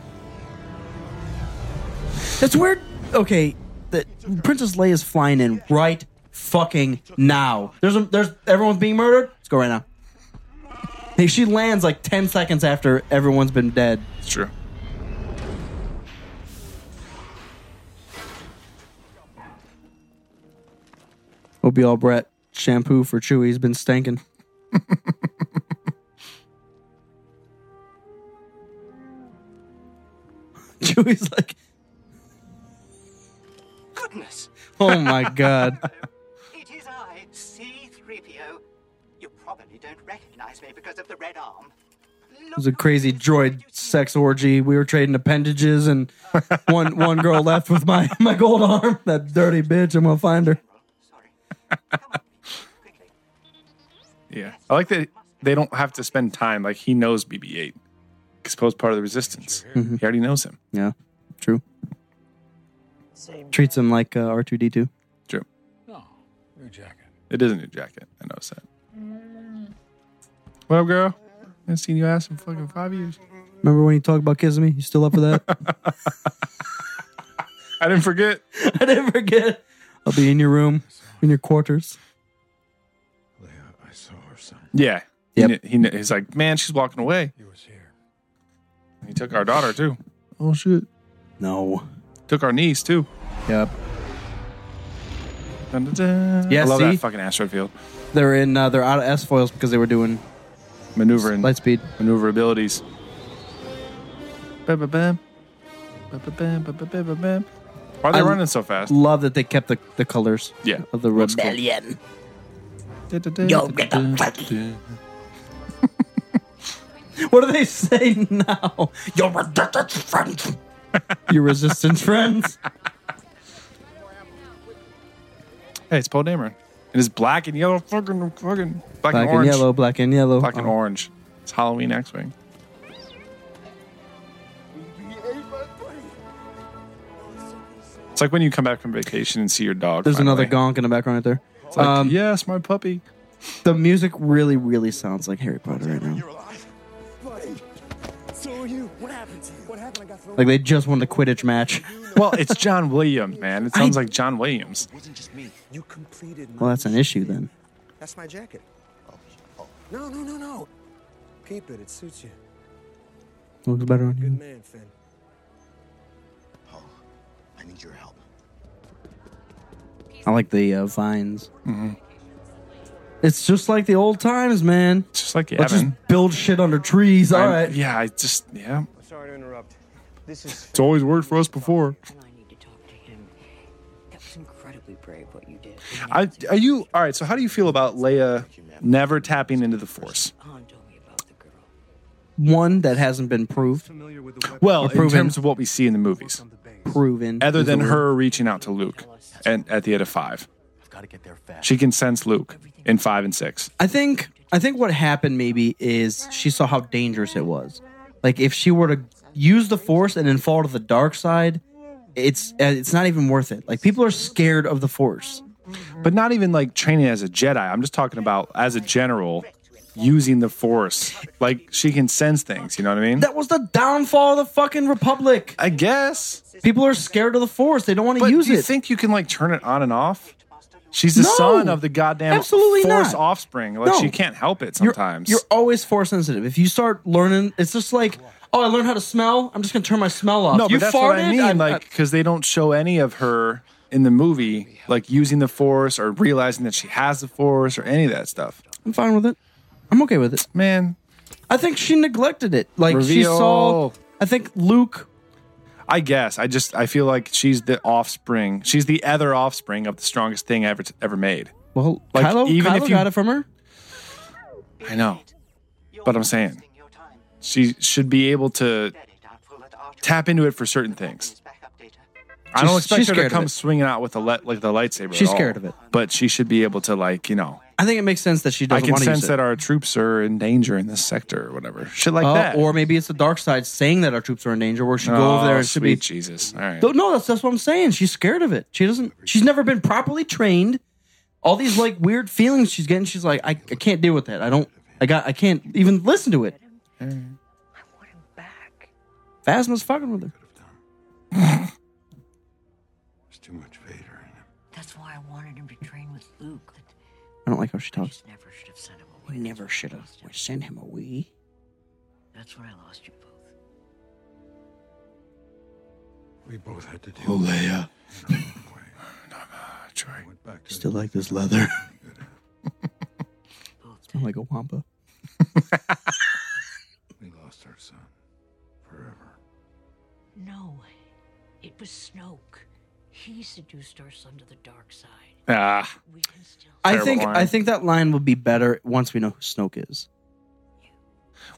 Speaker 2: That's weird. Okay, the, Princess Leia is flying in right fucking now. There's a, there's everyone's being murdered. Let's go right now. Hey, she lands like ten seconds after everyone's been dead.
Speaker 3: It's true.
Speaker 2: Hope you all Brett shampoo for Chewie's been stinking. <laughs> Chewie's like,
Speaker 15: Goodness.
Speaker 2: oh my god.
Speaker 15: It is I, C3PO. You probably don't recognize me because of the red arm.
Speaker 2: It was a crazy droid sex orgy. We were trading appendages, and one one girl left with my my gold arm. That dirty bitch. I'm gonna find her. <laughs>
Speaker 3: Yeah. I like that they don't have to spend time. Like he knows BB 8 because Poe's part of the resistance.
Speaker 2: Mhm.
Speaker 3: He already knows him.
Speaker 2: Yeah, true. Treats him like uh, R2D2.
Speaker 3: True.
Speaker 1: No, new jacket.
Speaker 3: It is a new jacket. I know that. What up, girl? I haven't seen you ass in fucking five years.
Speaker 2: Remember when you talked about kissing me? You still up for that? <laughs>
Speaker 3: I didn't forget.
Speaker 2: I didn't forget. I'll be in your room, in your quarters.
Speaker 5: I saw her son.
Speaker 3: Yeah. He kn- He, kn- he's like, man, she's walking away. He was here. He took our daughter too. Oh shit.
Speaker 2: No.
Speaker 3: Took our niece too.
Speaker 2: Yep.
Speaker 3: Dun, dun, dun.
Speaker 2: Yeah,
Speaker 3: I love
Speaker 2: see?
Speaker 3: that fucking asteroid field.
Speaker 2: They're in. Uh, they're out of S foils because they were doing
Speaker 3: maneuvering,
Speaker 2: light speed,
Speaker 3: maneuverabilities. Bam, bam, bam. Bam, bam, bam, bam, bam, bam, bam. Why are they
Speaker 2: I
Speaker 3: running so fast?
Speaker 2: Love that they kept the, the colors.
Speaker 3: Yeah.
Speaker 2: Of the red skull.
Speaker 3: Yo, get the
Speaker 8: <laughs>
Speaker 3: fuck.
Speaker 2: What do they say now? Your resistance <laughs> friends. Your resistance friends.
Speaker 3: Hey, it's Paul Dameron. And it's black and yellow, fucking, fucking, black,
Speaker 2: Black, and,
Speaker 3: orange.
Speaker 2: yellow. Black and yellow.
Speaker 3: Black and
Speaker 2: Oh.
Speaker 3: orange. It's Halloween X Wing. It's like when you come back from vacation and see your dog.
Speaker 2: There's
Speaker 3: finally.
Speaker 2: another gonk in the background right
Speaker 3: It's
Speaker 2: there.
Speaker 3: like,
Speaker 2: Um,
Speaker 3: yes, my puppy.
Speaker 2: the music really, really sounds like Harry Potter right now.
Speaker 8: Buddy, so are you. What happened to you? What happened? I got thrown.
Speaker 2: Like they just won the Quidditch match.
Speaker 3: well, it's John Williams, man. It sounds like John Williams.
Speaker 8: wasn't just me. You completed my.
Speaker 2: Well, that's an issue then.
Speaker 8: That's my jacket. No, no, no, no. Keep it. It suits you.
Speaker 2: Looks better on
Speaker 8: Good
Speaker 2: you.
Speaker 8: man, Finn.
Speaker 12: I need your help.
Speaker 2: I like the uh, vines.
Speaker 3: Mm-hmm.
Speaker 2: It's just like the old times, man.
Speaker 3: Just like
Speaker 2: Let's
Speaker 3: Evan.
Speaker 2: just build shit under trees. All
Speaker 3: I'm-
Speaker 2: right.
Speaker 3: Yeah, I just, yeah.
Speaker 4: I'm sorry to interrupt. This is
Speaker 3: It's always worked for us before.
Speaker 16: It's incredibly brave what you did.
Speaker 3: I, are you all right? So how do you feel about Leia never tapping into the Force?
Speaker 2: One that hasn't been proved. Or
Speaker 3: Well, in
Speaker 2: proven.
Speaker 3: terms of what we see in the movies,
Speaker 2: proven.
Speaker 3: other
Speaker 2: is
Speaker 3: than
Speaker 2: the word.
Speaker 3: her reaching out to Luke, and at the end of five, she can sense Luke in five and six.
Speaker 2: I think I think what happened maybe is she saw how dangerous it was. Like if she were to use the force and then fall to the dark side, it's uh, it's not even worth it. Like people are scared of the force.
Speaker 3: But not even like training as a Jedi. I'm just talking about as a general using the Force. Like she can sense things. You know what I mean?
Speaker 2: That was the downfall of the fucking republic.
Speaker 3: I guess
Speaker 2: people are scared of the force. They don't want to
Speaker 3: But
Speaker 2: use
Speaker 3: do you
Speaker 2: it.
Speaker 3: think you can like turn it on and off? She's the
Speaker 2: No.
Speaker 3: son of the goddamn
Speaker 2: Absolutely
Speaker 3: Force
Speaker 2: not.
Speaker 3: offspring. Like
Speaker 2: No.
Speaker 3: she can't help it
Speaker 2: You're-
Speaker 3: sometimes.
Speaker 2: You're, always force sensitive. If you start learning, it's just like, oh, I learned how to smell. I'm just gonna turn my smell off.
Speaker 3: no,
Speaker 2: you
Speaker 3: but that's
Speaker 2: farted.
Speaker 3: what I mean.
Speaker 2: I'm-
Speaker 3: like because they don't show any of her in the movie, like using the Force or realizing that she has the Force or any of that stuff.
Speaker 2: I'm fine with it. I'm okay with it,
Speaker 3: man.
Speaker 2: I think she neglected it. Like she
Speaker 3: Reveal.
Speaker 2: saw. I think Luke.
Speaker 3: I guess I just I feel like she's the offspring. She's the other offspring of the strongest thing ever ever made.
Speaker 2: Well,
Speaker 3: Like,
Speaker 2: Kylo,
Speaker 3: even
Speaker 2: Kylo
Speaker 3: if you-
Speaker 2: got it from her.
Speaker 3: I know, but I'm saying she should be able to tap into it for certain things. I
Speaker 2: She's-
Speaker 3: don't
Speaker 2: she's
Speaker 3: expect her to
Speaker 2: scared of
Speaker 3: come
Speaker 2: it.
Speaker 3: swinging out with a le- like the lightsaber.
Speaker 2: She's
Speaker 3: at all,
Speaker 2: scared of it.
Speaker 3: but she should be able to like you know.
Speaker 2: I think it makes sense that she
Speaker 3: I
Speaker 2: doesn't
Speaker 3: can
Speaker 2: want to use
Speaker 3: sense
Speaker 2: it.
Speaker 3: that our troops are in danger in this sector or whatever. Shit like
Speaker 2: Uh,
Speaker 3: that.
Speaker 2: Or maybe it's the dark side saying that our troops are in danger, where she should go
Speaker 3: Oh,
Speaker 2: over there and should be.
Speaker 3: sweet Jesus. All right.
Speaker 2: No, No, that's that's what I'm saying. She's scared of it. She doesn't. She's never been properly trained. All these like weird feelings she's getting. She's like, I, I can't deal with that. I don't. I got. I can't even listen to it. Phasma's fucking with her.
Speaker 1: There's too much Vader in him.
Speaker 16: That's why I wanted him to train with Luke.
Speaker 2: I don't like how she talks.
Speaker 16: Never should have sent him away.
Speaker 2: We never should have sent him away.
Speaker 16: That's when I lost you both.
Speaker 1: We both had to do
Speaker 2: Oh, Leia. Still like this <laughs> leather. Smell like a wampa.
Speaker 1: We lost our son.
Speaker 16: No way. It was Snoke. He seduced our son to the dark side.
Speaker 3: Ah.
Speaker 2: I
Speaker 3: Terrible
Speaker 2: think.
Speaker 3: line.
Speaker 2: I think that line would be better once we know who Snoke is.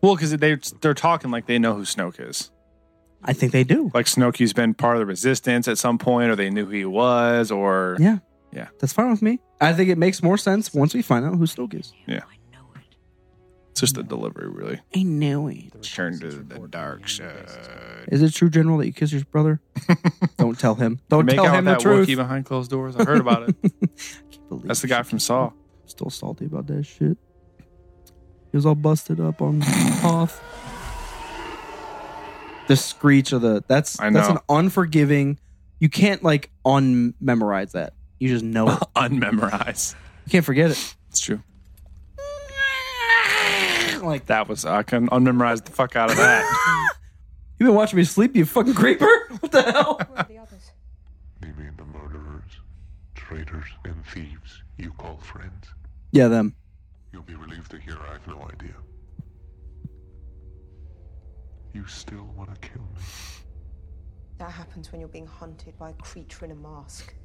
Speaker 3: Well, because they they're talking like they know who Snoke is.
Speaker 2: I think they do.
Speaker 3: Like Snoke's been part of the Resistance at some point, or they knew who he was, or
Speaker 2: Yeah.
Speaker 3: yeah,
Speaker 2: That's fine with me. I think it makes more sense once we find out who Snoke is.
Speaker 3: yeah. It's just the delivery, really.
Speaker 2: I know it.
Speaker 3: Turn to the dark side.
Speaker 2: Is it true, General, that you kiss your
Speaker 3: <laughs>
Speaker 2: brother? Don't tell him. Don't
Speaker 3: Make
Speaker 2: tell
Speaker 3: out
Speaker 2: him the
Speaker 3: with that
Speaker 2: truth.
Speaker 3: Wookiee behind closed doors. <laughs> I heard about it. That's the guy from Saw.
Speaker 2: Still salty about that shit. He was all busted up
Speaker 3: <laughs>
Speaker 2: on Hoth. The screech of the that's
Speaker 3: I
Speaker 2: that's
Speaker 3: know.
Speaker 2: an unforgiving. You can't like unmemorize that. You just know it.
Speaker 3: Unmemorize.
Speaker 2: You can't forget it.
Speaker 3: <laughs> It's true.
Speaker 2: Like
Speaker 3: that was I can unmemorize the fuck out of <laughs> that.
Speaker 2: You've been watching me sleep, you fucking creeper. <laughs> What the hell?
Speaker 5: You mean the murderers, traitors, and thieves you call friends?
Speaker 2: Yeah, them.
Speaker 5: You'll be relieved to hear I have no idea. You still want to kill me?
Speaker 7: That happens when you're being hunted by a creature in a mask.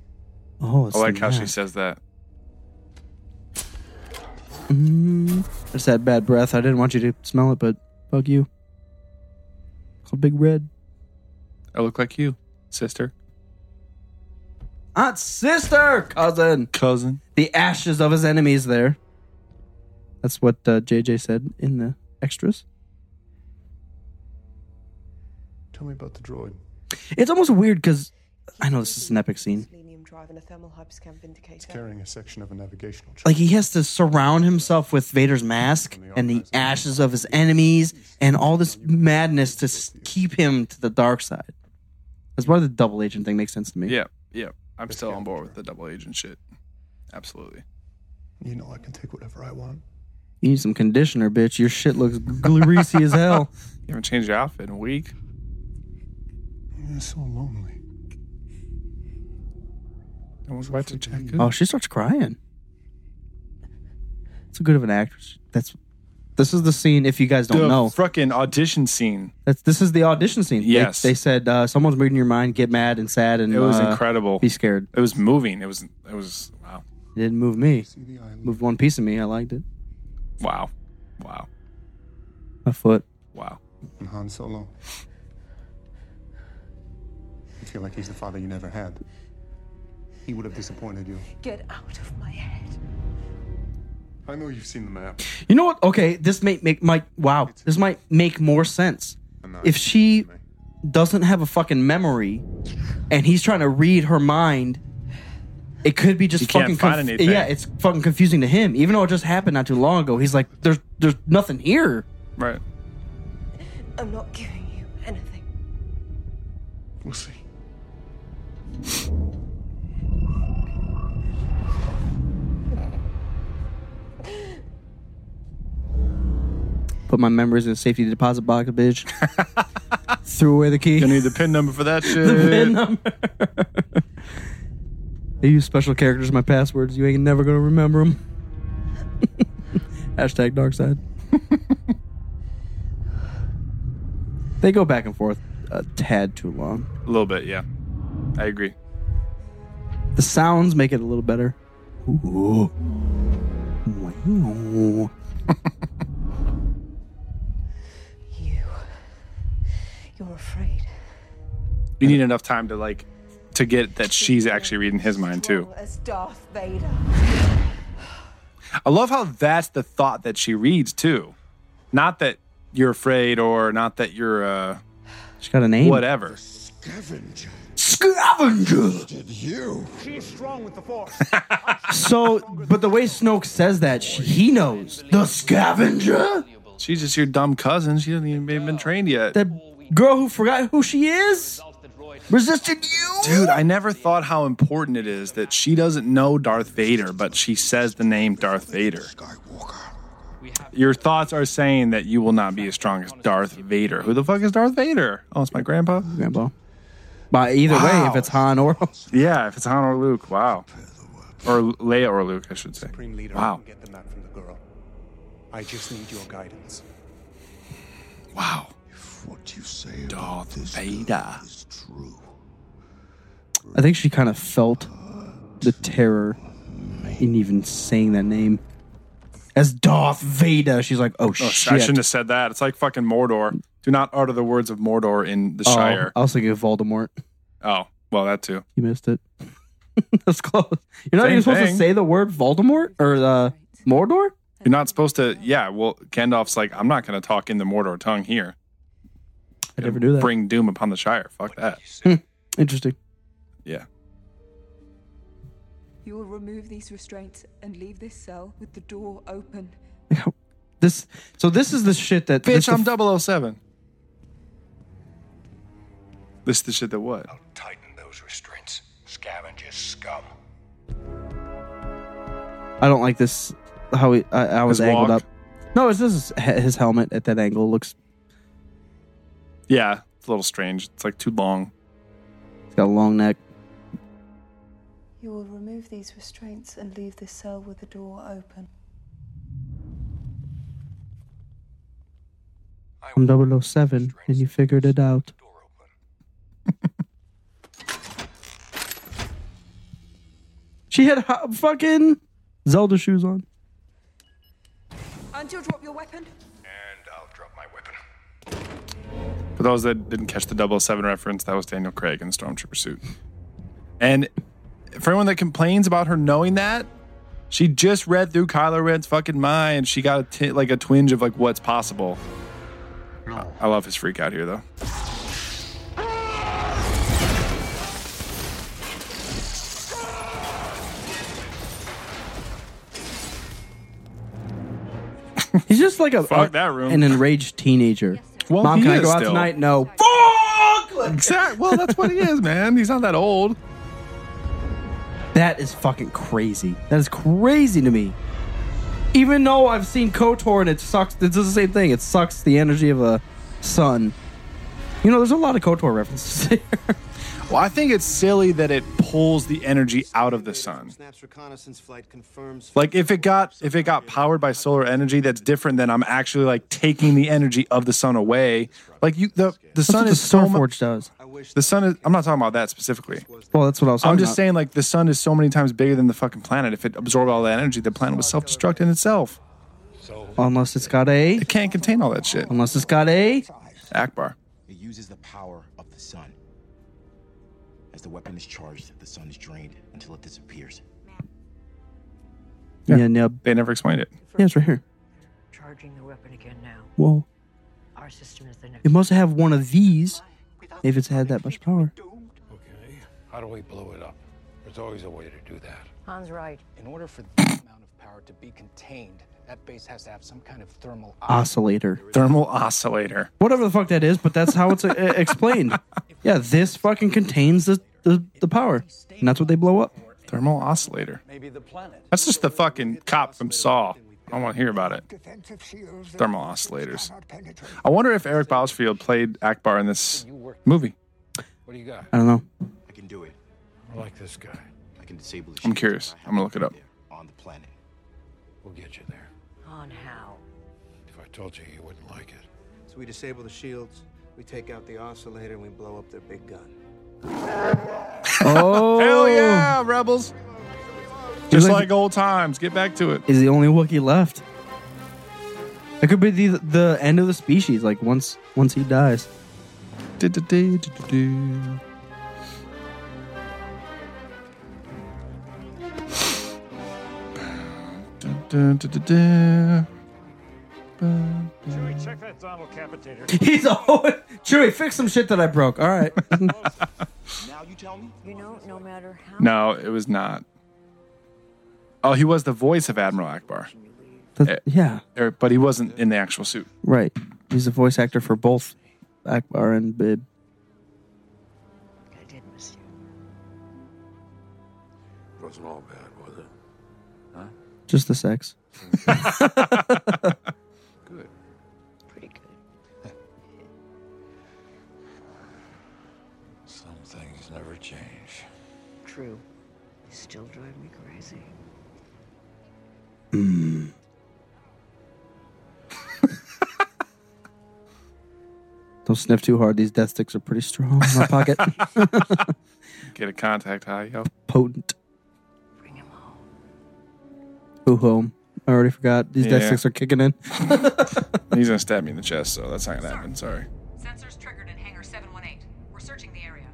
Speaker 2: Oh,
Speaker 3: I like how she says that.
Speaker 2: Mm, it's that bad breath. I didn't want you to smell it, but fuck you. Called Big Red.
Speaker 3: I look like you, sister.
Speaker 2: Aunt sister, cousin,
Speaker 3: cousin.
Speaker 2: The ashes of his enemies. There. That's what uh, JJ said in the extras.
Speaker 5: Tell me about the droid.
Speaker 2: It's almost weird because I know this is an epic scene.
Speaker 7: Selenium drive and a thermal hyperscan vindicator.
Speaker 17: carrying a section of a navigational
Speaker 2: Like he has to surround himself with Vader's mask and the ashes of his enemies and all this madness to s- keep him to the dark side. That's why the double agent thing makes sense to me.
Speaker 3: Yeah, yeah. I'm still on board with the double agent shit. Absolutely.
Speaker 17: You know I can take whatever I want.
Speaker 2: You need some conditioner, bitch. Your shit looks greasy as
Speaker 3: <laughs>
Speaker 2: hell.
Speaker 3: You haven't changed your outfit in a week.
Speaker 17: You're so lonely.
Speaker 3: I was about to check.
Speaker 2: Oh, she starts crying. So good of an actress. That's This is the scene. If you guys don't
Speaker 3: the
Speaker 2: know,
Speaker 3: fucking audition scene.
Speaker 2: that's, this is the audition scene. They-
Speaker 3: Yes.
Speaker 2: they, said uh, someone's reading your mind. Get mad and sad, and
Speaker 3: It was
Speaker 2: uh,
Speaker 3: incredible.
Speaker 2: Be scared.
Speaker 3: It was moving. It was. It was wow.
Speaker 2: It didn't move me. Moved one piece of me. I liked it.
Speaker 3: Wow. Wow.
Speaker 2: A foot.
Speaker 3: Wow.
Speaker 17: And Han Solo. You feel like he's the father you never had. He would have disappointed you.
Speaker 6: Get out of my head.
Speaker 17: I know you've seen the map.
Speaker 2: You know what? Okay, this may make might wow. This might make more sense. If she doesn't have a fucking memory, and he's trying to read her mind, it could be just
Speaker 3: He
Speaker 2: fucking.
Speaker 3: can't find anything.
Speaker 2: yeah, it's fucking confusing to him. Even though it just happened not too long ago, he's like, "There's, there's nothing here."
Speaker 3: Right.
Speaker 7: I'm not giving you anything.
Speaker 17: We'll see.
Speaker 2: Put my memories in a safety deposit box, bitch.
Speaker 3: <laughs>
Speaker 2: Threw away the key.
Speaker 3: Gonna need the pin number for that shit.
Speaker 2: the
Speaker 3: <laughs>
Speaker 2: pin number. they use special characters in my passwords. You ain't never gonna remember them. <laughs> Hashtag dark side. <laughs> they go back and forth a tad too long.
Speaker 3: A little bit. Yeah. I agree.
Speaker 2: The sounds make it a little better. Ooh. Wow.
Speaker 6: You're afraid.
Speaker 3: You need enough time to like to get that she's actually reading his mind too.
Speaker 6: As Darth Vader.
Speaker 3: I love how that's the thought that she reads too. Not that you're afraid or not that you're uh
Speaker 2: She's got a name.
Speaker 3: whatever.
Speaker 8: Scavenger.
Speaker 2: Scavenger.
Speaker 8: Did you? She's strong with the force.
Speaker 2: So, but the way Snoke says that, she, he knows the scavenger.
Speaker 3: She's just your dumb cousin. She hasn't even been trained yet.
Speaker 2: That girl who forgot who she is resisted you.
Speaker 3: Dude, I never thought how important it is that she doesn't know Darth Vader, but she says the name Darth Vader. Your thoughts are saying that you will not be as strong as Darth Vader. Who the fuck is Darth Vader? Oh, it's my grandpa.
Speaker 2: Grandpa. But either way, if it's Han or
Speaker 3: Yeah, if it's Han or Luke, wow. Or Leia or Luke, I should say.
Speaker 8: Supreme leader, I
Speaker 3: Wow.
Speaker 8: can get the map from the girl. I just need your guidance.
Speaker 3: Wow.
Speaker 8: If what you say
Speaker 3: Darth Vader.
Speaker 2: I think she kind of felt the terror in even saying that name. As Darth Vader, she's like, "Oh
Speaker 3: Oh,
Speaker 2: shit!"
Speaker 3: I shouldn't have said that. It's like fucking Mordor. Do not utter the words of Mordor in the
Speaker 2: Oh,
Speaker 3: Shire.
Speaker 2: I was thinking of Voldemort.
Speaker 3: Oh, well, that too.
Speaker 2: You missed it. <laughs> That's close. You're not
Speaker 3: Same
Speaker 2: even supposed
Speaker 3: thing.
Speaker 2: to say the word Voldemort or uh, Mordor.
Speaker 3: You're not supposed to. Yeah, well, Gandalf's like, I'm not going to talk in the Mordor tongue here.
Speaker 2: I never knew that.
Speaker 3: Bring doom upon the Shire. Fuck that.
Speaker 2: Hmm, Interesting.
Speaker 3: Yeah.
Speaker 18: You will remove these restraints and leave this cell with the door open.
Speaker 2: This. So this is the shit that. this
Speaker 3: Bitch,
Speaker 2: the
Speaker 3: I'm
Speaker 2: f-
Speaker 3: 007. This is the shit that what?
Speaker 19: Tighten those restraints. Scavengers scum.
Speaker 2: I don't like this. How he, I, I was
Speaker 3: His
Speaker 2: angled
Speaker 3: walk?
Speaker 2: up. No, it's just his, his helmet at that angle looks.
Speaker 3: Yeah, it's a little strange. It's like too long.
Speaker 2: It's got a long neck.
Speaker 18: You will remove these restraints and leave this cell with the door open.
Speaker 2: I'm 007, and you figured it out. she had ho- fucking Zelda shoes on.
Speaker 18: And you'll drop your weapon.
Speaker 3: For those that didn't catch the 007 reference, that was Daniel Craig in the Stormtrooper suit. And for anyone that complains about her knowing that, she just read through Kylo Ren's fucking mind. She got a ti- like a twinge of like what's possible. I love his freak out here though.
Speaker 2: He's just like a
Speaker 3: Fuck
Speaker 2: a-
Speaker 3: that room.
Speaker 2: an enraged teenager.
Speaker 3: Well,
Speaker 2: Mom,
Speaker 3: he
Speaker 2: can I
Speaker 3: is
Speaker 2: go out
Speaker 3: still.
Speaker 2: tonight? No.
Speaker 3: Exactly. Well, that's what he is, man. He's not that old.
Speaker 2: That is fucking crazy. That is crazy to me. Even though I've seen Kotor and it sucks, it's the same thing. It sucks the energy of a son. You know, there's a lot of Kotor references <laughs> here.
Speaker 3: Well, I think it's silly that it pulls the energy out of the sun.
Speaker 20: Snap's reconnaissance flight confirms
Speaker 3: Like if it got if it got powered by solar energy, that's different than I'm actually like taking the energy of the sun away. Like you, the the sun
Speaker 2: what
Speaker 3: is
Speaker 2: the
Speaker 3: so mu-
Speaker 2: Starforge does.
Speaker 3: The sun is. I'm not talking about that specifically.
Speaker 2: Well, that's what I was.
Speaker 3: I'm
Speaker 2: talking
Speaker 3: just
Speaker 2: about.
Speaker 3: saying like the sun is so many times bigger than the fucking planet. If it absorbed all that energy, the planet would self destruct in itself.
Speaker 2: Unless it's got a. It
Speaker 3: can't contain all that shit.
Speaker 2: Unless it's got a.
Speaker 3: Akbar.
Speaker 12: It uses the power of the sun. As the weapon is charged, the sun is drained until it disappears.
Speaker 2: Yeah, no.
Speaker 3: They never explained it.
Speaker 2: Yeah, it's right here.
Speaker 16: Charging the weapon again now.
Speaker 2: Whoa.
Speaker 16: Our system is the next.
Speaker 2: It must have one of these if it's had that much power.
Speaker 1: Okay. How do we blow it up? There's always a way to do that.
Speaker 16: Han's right.
Speaker 21: In order for this amount of power to be contained, that base has to have some kind of thermal
Speaker 2: Ah, Oscillator.
Speaker 3: Thermal oscillator.
Speaker 2: Whatever the fuck that is, but that's how it's uh,
Speaker 16: <laughs>
Speaker 2: explained. Yeah, this fucking contains the, the, the power. And that's what they blow up.
Speaker 3: Thermal oscillator.
Speaker 21: Maybe the planet.
Speaker 3: That's just the fucking cop from Saw. I don't want to hear about it.
Speaker 19: Defensive shields that
Speaker 3: Thermal oscillators. I wonder if Eric Bosfield played Akbar in this movie.
Speaker 1: What do you got?
Speaker 2: I
Speaker 16: <laughs>
Speaker 2: don't know.
Speaker 12: I can do it.
Speaker 1: I like this guy.
Speaker 12: I can disable the
Speaker 3: I'm
Speaker 12: shields
Speaker 3: curious. I'm gonna look it up.
Speaker 12: on the planet.
Speaker 1: We'll get you there.
Speaker 16: Han, how?
Speaker 1: If I told you, you wouldn't like it.
Speaker 20: So we disable the shields, we take out the oscillator, and we blow up their big gun.
Speaker 2: Oh.
Speaker 3: Hell yeah, rebels! Just like old times. Get back to it.
Speaker 2: Is the only Wookiee left. That could be the the end of the species. Like once once he dies. <laughs>
Speaker 3: Dun, dun, dun, dun. Dun, dun.
Speaker 11: Chewie, check that thermal capitator.
Speaker 2: He's always <laughs> Chewie. Fix some shit that I broke. All right.
Speaker 12: Now you tell me.
Speaker 16: You know, no matter how
Speaker 3: No, it was not. Oh, he was the voice of Admiral Akbar.
Speaker 2: That- yeah.
Speaker 3: Er, But he wasn't in the actual suit.
Speaker 2: Right. He's a voice actor for both Akbar and Bib.
Speaker 16: I did miss you.
Speaker 5: Wasn't all bad, was it? Huh?
Speaker 2: Just the sex.
Speaker 5: Good.
Speaker 16: Pretty good.
Speaker 5: Some things never change.
Speaker 16: True. You still drive me crazy.
Speaker 2: Don't sniff too hard. These death sticks are pretty strong in my
Speaker 16: <laughs>
Speaker 2: pocket.
Speaker 3: Get a contact high, yo.
Speaker 2: Potent. Bring him home. Who home? I already forgot. These death
Speaker 3: Yeah.
Speaker 2: sticks are kicking in.
Speaker 3: He's gonna stab me in the chest, so that's not gonna happen. Sorry.
Speaker 22: Sensors triggered in Hangar 718. We're searching the area.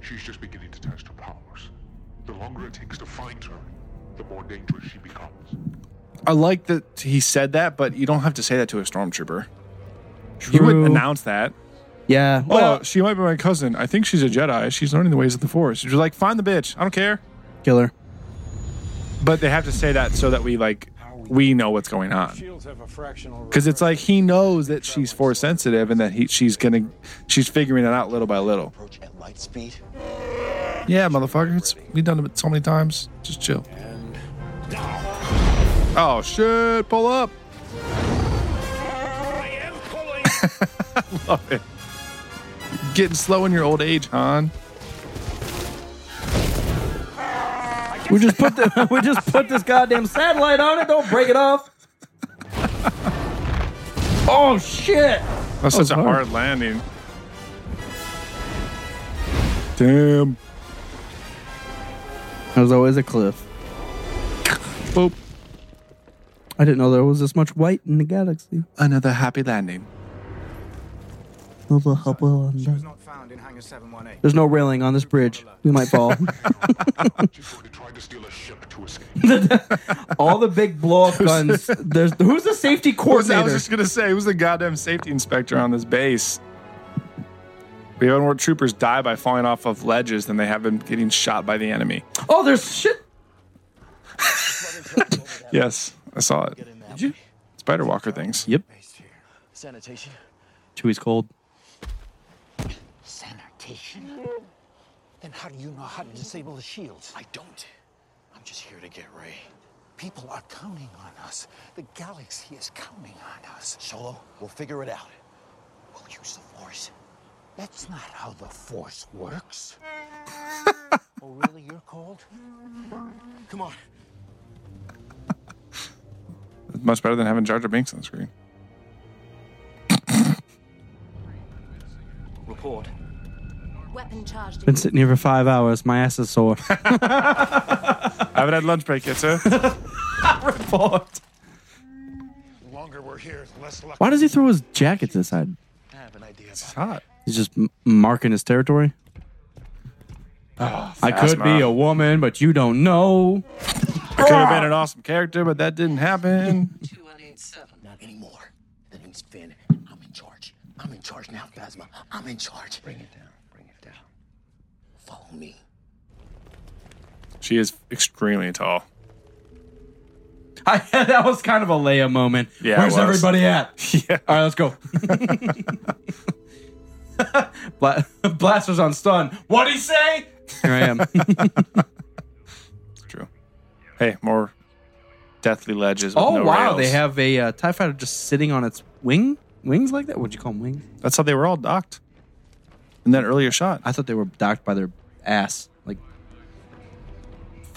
Speaker 5: She's just beginning to test her powers. The longer it takes to find her, the more dangerous she becomes.
Speaker 3: I like that he said that, but you don't have to say that to a stormtrooper. You
Speaker 2: True.
Speaker 3: would announce that.
Speaker 2: Yeah.
Speaker 3: oh, she might be my cousin. I think she's a Jedi. She's learning the ways of the Force. You're like, find the bitch. I don't care.
Speaker 2: Kill her.
Speaker 3: But they have to say that so that we like we know what's going on.
Speaker 1: Shields have a fractional.
Speaker 3: Because it's like he knows that she's force sensitive and that he she's gonna she's figuring it out little by little.
Speaker 12: At light speed.
Speaker 3: Yeah, motherfucker, it's, we've done it so many times. Just chill. Oh shit! Pull up. Love it. Getting slow in your old age, Han.
Speaker 2: We just put the, <laughs> we just put this goddamn satellite on it. Don't break it off. Oh shit!
Speaker 3: That's
Speaker 2: That was
Speaker 3: such a hard landing. Damn.
Speaker 2: There's always a cliff.
Speaker 3: Boop.
Speaker 2: I didn't know there was this much white in the galaxy.
Speaker 3: Another happy landing.
Speaker 2: There's
Speaker 20: Found in Hangar 718.
Speaker 2: no railing on this bridge. We might fall. <laughs> All the big blow up guns. There's who's the safety
Speaker 3: I was
Speaker 2: coordinator?
Speaker 3: just gonna say, who's the goddamn safety inspector on this base? We have more troopers die by falling off of ledges than they have been getting shot by the enemy.
Speaker 2: Oh, there's shit.
Speaker 3: Yes, I saw it. Did you? Spider Walker things.
Speaker 2: Yep.
Speaker 12: Sanitation.
Speaker 2: Chewie's cold.
Speaker 12: Sanitation? Then how do you know how to disable the shields? I don't. I'm just here to get Ray. People are counting on us. The galaxy is counting on us. Solo, we'll figure it out. We'll use the Force. That's not how the Force works.
Speaker 4: Oh, really? You're cold? Come on.
Speaker 3: It's much better than having Jar Jar Binks on the screen.
Speaker 4: Report.
Speaker 16: Weapon charged.
Speaker 2: Been sitting here for five hours. My ass is <laughs> sore.
Speaker 3: I haven't had lunch break yet, <laughs> sir.
Speaker 2: Report.
Speaker 5: The longer we're here, the less luck.
Speaker 2: Why does he throw his jacket to the side?
Speaker 5: I have an idea.
Speaker 3: It's hot.
Speaker 2: He's just m- marking his territory. I could be a woman, but you don't know. <laughs>
Speaker 3: I could have been an awesome character, but that didn't happen.
Speaker 15: 2187.
Speaker 12: Not anymore. The name's Finn. I'm in charge. I'm in charge now, Phasma. I'm in charge. Bring it down. Bring it down. Follow me.
Speaker 3: <laughs> She is extremely tall.
Speaker 2: I, that was kind of a Leia moment.
Speaker 3: Yeah, it
Speaker 2: Where's
Speaker 3: was.
Speaker 2: everybody at? <laughs>
Speaker 3: Yeah.
Speaker 2: All right, let's go. Bla- Blaster's on stun. What'd he say? Here I am.
Speaker 3: It's true. Hey, more deathly ledges.
Speaker 2: <laughs>
Speaker 3: With
Speaker 2: oh,
Speaker 3: no
Speaker 2: wow.
Speaker 3: rails.
Speaker 2: They have a uh, TIE fighter just sitting on its wing? Wings like that? What'd you call them? Wings?
Speaker 3: That's how they were all docked. In that earlier shot.
Speaker 2: I thought they were docked by their ass. Like,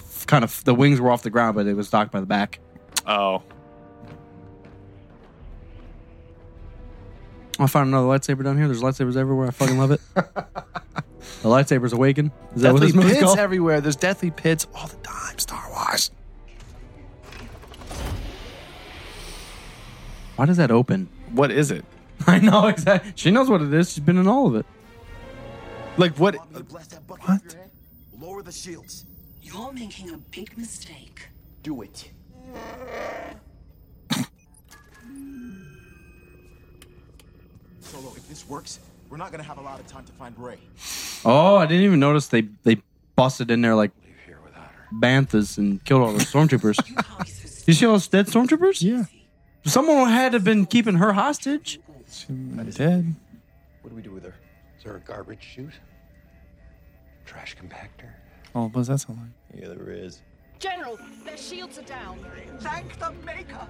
Speaker 2: f- kind of, the wings were off the ground, but it was docked by the back.
Speaker 3: Oh.
Speaker 2: I found another lightsaber down here. There's lightsabers everywhere. I fucking <laughs> love it. the lightsabers awaken. Is that what
Speaker 3: deathly
Speaker 2: this movie's
Speaker 3: pits
Speaker 2: called?
Speaker 3: everywhere. There's deathly pits all the time. Star Wars.
Speaker 2: Why does that open?
Speaker 3: What is it?
Speaker 2: <laughs> I know exactly. She knows what it is. She's been in all of it.
Speaker 3: Like what?
Speaker 2: What?
Speaker 4: Lower the shields.
Speaker 9: You're making a big mistake.
Speaker 4: Do it. Solo, if this works, we're not gonna have a lot of time to find Ray.
Speaker 2: Oh, I didn't even notice they they busted in there like banthas and killed all the stormtroopers. you see all those dead stormtroopers? Yeah. Someone had to have been keeping her hostage.
Speaker 3: She dead.
Speaker 19: What do we do with her? Is there a garbage chute? Trash compactor?
Speaker 3: Oh, what does that sound like?
Speaker 19: Yeah, there is.
Speaker 16: General, their shields are down.
Speaker 15: Thank the Maker.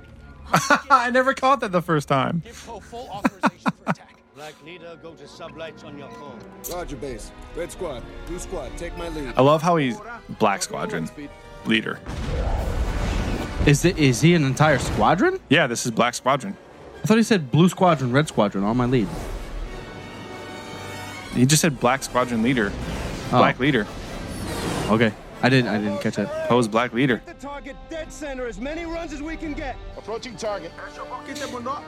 Speaker 3: I never caught that the first time.
Speaker 11: full authorization for attack. Black leader, go to sublights on your phone.
Speaker 8: Roger, base. Red squad. Blue squad, take my lead.
Speaker 3: I love how he's Black Squadron leader.
Speaker 2: Is it is he an entire squadron?
Speaker 3: Yeah, this is Black Squadron.
Speaker 2: I thought he said blue squadron, red squadron on my lead.
Speaker 3: He just said Black Squadron leader.
Speaker 2: Oh.
Speaker 3: Black leader.
Speaker 2: Okay. I didn't I didn't catch it.
Speaker 3: Pose Black leader.
Speaker 8: The target dead center as many runs as we can get. Approaching target. Get them or not.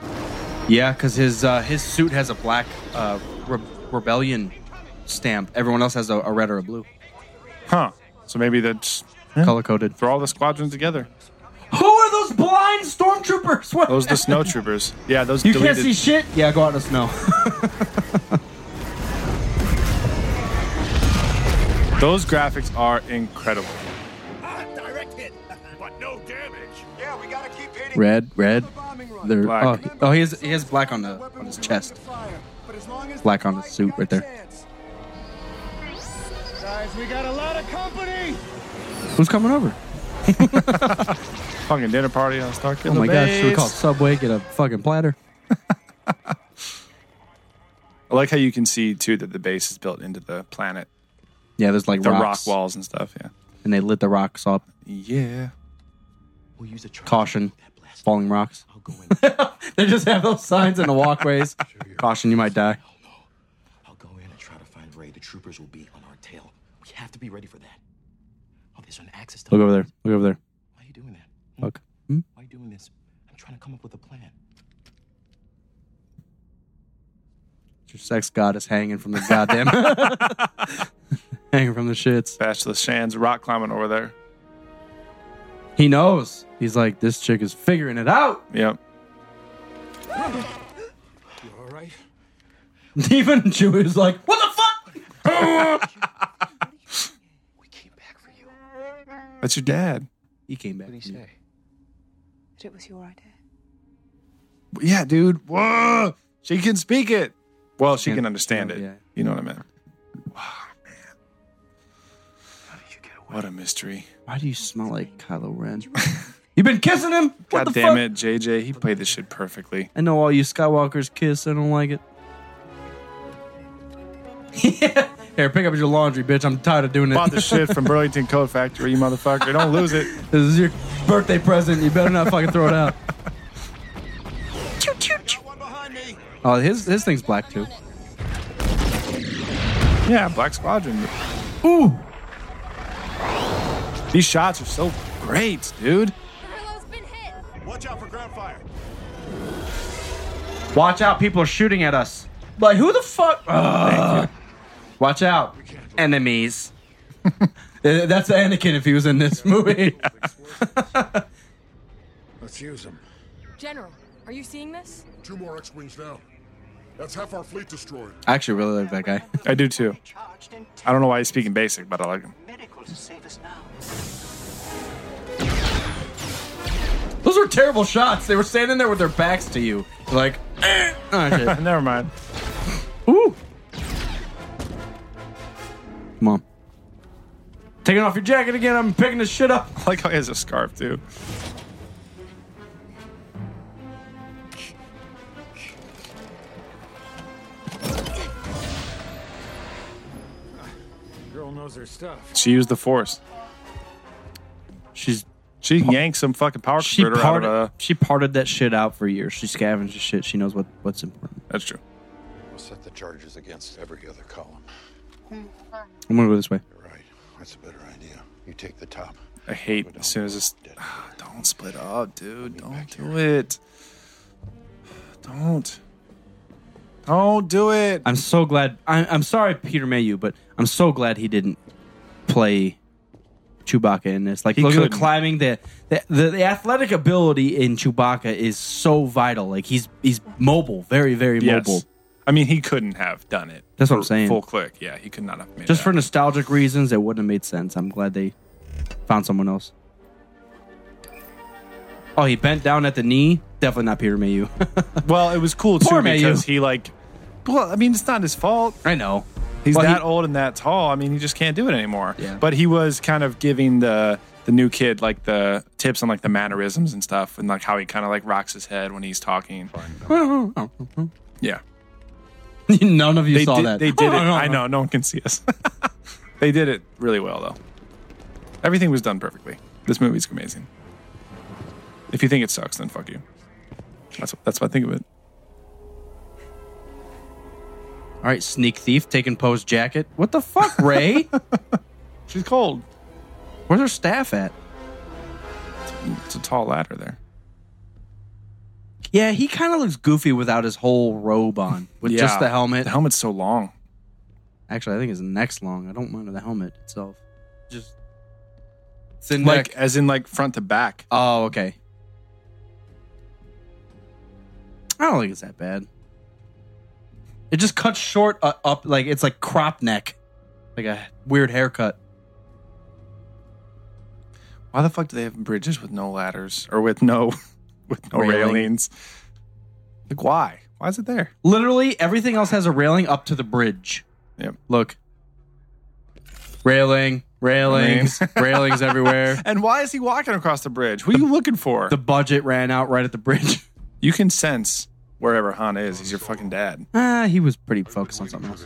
Speaker 2: Yeah, because his uh, his suit has a black uh, re- rebellion stamp. Everyone else has a, a red or a blue.
Speaker 3: Huh. So maybe that's
Speaker 2: color coded.
Speaker 3: Throw all the squadrons together.
Speaker 2: Who are those blind stormtroopers? <laughs> What-
Speaker 3: Those are the snow troopers. Yeah, those
Speaker 2: You
Speaker 3: deleted.
Speaker 2: can't see shit. Yeah, go out in the snow. <laughs>
Speaker 3: Those graphics are incredible.
Speaker 8: Direct hit. <laughs> but no damage. Yeah, we gotta keep hitting.
Speaker 2: Red, red. They're,
Speaker 3: Black.
Speaker 2: Oh, oh, he has he has black on the on his chest. Black on his suit right there.
Speaker 8: Guys, we got a lot of company.
Speaker 2: Who's coming over?
Speaker 3: Fucking dinner party on Star
Speaker 2: Oh
Speaker 3: Killer
Speaker 2: my gosh! Should we
Speaker 3: Base.
Speaker 2: call Subway? Get a fucking platter.
Speaker 3: I like how you can see too that the base is built into the planet.
Speaker 2: Yeah, there's like
Speaker 3: the
Speaker 2: rocks,
Speaker 3: rock walls and stuff. Yeah.
Speaker 2: and they lit the rocks up.
Speaker 3: Yeah.
Speaker 12: We'll use a truck.
Speaker 2: Caution, falling rocks. <laughs> they just have those signs in the walkways. <laughs> Caution, you might die.
Speaker 12: I'll go in and try to find Ray. The troopers will be on our tail. We have to be ready for that. Oh, there's an access to.
Speaker 2: Look over there. Look over there.
Speaker 12: Why are you doing that?
Speaker 2: Look. Hmm?
Speaker 12: Why are you doing this? I'm trying to come up with a plan.
Speaker 2: Your sex god is hanging from the goddamn <laughs> hanging from the shits.
Speaker 3: Bachelor Shan's rock climbing over there.
Speaker 2: He knows. He's like, this chick is figuring it out. <laughs>
Speaker 3: Yep.
Speaker 4: You alright?
Speaker 2: Even Chewie was like, what the fuck?
Speaker 3: That's your dad.
Speaker 2: He came back.
Speaker 4: What'd he say?
Speaker 18: That it was your idea.
Speaker 3: Yeah, dude. Whoa. She can speak it. Well, she can understand it.
Speaker 2: yeah.
Speaker 3: You know what I meant. Wow, man. What a mystery.
Speaker 2: Why do you smell like Kylo Ren? <laughs> You've been kissing him. What
Speaker 3: God
Speaker 2: the
Speaker 3: damn
Speaker 2: fuck?
Speaker 3: it, JJ. He played this shit perfectly.
Speaker 2: I know all you Skywalkers kiss. I don't like it. <laughs> Here, pick up your laundry, bitch. I'm tired of doing it.
Speaker 3: Bought the shit from Burlington Coat Factory, you motherfucker. Don't lose it.
Speaker 2: This is your birthday present. You better not fucking throw it out. Oh, his his thing's black too.
Speaker 3: Yeah, Black Squadron.
Speaker 2: Ooh.
Speaker 3: These shots are so great, dude.
Speaker 4: Watch out for ground fire.
Speaker 2: Watch out, people are shooting at us. Like who the fuck? Ugh. Watch out, <laughs> enemies. Eh, That's Anakin if he was in this <laughs> movie.
Speaker 1: Let's use them.
Speaker 10: General, are you seeing this?
Speaker 5: Two more X-wings down. That's half our fleet destroyed.
Speaker 2: I actually really like that guy.
Speaker 3: I do too. I don't know why he's speaking basic, but I like him.
Speaker 15: Medical to save us now.
Speaker 2: Those were terrible shots. They were standing there with their backs to you, like. eh. Oh, <laughs> shit.
Speaker 3: Never mind.
Speaker 2: Ooh. Come on. Taking off your jacket again. I'm picking this shit up.
Speaker 3: <laughs> I like how he has a scarf too.
Speaker 1: Girl knows her stuff.
Speaker 3: She used the force.
Speaker 2: She's
Speaker 3: she yanked some fucking power
Speaker 2: She
Speaker 3: converter out
Speaker 2: parted,
Speaker 3: of uh,
Speaker 2: she parted that shit out for years. She scavenged the shit. She knows what, what's important.
Speaker 3: That's true.
Speaker 19: We'll set the charges against every other column.
Speaker 2: I'm gonna go this way.
Speaker 19: You're right. That's a better idea. You take the top.
Speaker 3: I hate as soon as this. Ah, don't split up, dude. Don't do it. Don't. Don't do it.
Speaker 2: I'm so glad. I, I'm sorry, Peter Mayhew, but I'm so glad he didn't play Chewbacca in this. Like,
Speaker 3: He
Speaker 2: look at the
Speaker 3: couldn't.
Speaker 2: climbing. The, the the the athletic ability in Chewbacca is so vital. Like he's he's mobile, very very
Speaker 3: Yes.
Speaker 2: mobile.
Speaker 3: I mean, he couldn't have done it.
Speaker 2: That's what I'm saying.
Speaker 3: Full click. Yeah, he could not have made
Speaker 2: Just
Speaker 3: it
Speaker 2: for
Speaker 3: happen.
Speaker 2: nostalgic reasons, it wouldn't have made sense. I'm glad they found someone else. Oh, he bent down at the knee. Definitely not Peter Mayhew. <laughs>
Speaker 3: Well, it was cool too
Speaker 2: Poor Mayu.
Speaker 3: because he like. Well, I mean, it's not his fault.
Speaker 2: I know.
Speaker 3: He's
Speaker 2: Well,
Speaker 3: that
Speaker 2: he-
Speaker 3: old and that tall. I mean, he just can't do it anymore.
Speaker 2: Yeah.
Speaker 3: But he was kind of giving the the new kid like the tips on like the mannerisms and stuff and like how he kind of like rocks his head when he's talking. Yeah.
Speaker 2: <laughs> None of you
Speaker 3: they
Speaker 2: saw
Speaker 3: did,
Speaker 2: that. Oh,
Speaker 3: They
Speaker 2: <laughs>
Speaker 3: did it. I know. No one can see us. <laughs> they did it really well, though. Everything was done perfectly. This movie's amazing. If you think it sucks, then fuck you. That's that's what I think of it.
Speaker 2: All right, sneak thief taking Poe's jacket. What the fuck, <laughs> Ray?
Speaker 3: She's cold.
Speaker 2: Where's her staff at?
Speaker 3: It's a tall ladder there.
Speaker 2: Yeah, he kind of looks goofy without his whole robe on, with
Speaker 3: Yeah.
Speaker 2: just the helmet.
Speaker 3: The helmet's so long.
Speaker 2: Actually, I think his neck's long. I don't mind the helmet itself. Just it's
Speaker 3: Like as in like front to back.
Speaker 2: Oh, okay. I don't think it's that bad. It just cuts short uh, up, like it's like crop neck, like a weird haircut.
Speaker 3: Why the fuck do they have bridges with no ladders or with no <laughs> with no
Speaker 2: Railing.
Speaker 3: railings? Like why? Why is it there?
Speaker 2: Literally, everything else has a railing up to the bridge.
Speaker 3: Yep.
Speaker 2: Look, railing, railings,
Speaker 3: Railings.
Speaker 2: railings everywhere.
Speaker 3: And why is he walking across the bridge? Who are you looking for?
Speaker 2: The budget ran out right at the bridge. <laughs>
Speaker 3: you can sense wherever Han is. He's your fucking dad.
Speaker 2: Ah, he was pretty focused on something else.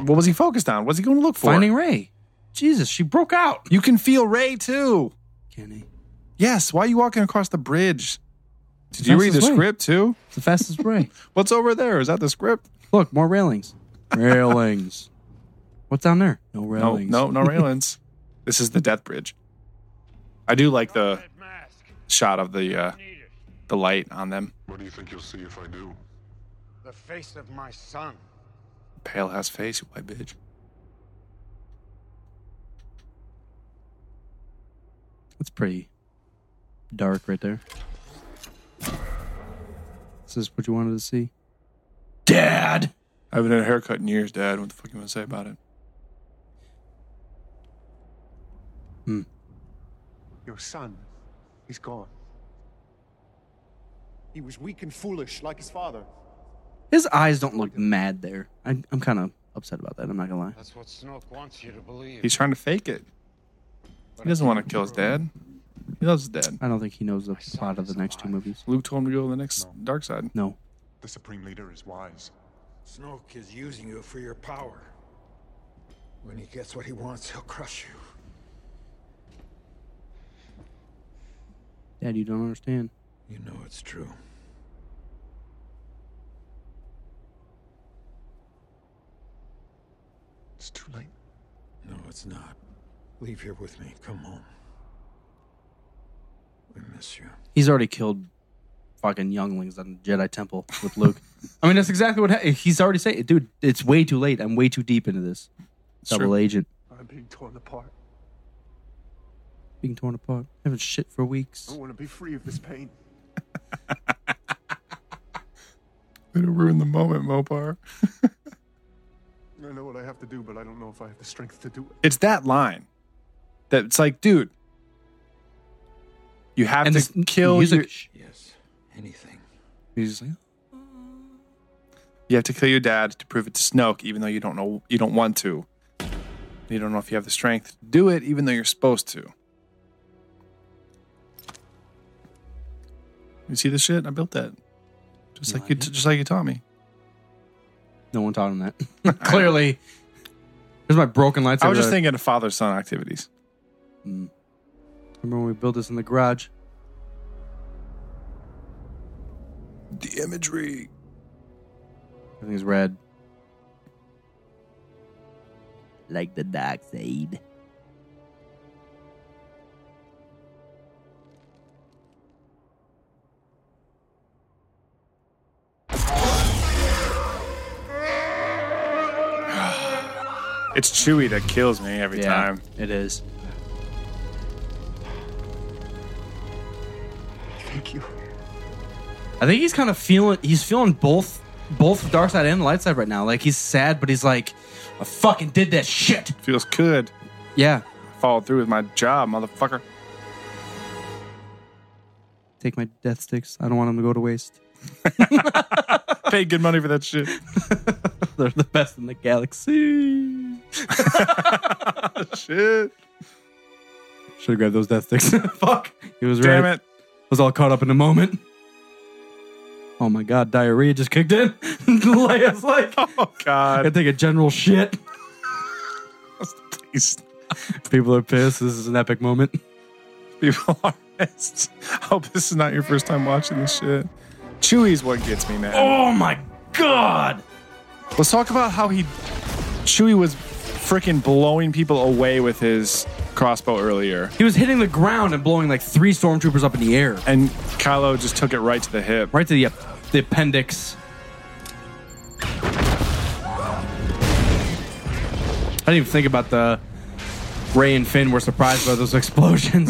Speaker 3: What was he focused on? What's he going to look for?
Speaker 2: Finding Ray. Jesus, she broke out.
Speaker 3: You can feel Ray too.
Speaker 2: Can he?
Speaker 3: Yes. Why are you walking across the bridge? Did you read the
Speaker 2: Fastest way.
Speaker 3: script too?
Speaker 2: It's the fastest Ray.
Speaker 3: What's over there? Is that the script?
Speaker 2: Look, more railings. Railings. What's down there? No
Speaker 3: No,
Speaker 2: railings. <laughs>
Speaker 3: no, no railings. this is the death bridge. I do like the shot of the uh, the light on them.
Speaker 5: What do you think you'll see if I do?
Speaker 11: The face of my son.
Speaker 3: Pale ass face, you white bitch.
Speaker 2: It's pretty dark right there. Is this what you wanted to see? Dad!
Speaker 3: I haven't had a haircut in years, Dad. What the fuck you want to say about it?
Speaker 8: Your son, he's gone. He was weak and foolish, like his father.
Speaker 2: His eyes don't look mad there. I, I'm kind of upset about that. I'm not gonna lie.
Speaker 1: That's what Snoke wants you to believe.
Speaker 3: He's trying to fake it. He doesn't want to kill his dad. He loves his dad.
Speaker 2: I don't think he knows the plot of the next two movies.
Speaker 3: Luke told him to go to the next dark side.
Speaker 2: No.
Speaker 5: The Supreme Leader is wise.
Speaker 1: Snoke is using you for your power.
Speaker 19: When he gets what he wants, he'll crush you.
Speaker 2: Dad, you don't understand.
Speaker 1: You know it's true.
Speaker 19: It's too late.
Speaker 1: No, it's not. Leave here with me. Come home. We miss you.
Speaker 2: He's already killed fucking younglings on Jedi Temple with Luke. <laughs> I mean, that's exactly what ha- he's already saying. Dude, it's way too late. I'm way too deep into this. Double
Speaker 3: true.
Speaker 2: agent
Speaker 19: I'm being torn apart.
Speaker 2: being torn apart, having shit for weeks.
Speaker 19: I want to be free of this pain.
Speaker 3: Way to ruin the moment, Mopar.
Speaker 19: I know what I have to do, but I don't know if I have the strength to do it.
Speaker 3: It's that line that it's like, dude, you have to kill your,
Speaker 19: Yes, anything.
Speaker 2: He's like,
Speaker 3: you have to kill your dad to prove it to Snoke, even though you don't know you don't want to. You don't know if you have the strength to do it, even though you're supposed to. You see this shit? I built that. Just like you, just like you taught me.
Speaker 2: No one taught him that. <laughs> Clearly. There's my broken lightsaber.
Speaker 3: I was just
Speaker 2: that
Speaker 3: thinking of father son activities.
Speaker 2: Remember when we built this in the garage?
Speaker 3: The imagery.
Speaker 2: Everything's red. Like the dark side.
Speaker 3: It's Chewie that kills me every time.
Speaker 2: It is.
Speaker 19: Thank you.
Speaker 2: I think he's kind of feeling he's feeling both both the dark side and the light side right now. Like he's sad, but he's like, I fucking did that shit.
Speaker 3: Feels good.
Speaker 2: Yeah.
Speaker 3: Followed through with my job, motherfucker.
Speaker 2: Take my death sticks. I don't want them to go to waste.
Speaker 3: Paid good money for that
Speaker 2: <laughs>
Speaker 3: shit.
Speaker 2: They're the best in the galaxy.
Speaker 3: shit.
Speaker 2: Should have grabbed those death sticks. <laughs> Fuck. He was
Speaker 3: Damn
Speaker 2: right.
Speaker 3: it.
Speaker 2: I was all caught up in the moment. Oh my god, diarrhea just kicked in. <laughs> Leia's <laughs> like,
Speaker 3: oh god,
Speaker 2: I take a general shit.
Speaker 3: Please.
Speaker 2: People are pissed. This is an epic moment.
Speaker 3: People are pissed. I hope this is not your first time watching this shit. Chewie's what gets me, man.
Speaker 2: Oh my god.
Speaker 3: Let's talk about how he Chewie was freaking blowing people away with his crossbow earlier.
Speaker 2: He was hitting the ground and blowing like three stormtroopers up in the air.
Speaker 3: And Kylo just took it right to the hip.
Speaker 2: Right to the, uh, the appendix. I didn't even think about the Ray and Finn were surprised by those <laughs> explosions.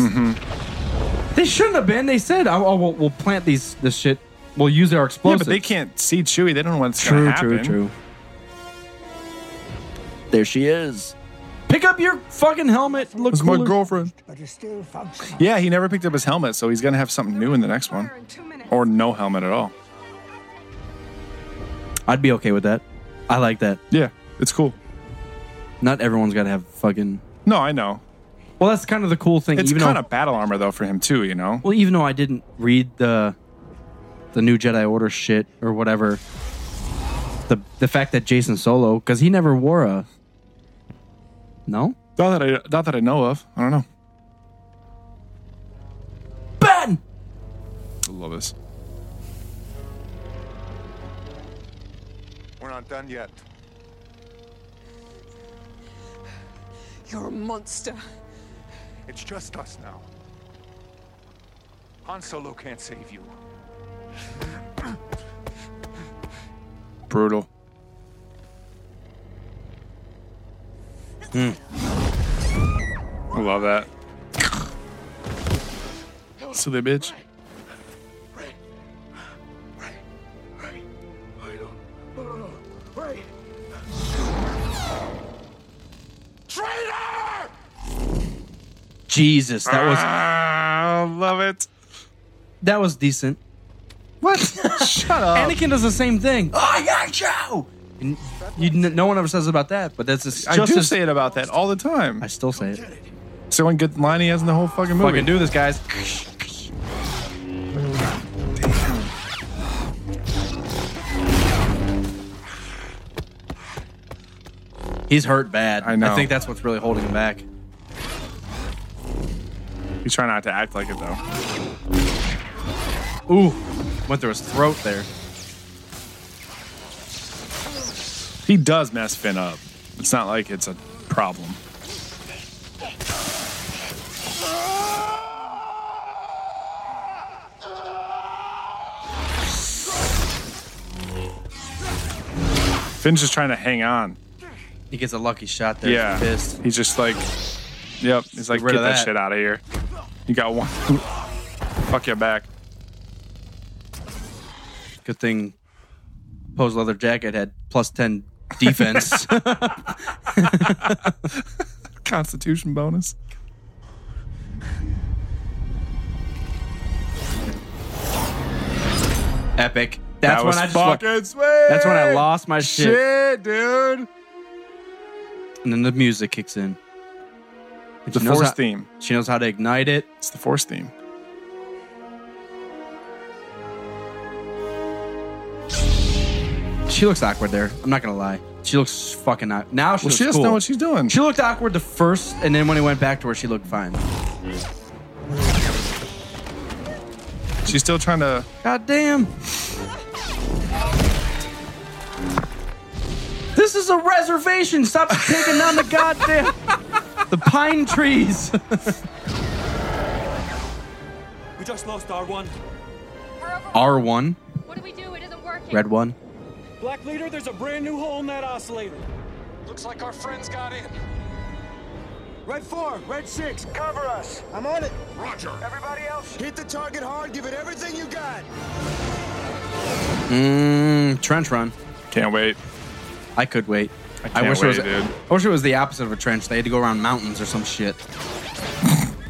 Speaker 2: They shouldn't have been. They said, "Oh, oh, we'll, we'll plant these this shit. We'll use our
Speaker 3: Yeah,
Speaker 2: explosives."
Speaker 3: but they can't see Chewie. They don't know what's
Speaker 2: True,
Speaker 3: going to happen.
Speaker 2: true, true. There she is. Pick up your fucking helmet. Looks
Speaker 3: It's my
Speaker 2: cooler.
Speaker 3: girlfriend.
Speaker 13: But it's still functional.
Speaker 3: Yeah, he never picked up his helmet, so he's going to have something new in the next one. Or no helmet at all.
Speaker 2: I'd be okay with that. I like that.
Speaker 3: Yeah, it's cool.
Speaker 2: Not everyone's got to have fucking.
Speaker 3: No, I know.
Speaker 2: Well, that's kind of the cool thing.
Speaker 3: It's
Speaker 2: even
Speaker 3: kind
Speaker 2: though,
Speaker 3: of battle armor, though, for him, too, you know?
Speaker 2: Well, even though I didn't read the the new Jedi Order shit or whatever, the the fact that Jason Solo because he never wore a no
Speaker 3: Not that, I, not that I know of. I don't know.
Speaker 2: Ben.
Speaker 3: I love this.
Speaker 8: We're not done yet.
Speaker 13: You're a monster.
Speaker 8: It's just us now. Han Solo can't save you.
Speaker 3: Brutal. Hmm. I love that. Silly bitch.
Speaker 8: Traitor!
Speaker 2: Jesus, that was
Speaker 3: I love it.
Speaker 2: that was decent. What?
Speaker 3: Shut up.
Speaker 2: Anakin does the same thing. Oh yeah, Joe. And you, no one ever says about that, but that's just,
Speaker 3: <laughs> I
Speaker 2: just
Speaker 3: do
Speaker 2: as-
Speaker 3: say it about that all the time. I
Speaker 2: still say it.
Speaker 3: It's the one good line he has in the whole fucking movie.
Speaker 2: Fucking do this, guys. He He's hurt bad.
Speaker 3: I know.
Speaker 2: I think that's what's really holding him back.
Speaker 3: He's trying not to act like it though.
Speaker 2: Ooh, went through his throat there.
Speaker 3: He does mess Finn up. It's not like it's a problem. Finn's just trying to hang on.
Speaker 2: He gets a lucky shot there.
Speaker 3: yeah,
Speaker 2: He's pissed.
Speaker 3: he's just like, yep. He's like,
Speaker 2: rid
Speaker 3: get
Speaker 2: of
Speaker 3: that.
Speaker 2: that."
Speaker 3: shit out of here. You got one. <laughs> Fuck your back.
Speaker 2: Good thing Poe's leather jacket had plus 10
Speaker 3: <laughs>
Speaker 2: defense. <laughs>
Speaker 3: Constitution bonus.
Speaker 2: Epic. That's
Speaker 3: that
Speaker 2: when
Speaker 3: was
Speaker 2: I just wa-
Speaker 3: fucking sweet.
Speaker 2: That's when I lost my shit.
Speaker 3: Shit, dude.
Speaker 2: And then the music kicks in. And
Speaker 3: The
Speaker 2: she knows
Speaker 3: Force
Speaker 2: how-
Speaker 3: theme.
Speaker 2: She knows how to ignite it.
Speaker 3: It's the Force theme.
Speaker 2: She looks awkward there. I'm not gonna lie. She looks fucking awkward. Now she
Speaker 3: Well,
Speaker 2: looks
Speaker 3: she doesn't know
Speaker 2: cool.
Speaker 3: what she's doing.
Speaker 2: She looked awkward the first, and then when it went back to her, she looked fine.
Speaker 3: She's still trying to.
Speaker 2: God damn. This is a reservation. Stop taking down the goddamn the pine trees.
Speaker 7: We just lost R1.
Speaker 2: R one,
Speaker 7: What do we do? It isn't working.
Speaker 2: red one.
Speaker 7: Black leader, there's a brand new hole in
Speaker 4: <laughs>
Speaker 7: that oscillator. Looks like our friends got in.
Speaker 4: Red 4, Red 6, cover us. I'm on it. Roger. Everybody else, hit the target hard. Give it everything you got.
Speaker 2: Mm, trench run.
Speaker 3: Can't wait.
Speaker 2: I could wait. I,
Speaker 3: can't
Speaker 2: wish it
Speaker 3: wait,
Speaker 2: was.
Speaker 3: dude.
Speaker 2: I wish it was the opposite of a trench. They had to go around mountains or some shit.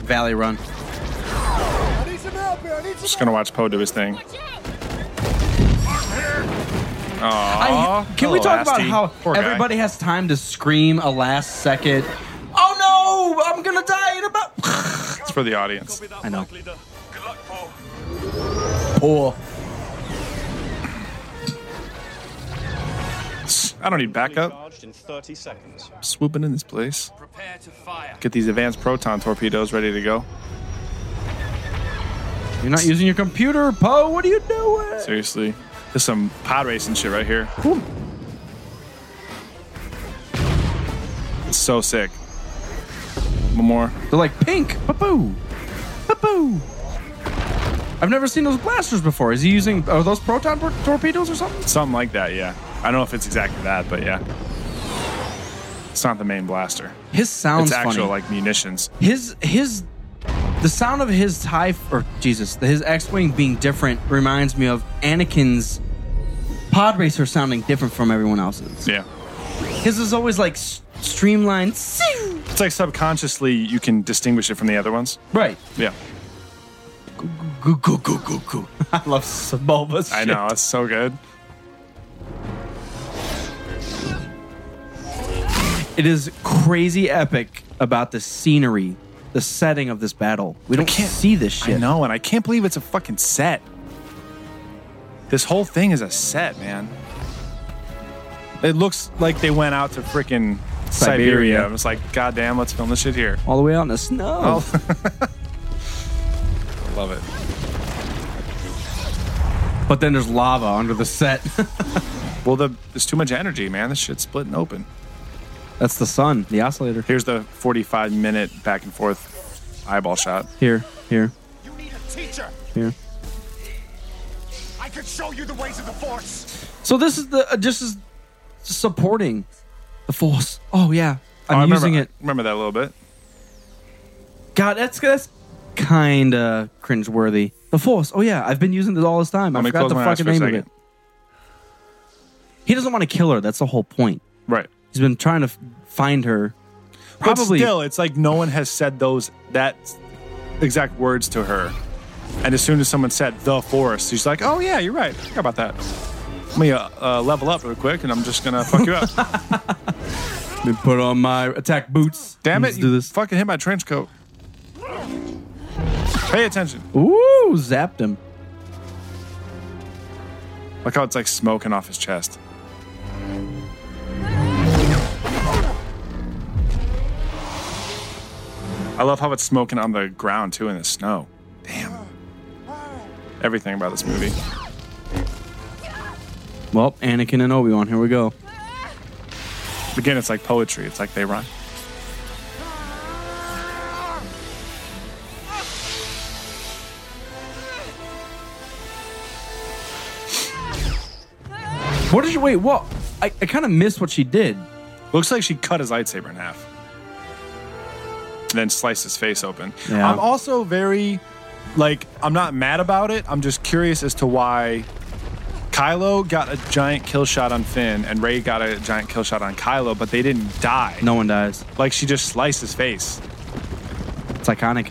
Speaker 2: Valley run.
Speaker 4: I need some help here. I need some
Speaker 3: Just gonna watch Poe do his thing.
Speaker 2: I-
Speaker 3: Aww.
Speaker 2: can we talk about how everybody has time to scream a last second? Oh no! I'm gonna die in about.
Speaker 3: It's for the audience.
Speaker 2: I know. Poor.
Speaker 3: I don't need backup.
Speaker 11: Charged in 30 seconds.
Speaker 3: Swooping in this place.
Speaker 11: Prepare to fire.
Speaker 3: Get these advanced proton torpedoes ready to go.
Speaker 2: You're not using your computer, Poe. What are you doing?
Speaker 3: Seriously. This is some pod racing shit right here. It's so sick. One more.
Speaker 2: They're like pink. Ba-boo. Ba-boo. I've never seen those blasters before. Is he using are those proton tor- torpedoes or something?
Speaker 3: Something like that, yeah. I don't know if it's exactly that, but yeah. It's not the main blaster.
Speaker 2: His sounds
Speaker 3: It's actual
Speaker 2: funny.
Speaker 3: like munitions.
Speaker 2: his his the sound of his tie or Jesus, his X-wing being different reminds me of Anakin's pod racer sounding different from everyone else's.
Speaker 3: Yeah.
Speaker 2: His is always like s- streamlined.
Speaker 3: It's like subconsciously you can distinguish it from the other ones.
Speaker 2: Right.
Speaker 3: Yeah.
Speaker 2: Go go go go go. <laughs> I love Sebulba shit.
Speaker 3: I know, it's so good.
Speaker 2: It is crazy epic about the scenery, the setting of this battle. We don't see this shit.
Speaker 3: I know, and I can't believe it's a fucking set. This whole thing is a set, man. It looks like they went out to freaking
Speaker 2: Siberia.
Speaker 3: Siberia. It's like, goddamn, let's film this shit here.
Speaker 2: All the way out in the snow.
Speaker 3: Oh. <laughs> I love it.
Speaker 2: But then there's lava under the set. <laughs>
Speaker 3: Well, the, there's too much energy, man. This shit's splitting open.
Speaker 2: That's the sun, the oscillator.
Speaker 3: Here's the 45 minute back and forth eyeball shot.
Speaker 2: Here, here,
Speaker 4: Need a teacher.
Speaker 2: here.
Speaker 4: I could show you the ways of the Force.
Speaker 2: So this is the uh, this is supporting the force. Oh yeah,
Speaker 3: Oh, I
Speaker 2: I'm
Speaker 3: remember,
Speaker 2: using it.
Speaker 3: Remember that a little bit.
Speaker 2: God, that's that's kind of cringeworthy. The force. Oh yeah, I've been using this all this time.
Speaker 3: Let
Speaker 2: I
Speaker 3: me
Speaker 2: forgot
Speaker 3: close
Speaker 2: the
Speaker 3: my eyes
Speaker 2: fucking
Speaker 3: for a
Speaker 2: name of it.
Speaker 3: second.
Speaker 2: He doesn't want to kill her. That's the whole point.
Speaker 3: Right.
Speaker 2: He's been trying to f- find her. Probably
Speaker 3: But still, it's like no one has said those that exact words to her. And as soon as someone said the forest, she's like, "Oh yeah, you're right. I forgot about that. Let me uh, uh, level up real quick, and I'm just gonna fuck you
Speaker 2: <laughs>
Speaker 3: up.
Speaker 2: Let me put on my attack boots.
Speaker 3: Damn it!
Speaker 2: Let's do
Speaker 3: you
Speaker 2: this.
Speaker 3: Fucking hit my trench coat. Pay attention.
Speaker 2: Ooh, zapped him.
Speaker 3: Look how it's like smoking off his chest. I love how it's smoking on the ground too in the snow. Damn. Everything about this movie.
Speaker 2: Well, Anakin and Obi Wan. Here we go.
Speaker 3: Again, it's like poetry. It's like they rhyme.
Speaker 2: What did you wait? What? I, I kind of missed what she did.
Speaker 3: Looks like she cut his lightsaber in half, and then sliced his face open.
Speaker 2: Yeah.
Speaker 3: I'm also very, like, I'm not mad about it. I'm just curious as to why Kylo got a giant kill shot on Finn and Ray got a giant kill shot on Kylo, but they didn't die.
Speaker 2: No one dies.
Speaker 3: Like, she just sliced his face.
Speaker 2: It's iconic.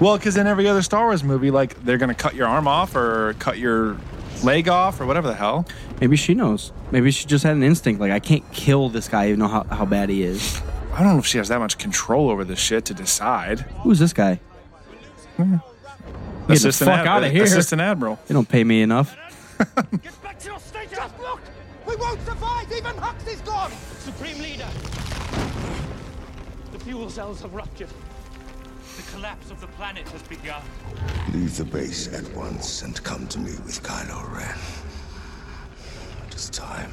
Speaker 3: Well, because in every other Star Wars movie, like, they're going to cut your arm off or cut your leg off or whatever the hell.
Speaker 2: Maybe she knows. Maybe she just had an instinct. Like I can't kill this guy, even though how, how bad he is.
Speaker 3: I don't know if she has that much control over this shit to decide.
Speaker 2: Who's this guy? Get the
Speaker 3: Assistant
Speaker 2: fuck
Speaker 3: Ad-
Speaker 2: out of here!
Speaker 3: Assistant Admiral. <laughs>
Speaker 2: They don't pay me enough.
Speaker 4: Get back to your station! Just look! We won't survive! Even Hux is gone!
Speaker 7: Supreme Leader! The fuel cells have ruptured. The collapse of the planet has begun.
Speaker 19: Leave the base at once and come to me with Kylo Ren. It is time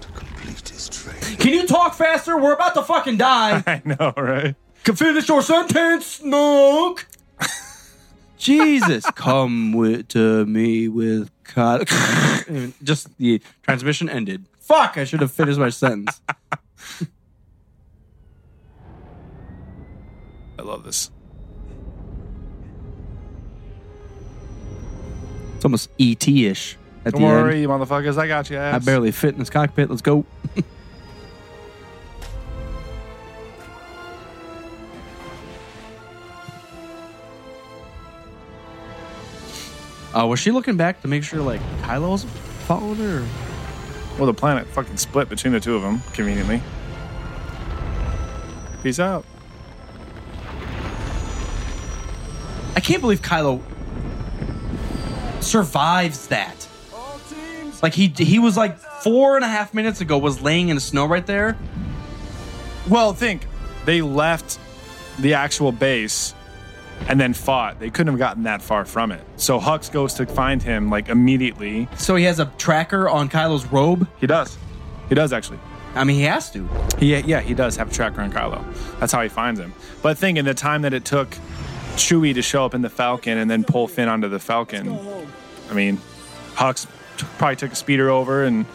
Speaker 19: to complete his training.
Speaker 2: Can you talk faster? We're about to fucking <laughs> die.
Speaker 3: I know, right?
Speaker 2: Can finish your sentence, Snoke. Jesus,
Speaker 3: <laughs>
Speaker 2: come with, to me with God. <laughs> Just the transmission ended. Fuck! I should have finished my sentence.
Speaker 3: I love this.
Speaker 2: It's almost ET ish at
Speaker 3: Don't
Speaker 2: the end.
Speaker 3: worry, you motherfuckers. I got you.
Speaker 2: I
Speaker 3: Ass.
Speaker 2: barely fit in this cockpit. Let's go. <laughs> uh, was she looking back to make sure like Kylo's followed her?
Speaker 3: Well, the planet fucking split between the two of them conveniently. Peace out.
Speaker 2: I can't believe Kylo survives that. Like he he was like four and a half minutes ago was laying in the snow right there.
Speaker 3: Well, think they left the actual base and then fought. They couldn't have gotten that far from it. So Hux goes to find him like immediately.
Speaker 2: So he has a tracker on Kylo's robe.
Speaker 3: He does. He does actually.
Speaker 2: I mean, he has to.
Speaker 3: Yeah, yeah, he does have a tracker on Kylo. That's how he finds him. But think in the time that it took Chewie to show up in the Falcon and then pull Finn onto the Falcon. I mean, Hux t- probably took a speeder over and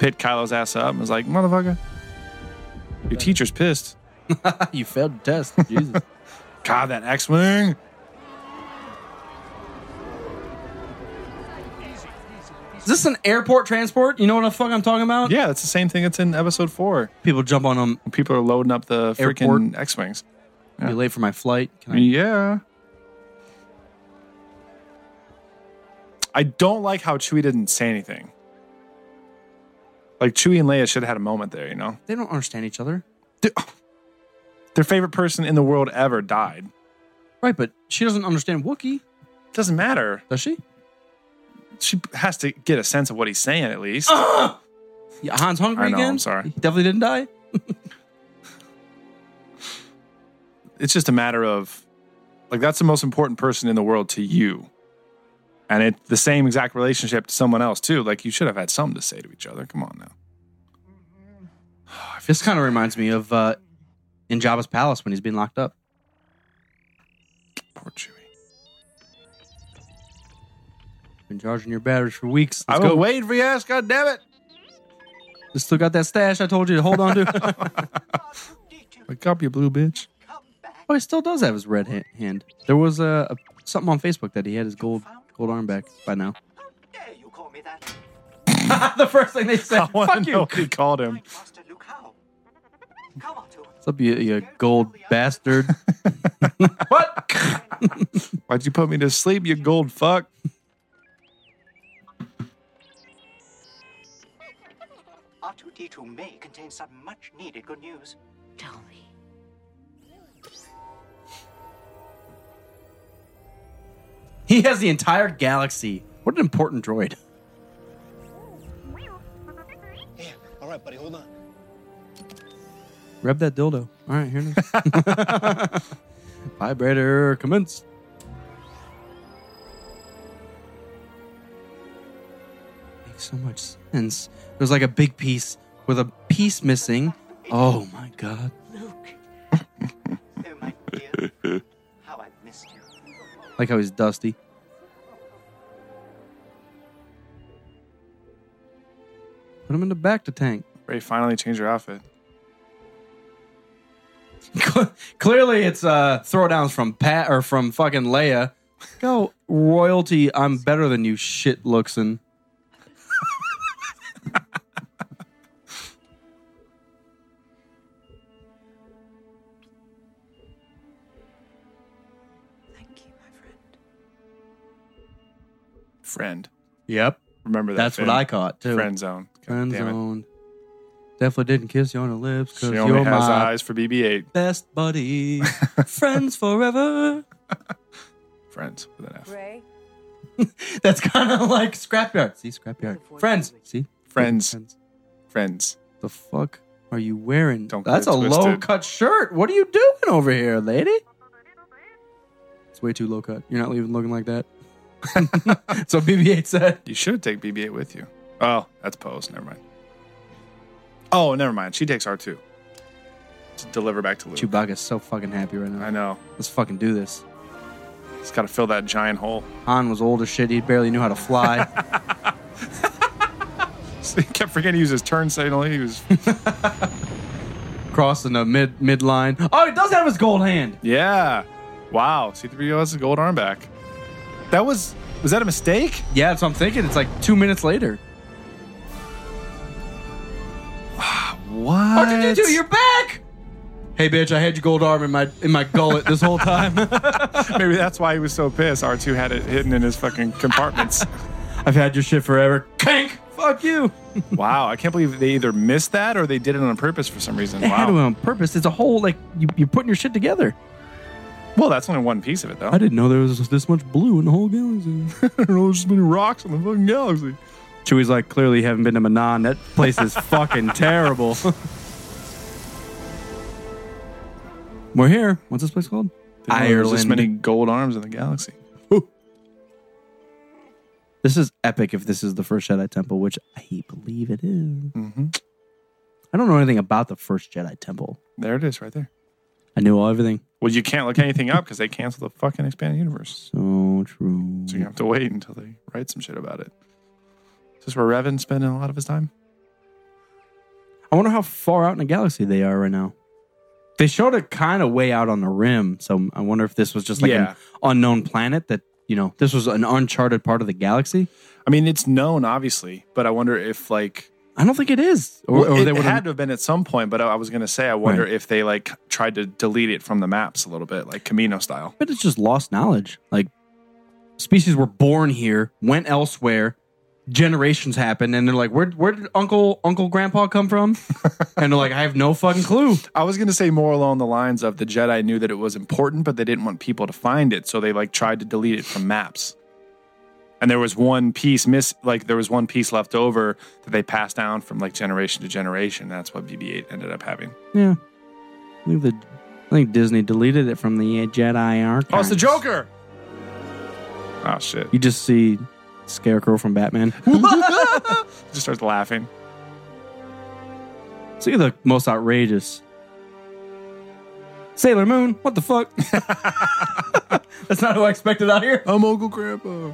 Speaker 3: pit Kylo's ass up and was like, "Motherfucker, your teacher's pissed.
Speaker 2: you failed the test." Jesus.
Speaker 3: God, that X-wing.
Speaker 2: Is this an airport transport? You know what the fuck I'm talking about?
Speaker 3: Yeah, it's the same thing that's in Episode Four.
Speaker 2: People jump on them.
Speaker 3: People are loading up the
Speaker 2: Airport.
Speaker 3: freaking X-wings.
Speaker 2: Be late for my flight. Can I-
Speaker 3: Mm. Yeah. I don't like how Chewie didn't say anything. Like Chewie and Leia should have had a moment there, you know.
Speaker 2: They don't understand each other,
Speaker 3: Their favorite person in the world ever died.
Speaker 2: right? But she doesn't understand Wookiee.
Speaker 3: Doesn't matter.
Speaker 2: Does she?
Speaker 3: She has to get a sense of what he's saying at least.
Speaker 2: <gasps> Yeah, Han's hungry
Speaker 3: I know,
Speaker 2: again.
Speaker 3: I'm sorry.
Speaker 2: He definitely didn't die.
Speaker 3: It's just a matter of like that's the most important person in the world to you. And it's the same exact relationship to someone else too. Like you should have had something to say to each other. Come on now.
Speaker 2: This kind of reminds me of uh, in Jabba's palace when he's being locked up.
Speaker 3: Poor Chewie.
Speaker 2: Been charging your batteries for weeks.
Speaker 3: I
Speaker 2: Let's
Speaker 3: will
Speaker 2: go.
Speaker 3: wait for you, ass. God damn it.
Speaker 2: Just still got that stash I told you to hold on
Speaker 3: <laughs>
Speaker 2: to.
Speaker 3: Wake up, you blue bitch.
Speaker 2: oh, he still does have his red ha- hand. There was a, a something on Facebook that he had his gold gold arm back by
Speaker 3: <laughs>
Speaker 2: now.
Speaker 15: Dare you call me that?
Speaker 2: the first thing they said.
Speaker 3: I want to
Speaker 2: Fuck you.
Speaker 3: know what he called him.
Speaker 15: Master Luke, how? Come on, to
Speaker 2: What's up, you, you gold bastard? what?
Speaker 3: Why'd you put me to sleep, you gold fuck?
Speaker 15: R2D2 may contain some much needed good news. Tell me.
Speaker 2: He has the entire galaxy. What an important droid.
Speaker 11: All right, buddy, hold on.
Speaker 2: Rub that dildo. All right, here it is. <laughs> Vibrator commence. Makes so much sense. There's like a big piece with a piece missing. Oh my god.
Speaker 15: Oh, my
Speaker 2: <laughs>
Speaker 15: dear. How I missed you.
Speaker 2: Like how he's dusty. Put him in the back to tank.
Speaker 3: Ray finally changed her outfit.
Speaker 2: <laughs> Clearly, it's uh, throwdowns from Pat or from fucking Leia. Go royalty. I'm better than you, shit looksin.
Speaker 6: Thank you, my friend.
Speaker 3: Friend.
Speaker 2: Yep.
Speaker 3: Remember that.
Speaker 2: That's what
Speaker 3: Finn?
Speaker 2: I caught too.
Speaker 3: Friend zone. God
Speaker 2: Friend
Speaker 3: damn it.
Speaker 2: zone. Definitely didn't kiss you on the lips because
Speaker 3: She only
Speaker 2: you're my
Speaker 3: has eyes for BB-8.
Speaker 2: best buddy.
Speaker 3: <laughs>
Speaker 2: Friends forever.
Speaker 3: Friends with an F.
Speaker 6: Ray,
Speaker 2: That's kind of like scrapyard. See scrapyard. Friends. See
Speaker 3: Friends. Friends.
Speaker 2: The fuck are you wearing?
Speaker 3: Don't get
Speaker 2: That's a
Speaker 3: it
Speaker 2: low
Speaker 3: twisted.
Speaker 2: cut shirt. What are you doing over here, lady? It's way too low cut. You're not even looking like that. so BB-8 said,
Speaker 3: You should take BB-8 with you. Oh, that's Poe's. Never mind. Oh, never mind. She takes R2 to deliver back to Luke.
Speaker 2: "Chewbacca's so fucking happy right now.
Speaker 3: I know.
Speaker 2: Let's fucking do this."
Speaker 3: He's got to fill that giant hole. <laughs>
Speaker 2: Han was old as shit. He barely knew how to fly.
Speaker 3: he kept forgetting to use his turn signal. He was
Speaker 2: crossing the mid midline. Oh, he does have his gold hand.
Speaker 3: Yeah. Wow. C3PO has a gold arm back. That was was that a mistake?
Speaker 2: Yeah, that's what I'm thinking. It's like two minutes later.
Speaker 3: What?
Speaker 2: What did you do?
Speaker 3: <laughs>
Speaker 2: You're back. Hey, bitch! I had your gold arm in my in my gullet this whole time.
Speaker 3: Maybe that's why he was so pissed. R2 had it hidden in his fucking <laughs> compartments.
Speaker 2: I've had your shit forever. Kank. Fuck you.
Speaker 3: wow. I can't believe they either missed that or they did it on purpose for some reason.
Speaker 2: They had it
Speaker 3: Wow.
Speaker 2: on purpose. It's a whole like you, you're putting your shit together.
Speaker 3: Well, that's only one piece of it though.
Speaker 2: I didn't know there was this much blue in the whole galaxy.
Speaker 3: There's so many rocks on the fucking galaxy.
Speaker 2: <laughs> Chewie's like, clearly you haven't been to Manon. That place <laughs> is fucking terrible. <laughs> We're here. What's this place called?
Speaker 3: Didn't know there was This many gold arms in the galaxy.
Speaker 2: This is epic if this is the first Jedi Temple, which I believe it is.
Speaker 3: Mm-hmm.
Speaker 2: I don't know anything about the first Jedi Temple.
Speaker 3: There it is, right there.
Speaker 2: I knew all everything.
Speaker 3: Well, you can't look anything up because they canceled the fucking expanded universe.
Speaker 2: So true.
Speaker 3: So you have to wait until they write some shit about it. Is this where Revan's spending a lot of his time?
Speaker 2: I wonder how far out in the galaxy they are right now. They showed it kind of way out on the rim, so I wonder if this was just like
Speaker 3: Yeah.
Speaker 2: an unknown planet that you know this was an uncharted part of the galaxy.
Speaker 3: I mean, it's known, obviously, but I wonder if like
Speaker 2: I don't think it is, or,
Speaker 3: Well,
Speaker 2: or
Speaker 3: it
Speaker 2: they would
Speaker 3: had to have been at some point. But I, I was gonna say, I wonder
Speaker 2: Right.
Speaker 3: if they like tried to delete it from the maps a little bit, like Camino style.
Speaker 2: But it's just lost knowledge. Like species were born here, went elsewhere, generations happened, and they're like, "Where where did Uncle Uncle Grandpa come
Speaker 3: <laughs>
Speaker 2: from?" and they're like, "I have no fucking clue."
Speaker 3: I was gonna say more along the lines of the Jedi knew that it was important, but they didn't want people to find it, so they like tried to delete it from maps. And there was one piece miss, like there was one piece left over that they passed down from like generation to generation. That's what BB-8 ended up having.
Speaker 2: Yeah, I think the I think Disney deleted it from the Jedi archive.
Speaker 3: Oh, it's the Joker. Oh shit!
Speaker 2: You just see Scarecrow from
Speaker 3: <laughs>
Speaker 2: Batman.
Speaker 3: Just starts laughing.
Speaker 2: see the most outrageous Sailor Moon. What the
Speaker 3: <laughs>
Speaker 2: fuck? <laughs> That's not who I expected out here.
Speaker 3: I'm Uncle Grandpa.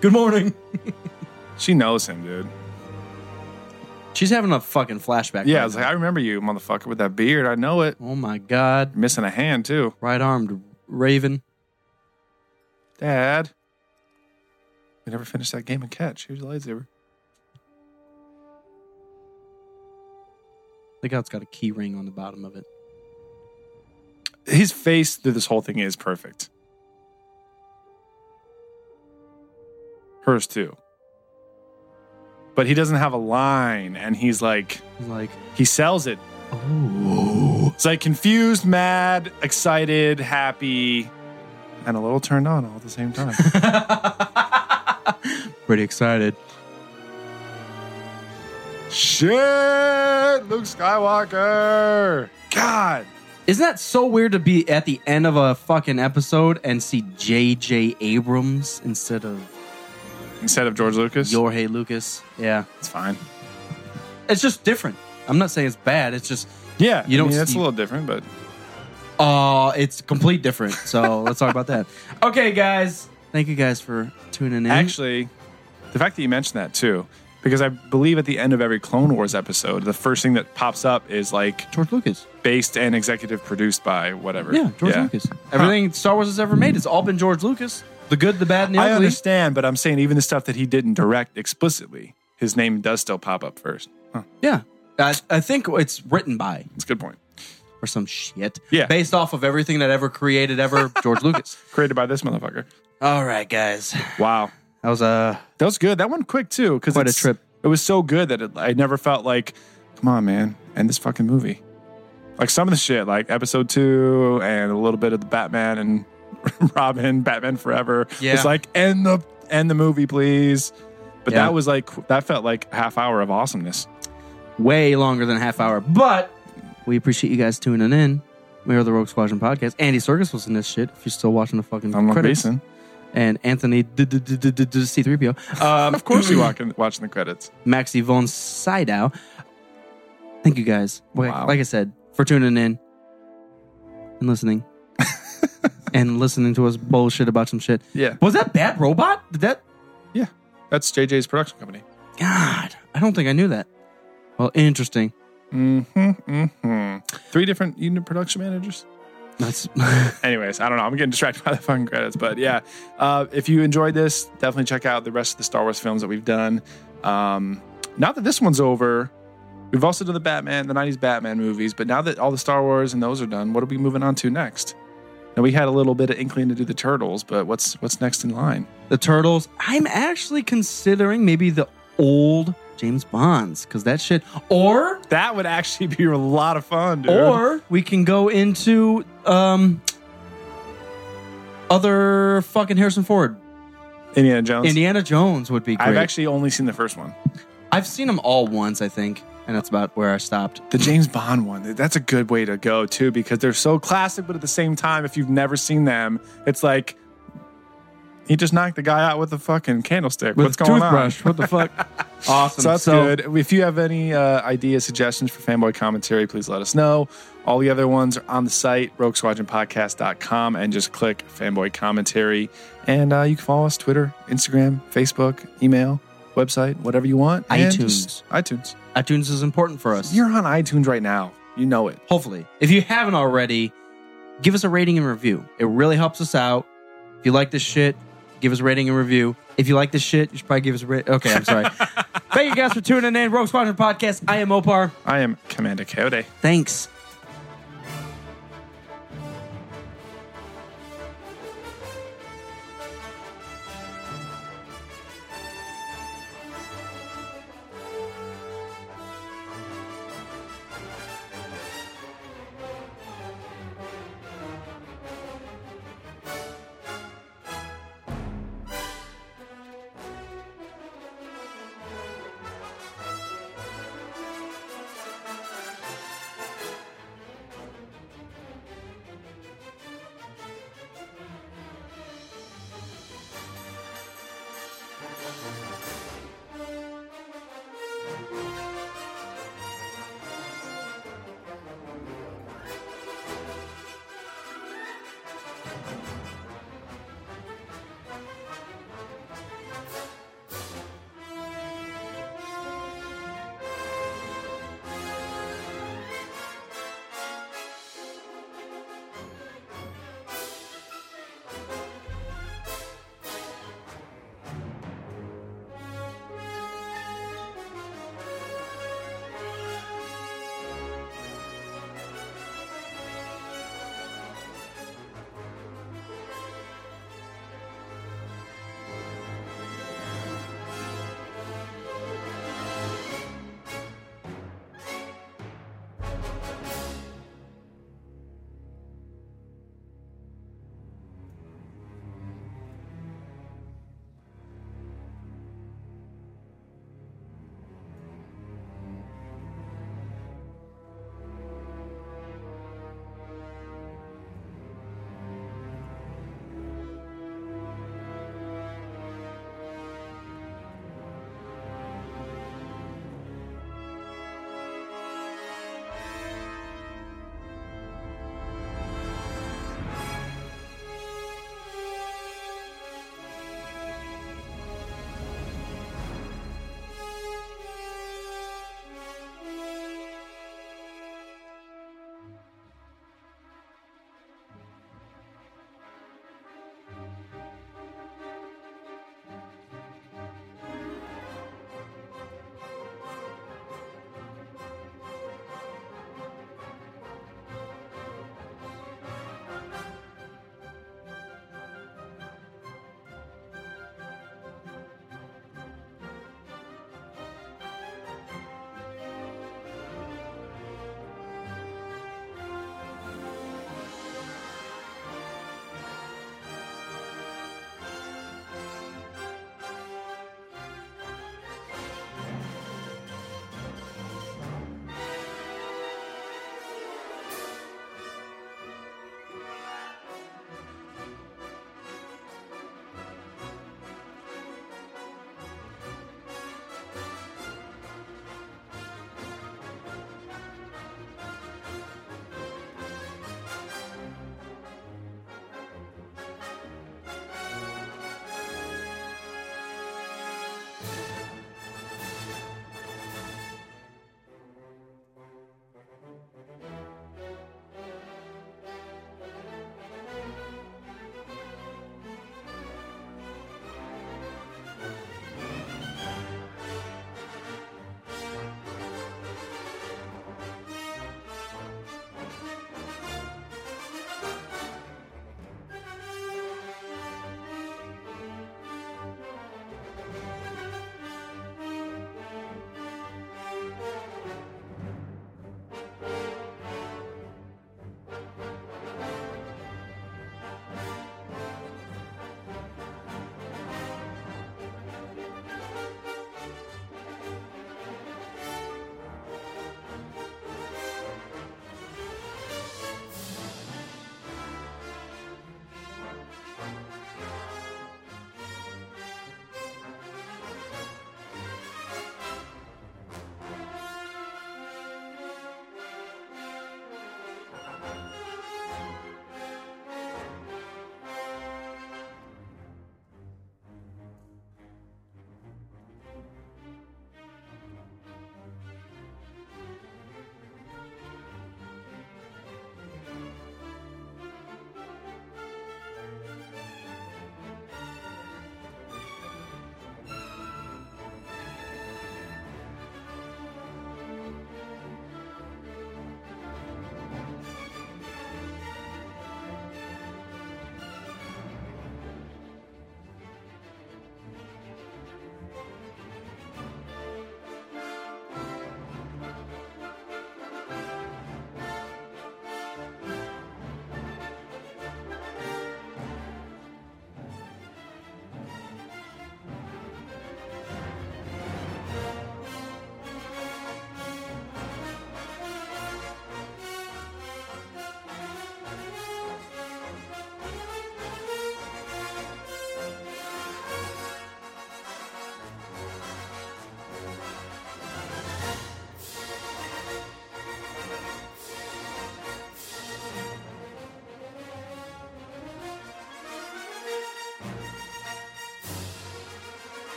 Speaker 2: Good morning. <laughs>
Speaker 3: She knows him, dude.
Speaker 2: She's having a fucking flashback.
Speaker 3: Yeah, I
Speaker 2: right
Speaker 3: was
Speaker 2: now.
Speaker 3: like, I remember you, motherfucker, with that beard. I know it.
Speaker 2: Oh my god.
Speaker 3: You're missing a hand too,
Speaker 2: right armed Raven.
Speaker 3: Dad. We never finished that game of catch. Here's a lightsaber.
Speaker 2: I think how it's got a key ring on the bottom of it.
Speaker 3: His face through this whole thing is perfect. Hers too. But he doesn't have a line, and he's like,
Speaker 2: He's like,
Speaker 3: he sells it.
Speaker 2: oh.
Speaker 3: It's like confused, mad, excited, happy, and a little turned on all at the same time.
Speaker 2: Pretty excited.
Speaker 3: Shit, Luke Skywalker. God.
Speaker 2: Isn't that so weird to be at the end of a fucking episode and see J.J. Abrams instead of
Speaker 3: instead of George Lucas?
Speaker 2: Jorge Lucas? Yeah,
Speaker 3: it's fine.
Speaker 2: It's just different. I'm not saying it's bad. It's just
Speaker 3: Yeah,
Speaker 2: You
Speaker 3: I
Speaker 2: don't
Speaker 3: mean, that's
Speaker 2: see-
Speaker 3: a little different, but
Speaker 2: uh, it's complete different. <laughs> So let's talk about that. Okay, guys. Thank you guys for tuning in.
Speaker 3: Actually, the fact that you mentioned that too, because I believe at the end of every Clone Wars episode, the first thing that pops up is like
Speaker 2: George Lucas,
Speaker 3: based and executive produced by whatever.
Speaker 2: yeah, George Lucas. Everything Star Wars has ever made, it's all been George Lucas. The good, the bad, and the
Speaker 3: I
Speaker 2: ugly.
Speaker 3: understand, but I'm saying even the stuff that he didn't direct explicitly, his name does still pop up first. Huh.
Speaker 2: Yeah. I, I think it's written by.
Speaker 3: It's a good point.
Speaker 2: Or some shit.
Speaker 3: Yeah.
Speaker 2: Based off of everything that ever created ever George <laughs> Lucas.
Speaker 3: Created by this motherfucker.
Speaker 2: All right, guys.
Speaker 3: Wow.
Speaker 2: That was uh, a
Speaker 3: That was good. That one quick too, because
Speaker 2: Quite a trip.
Speaker 3: It was so good that it, I never felt like, come on, man, end this fucking movie. Like some of the shit, like episode two and a little bit of the Batman and <laughs> Robin, Batman Forever.
Speaker 2: Yeah.
Speaker 3: It's like end the end the movie, please. But
Speaker 2: Yeah.
Speaker 3: that was like that felt like a half hour of awesomeness.
Speaker 2: way longer than a half hour, but we appreciate you guys tuning in. We are the Rogue Squadron podcast. Andy Serkis was in this shit. If you're still watching the fucking
Speaker 3: I'm like
Speaker 2: credits,
Speaker 3: Mason.
Speaker 2: and Anthony d- d- d- d- d- d- C3PO, um,
Speaker 3: Of course,
Speaker 2: <clears throat>
Speaker 3: we walk in, watching the credits.
Speaker 2: Maxi von Sydow. Thank you guys. Like,
Speaker 3: Wow.
Speaker 2: like I said, for tuning in and
Speaker 3: <laughs>
Speaker 2: listening. and listening to us bullshit about some shit.
Speaker 3: Yeah,
Speaker 2: Was that Bad Robot? Did that
Speaker 3: that's JJ's production company.
Speaker 2: God, I don't think I knew that. Well, interesting.
Speaker 3: Mm-hmm, mm-hmm. Three different unit production managers.
Speaker 2: That's <laughs>
Speaker 3: Anyways, I don't know. I'm getting distracted <laughs> by the fucking credits, but yeah. Uh, if you enjoyed this, definitely check out the rest of the Star Wars films that we've done. Um, now that this one's over, we've also done the Batman, the '90s Batman movies. But now that all the Star Wars and those are done, what are we moving on to next? Now we had a little bit of inkling to do the Turtles, but what's what's next in line?
Speaker 2: the Turtles. I'm actually considering maybe the old James Bonds because that shit. Or
Speaker 3: That would actually <laughs> be a lot of fun, dude.
Speaker 2: or we can go into um other fucking Harrison Ford.
Speaker 3: Indiana Jones.
Speaker 2: Indiana Jones would be great.
Speaker 3: I've actually only seen the first one,
Speaker 2: I've seen them all once, I think, and that's about where I stopped.
Speaker 3: the James Bond one. That's a good way to go too, because they're so classic. But at the same time, if you've never seen them, it's like he just knocked the guy out with a fucking candlestick.
Speaker 2: With
Speaker 3: What's
Speaker 2: a
Speaker 3: going
Speaker 2: toothbrush.
Speaker 3: on?
Speaker 2: What the
Speaker 3: <laughs>
Speaker 2: fuck? awesome.
Speaker 3: So that's good. If you have any uh, ideas, suggestions for fanboy commentary, please let us know. All the other ones are on the site, roguesquadronpodcast.com, and just click fanboy commentary. And uh, you can follow us Twitter, Instagram, Facebook, email, website, whatever you want. And
Speaker 2: iTunes.
Speaker 3: just- iTunes.
Speaker 2: iTunes is important for us.
Speaker 3: You're on iTunes right now. You know it.
Speaker 2: Hopefully. If you haven't already, give us a rating and review. It really helps us out. If you like this shit, give us a rating and review. If you like this shit, you should probably give us a rating. Okay, I'm sorry. Thank you guys for tuning in. Rogue Squadron Podcast. I am Opar.
Speaker 3: I am Commander Coyote.
Speaker 2: Thanks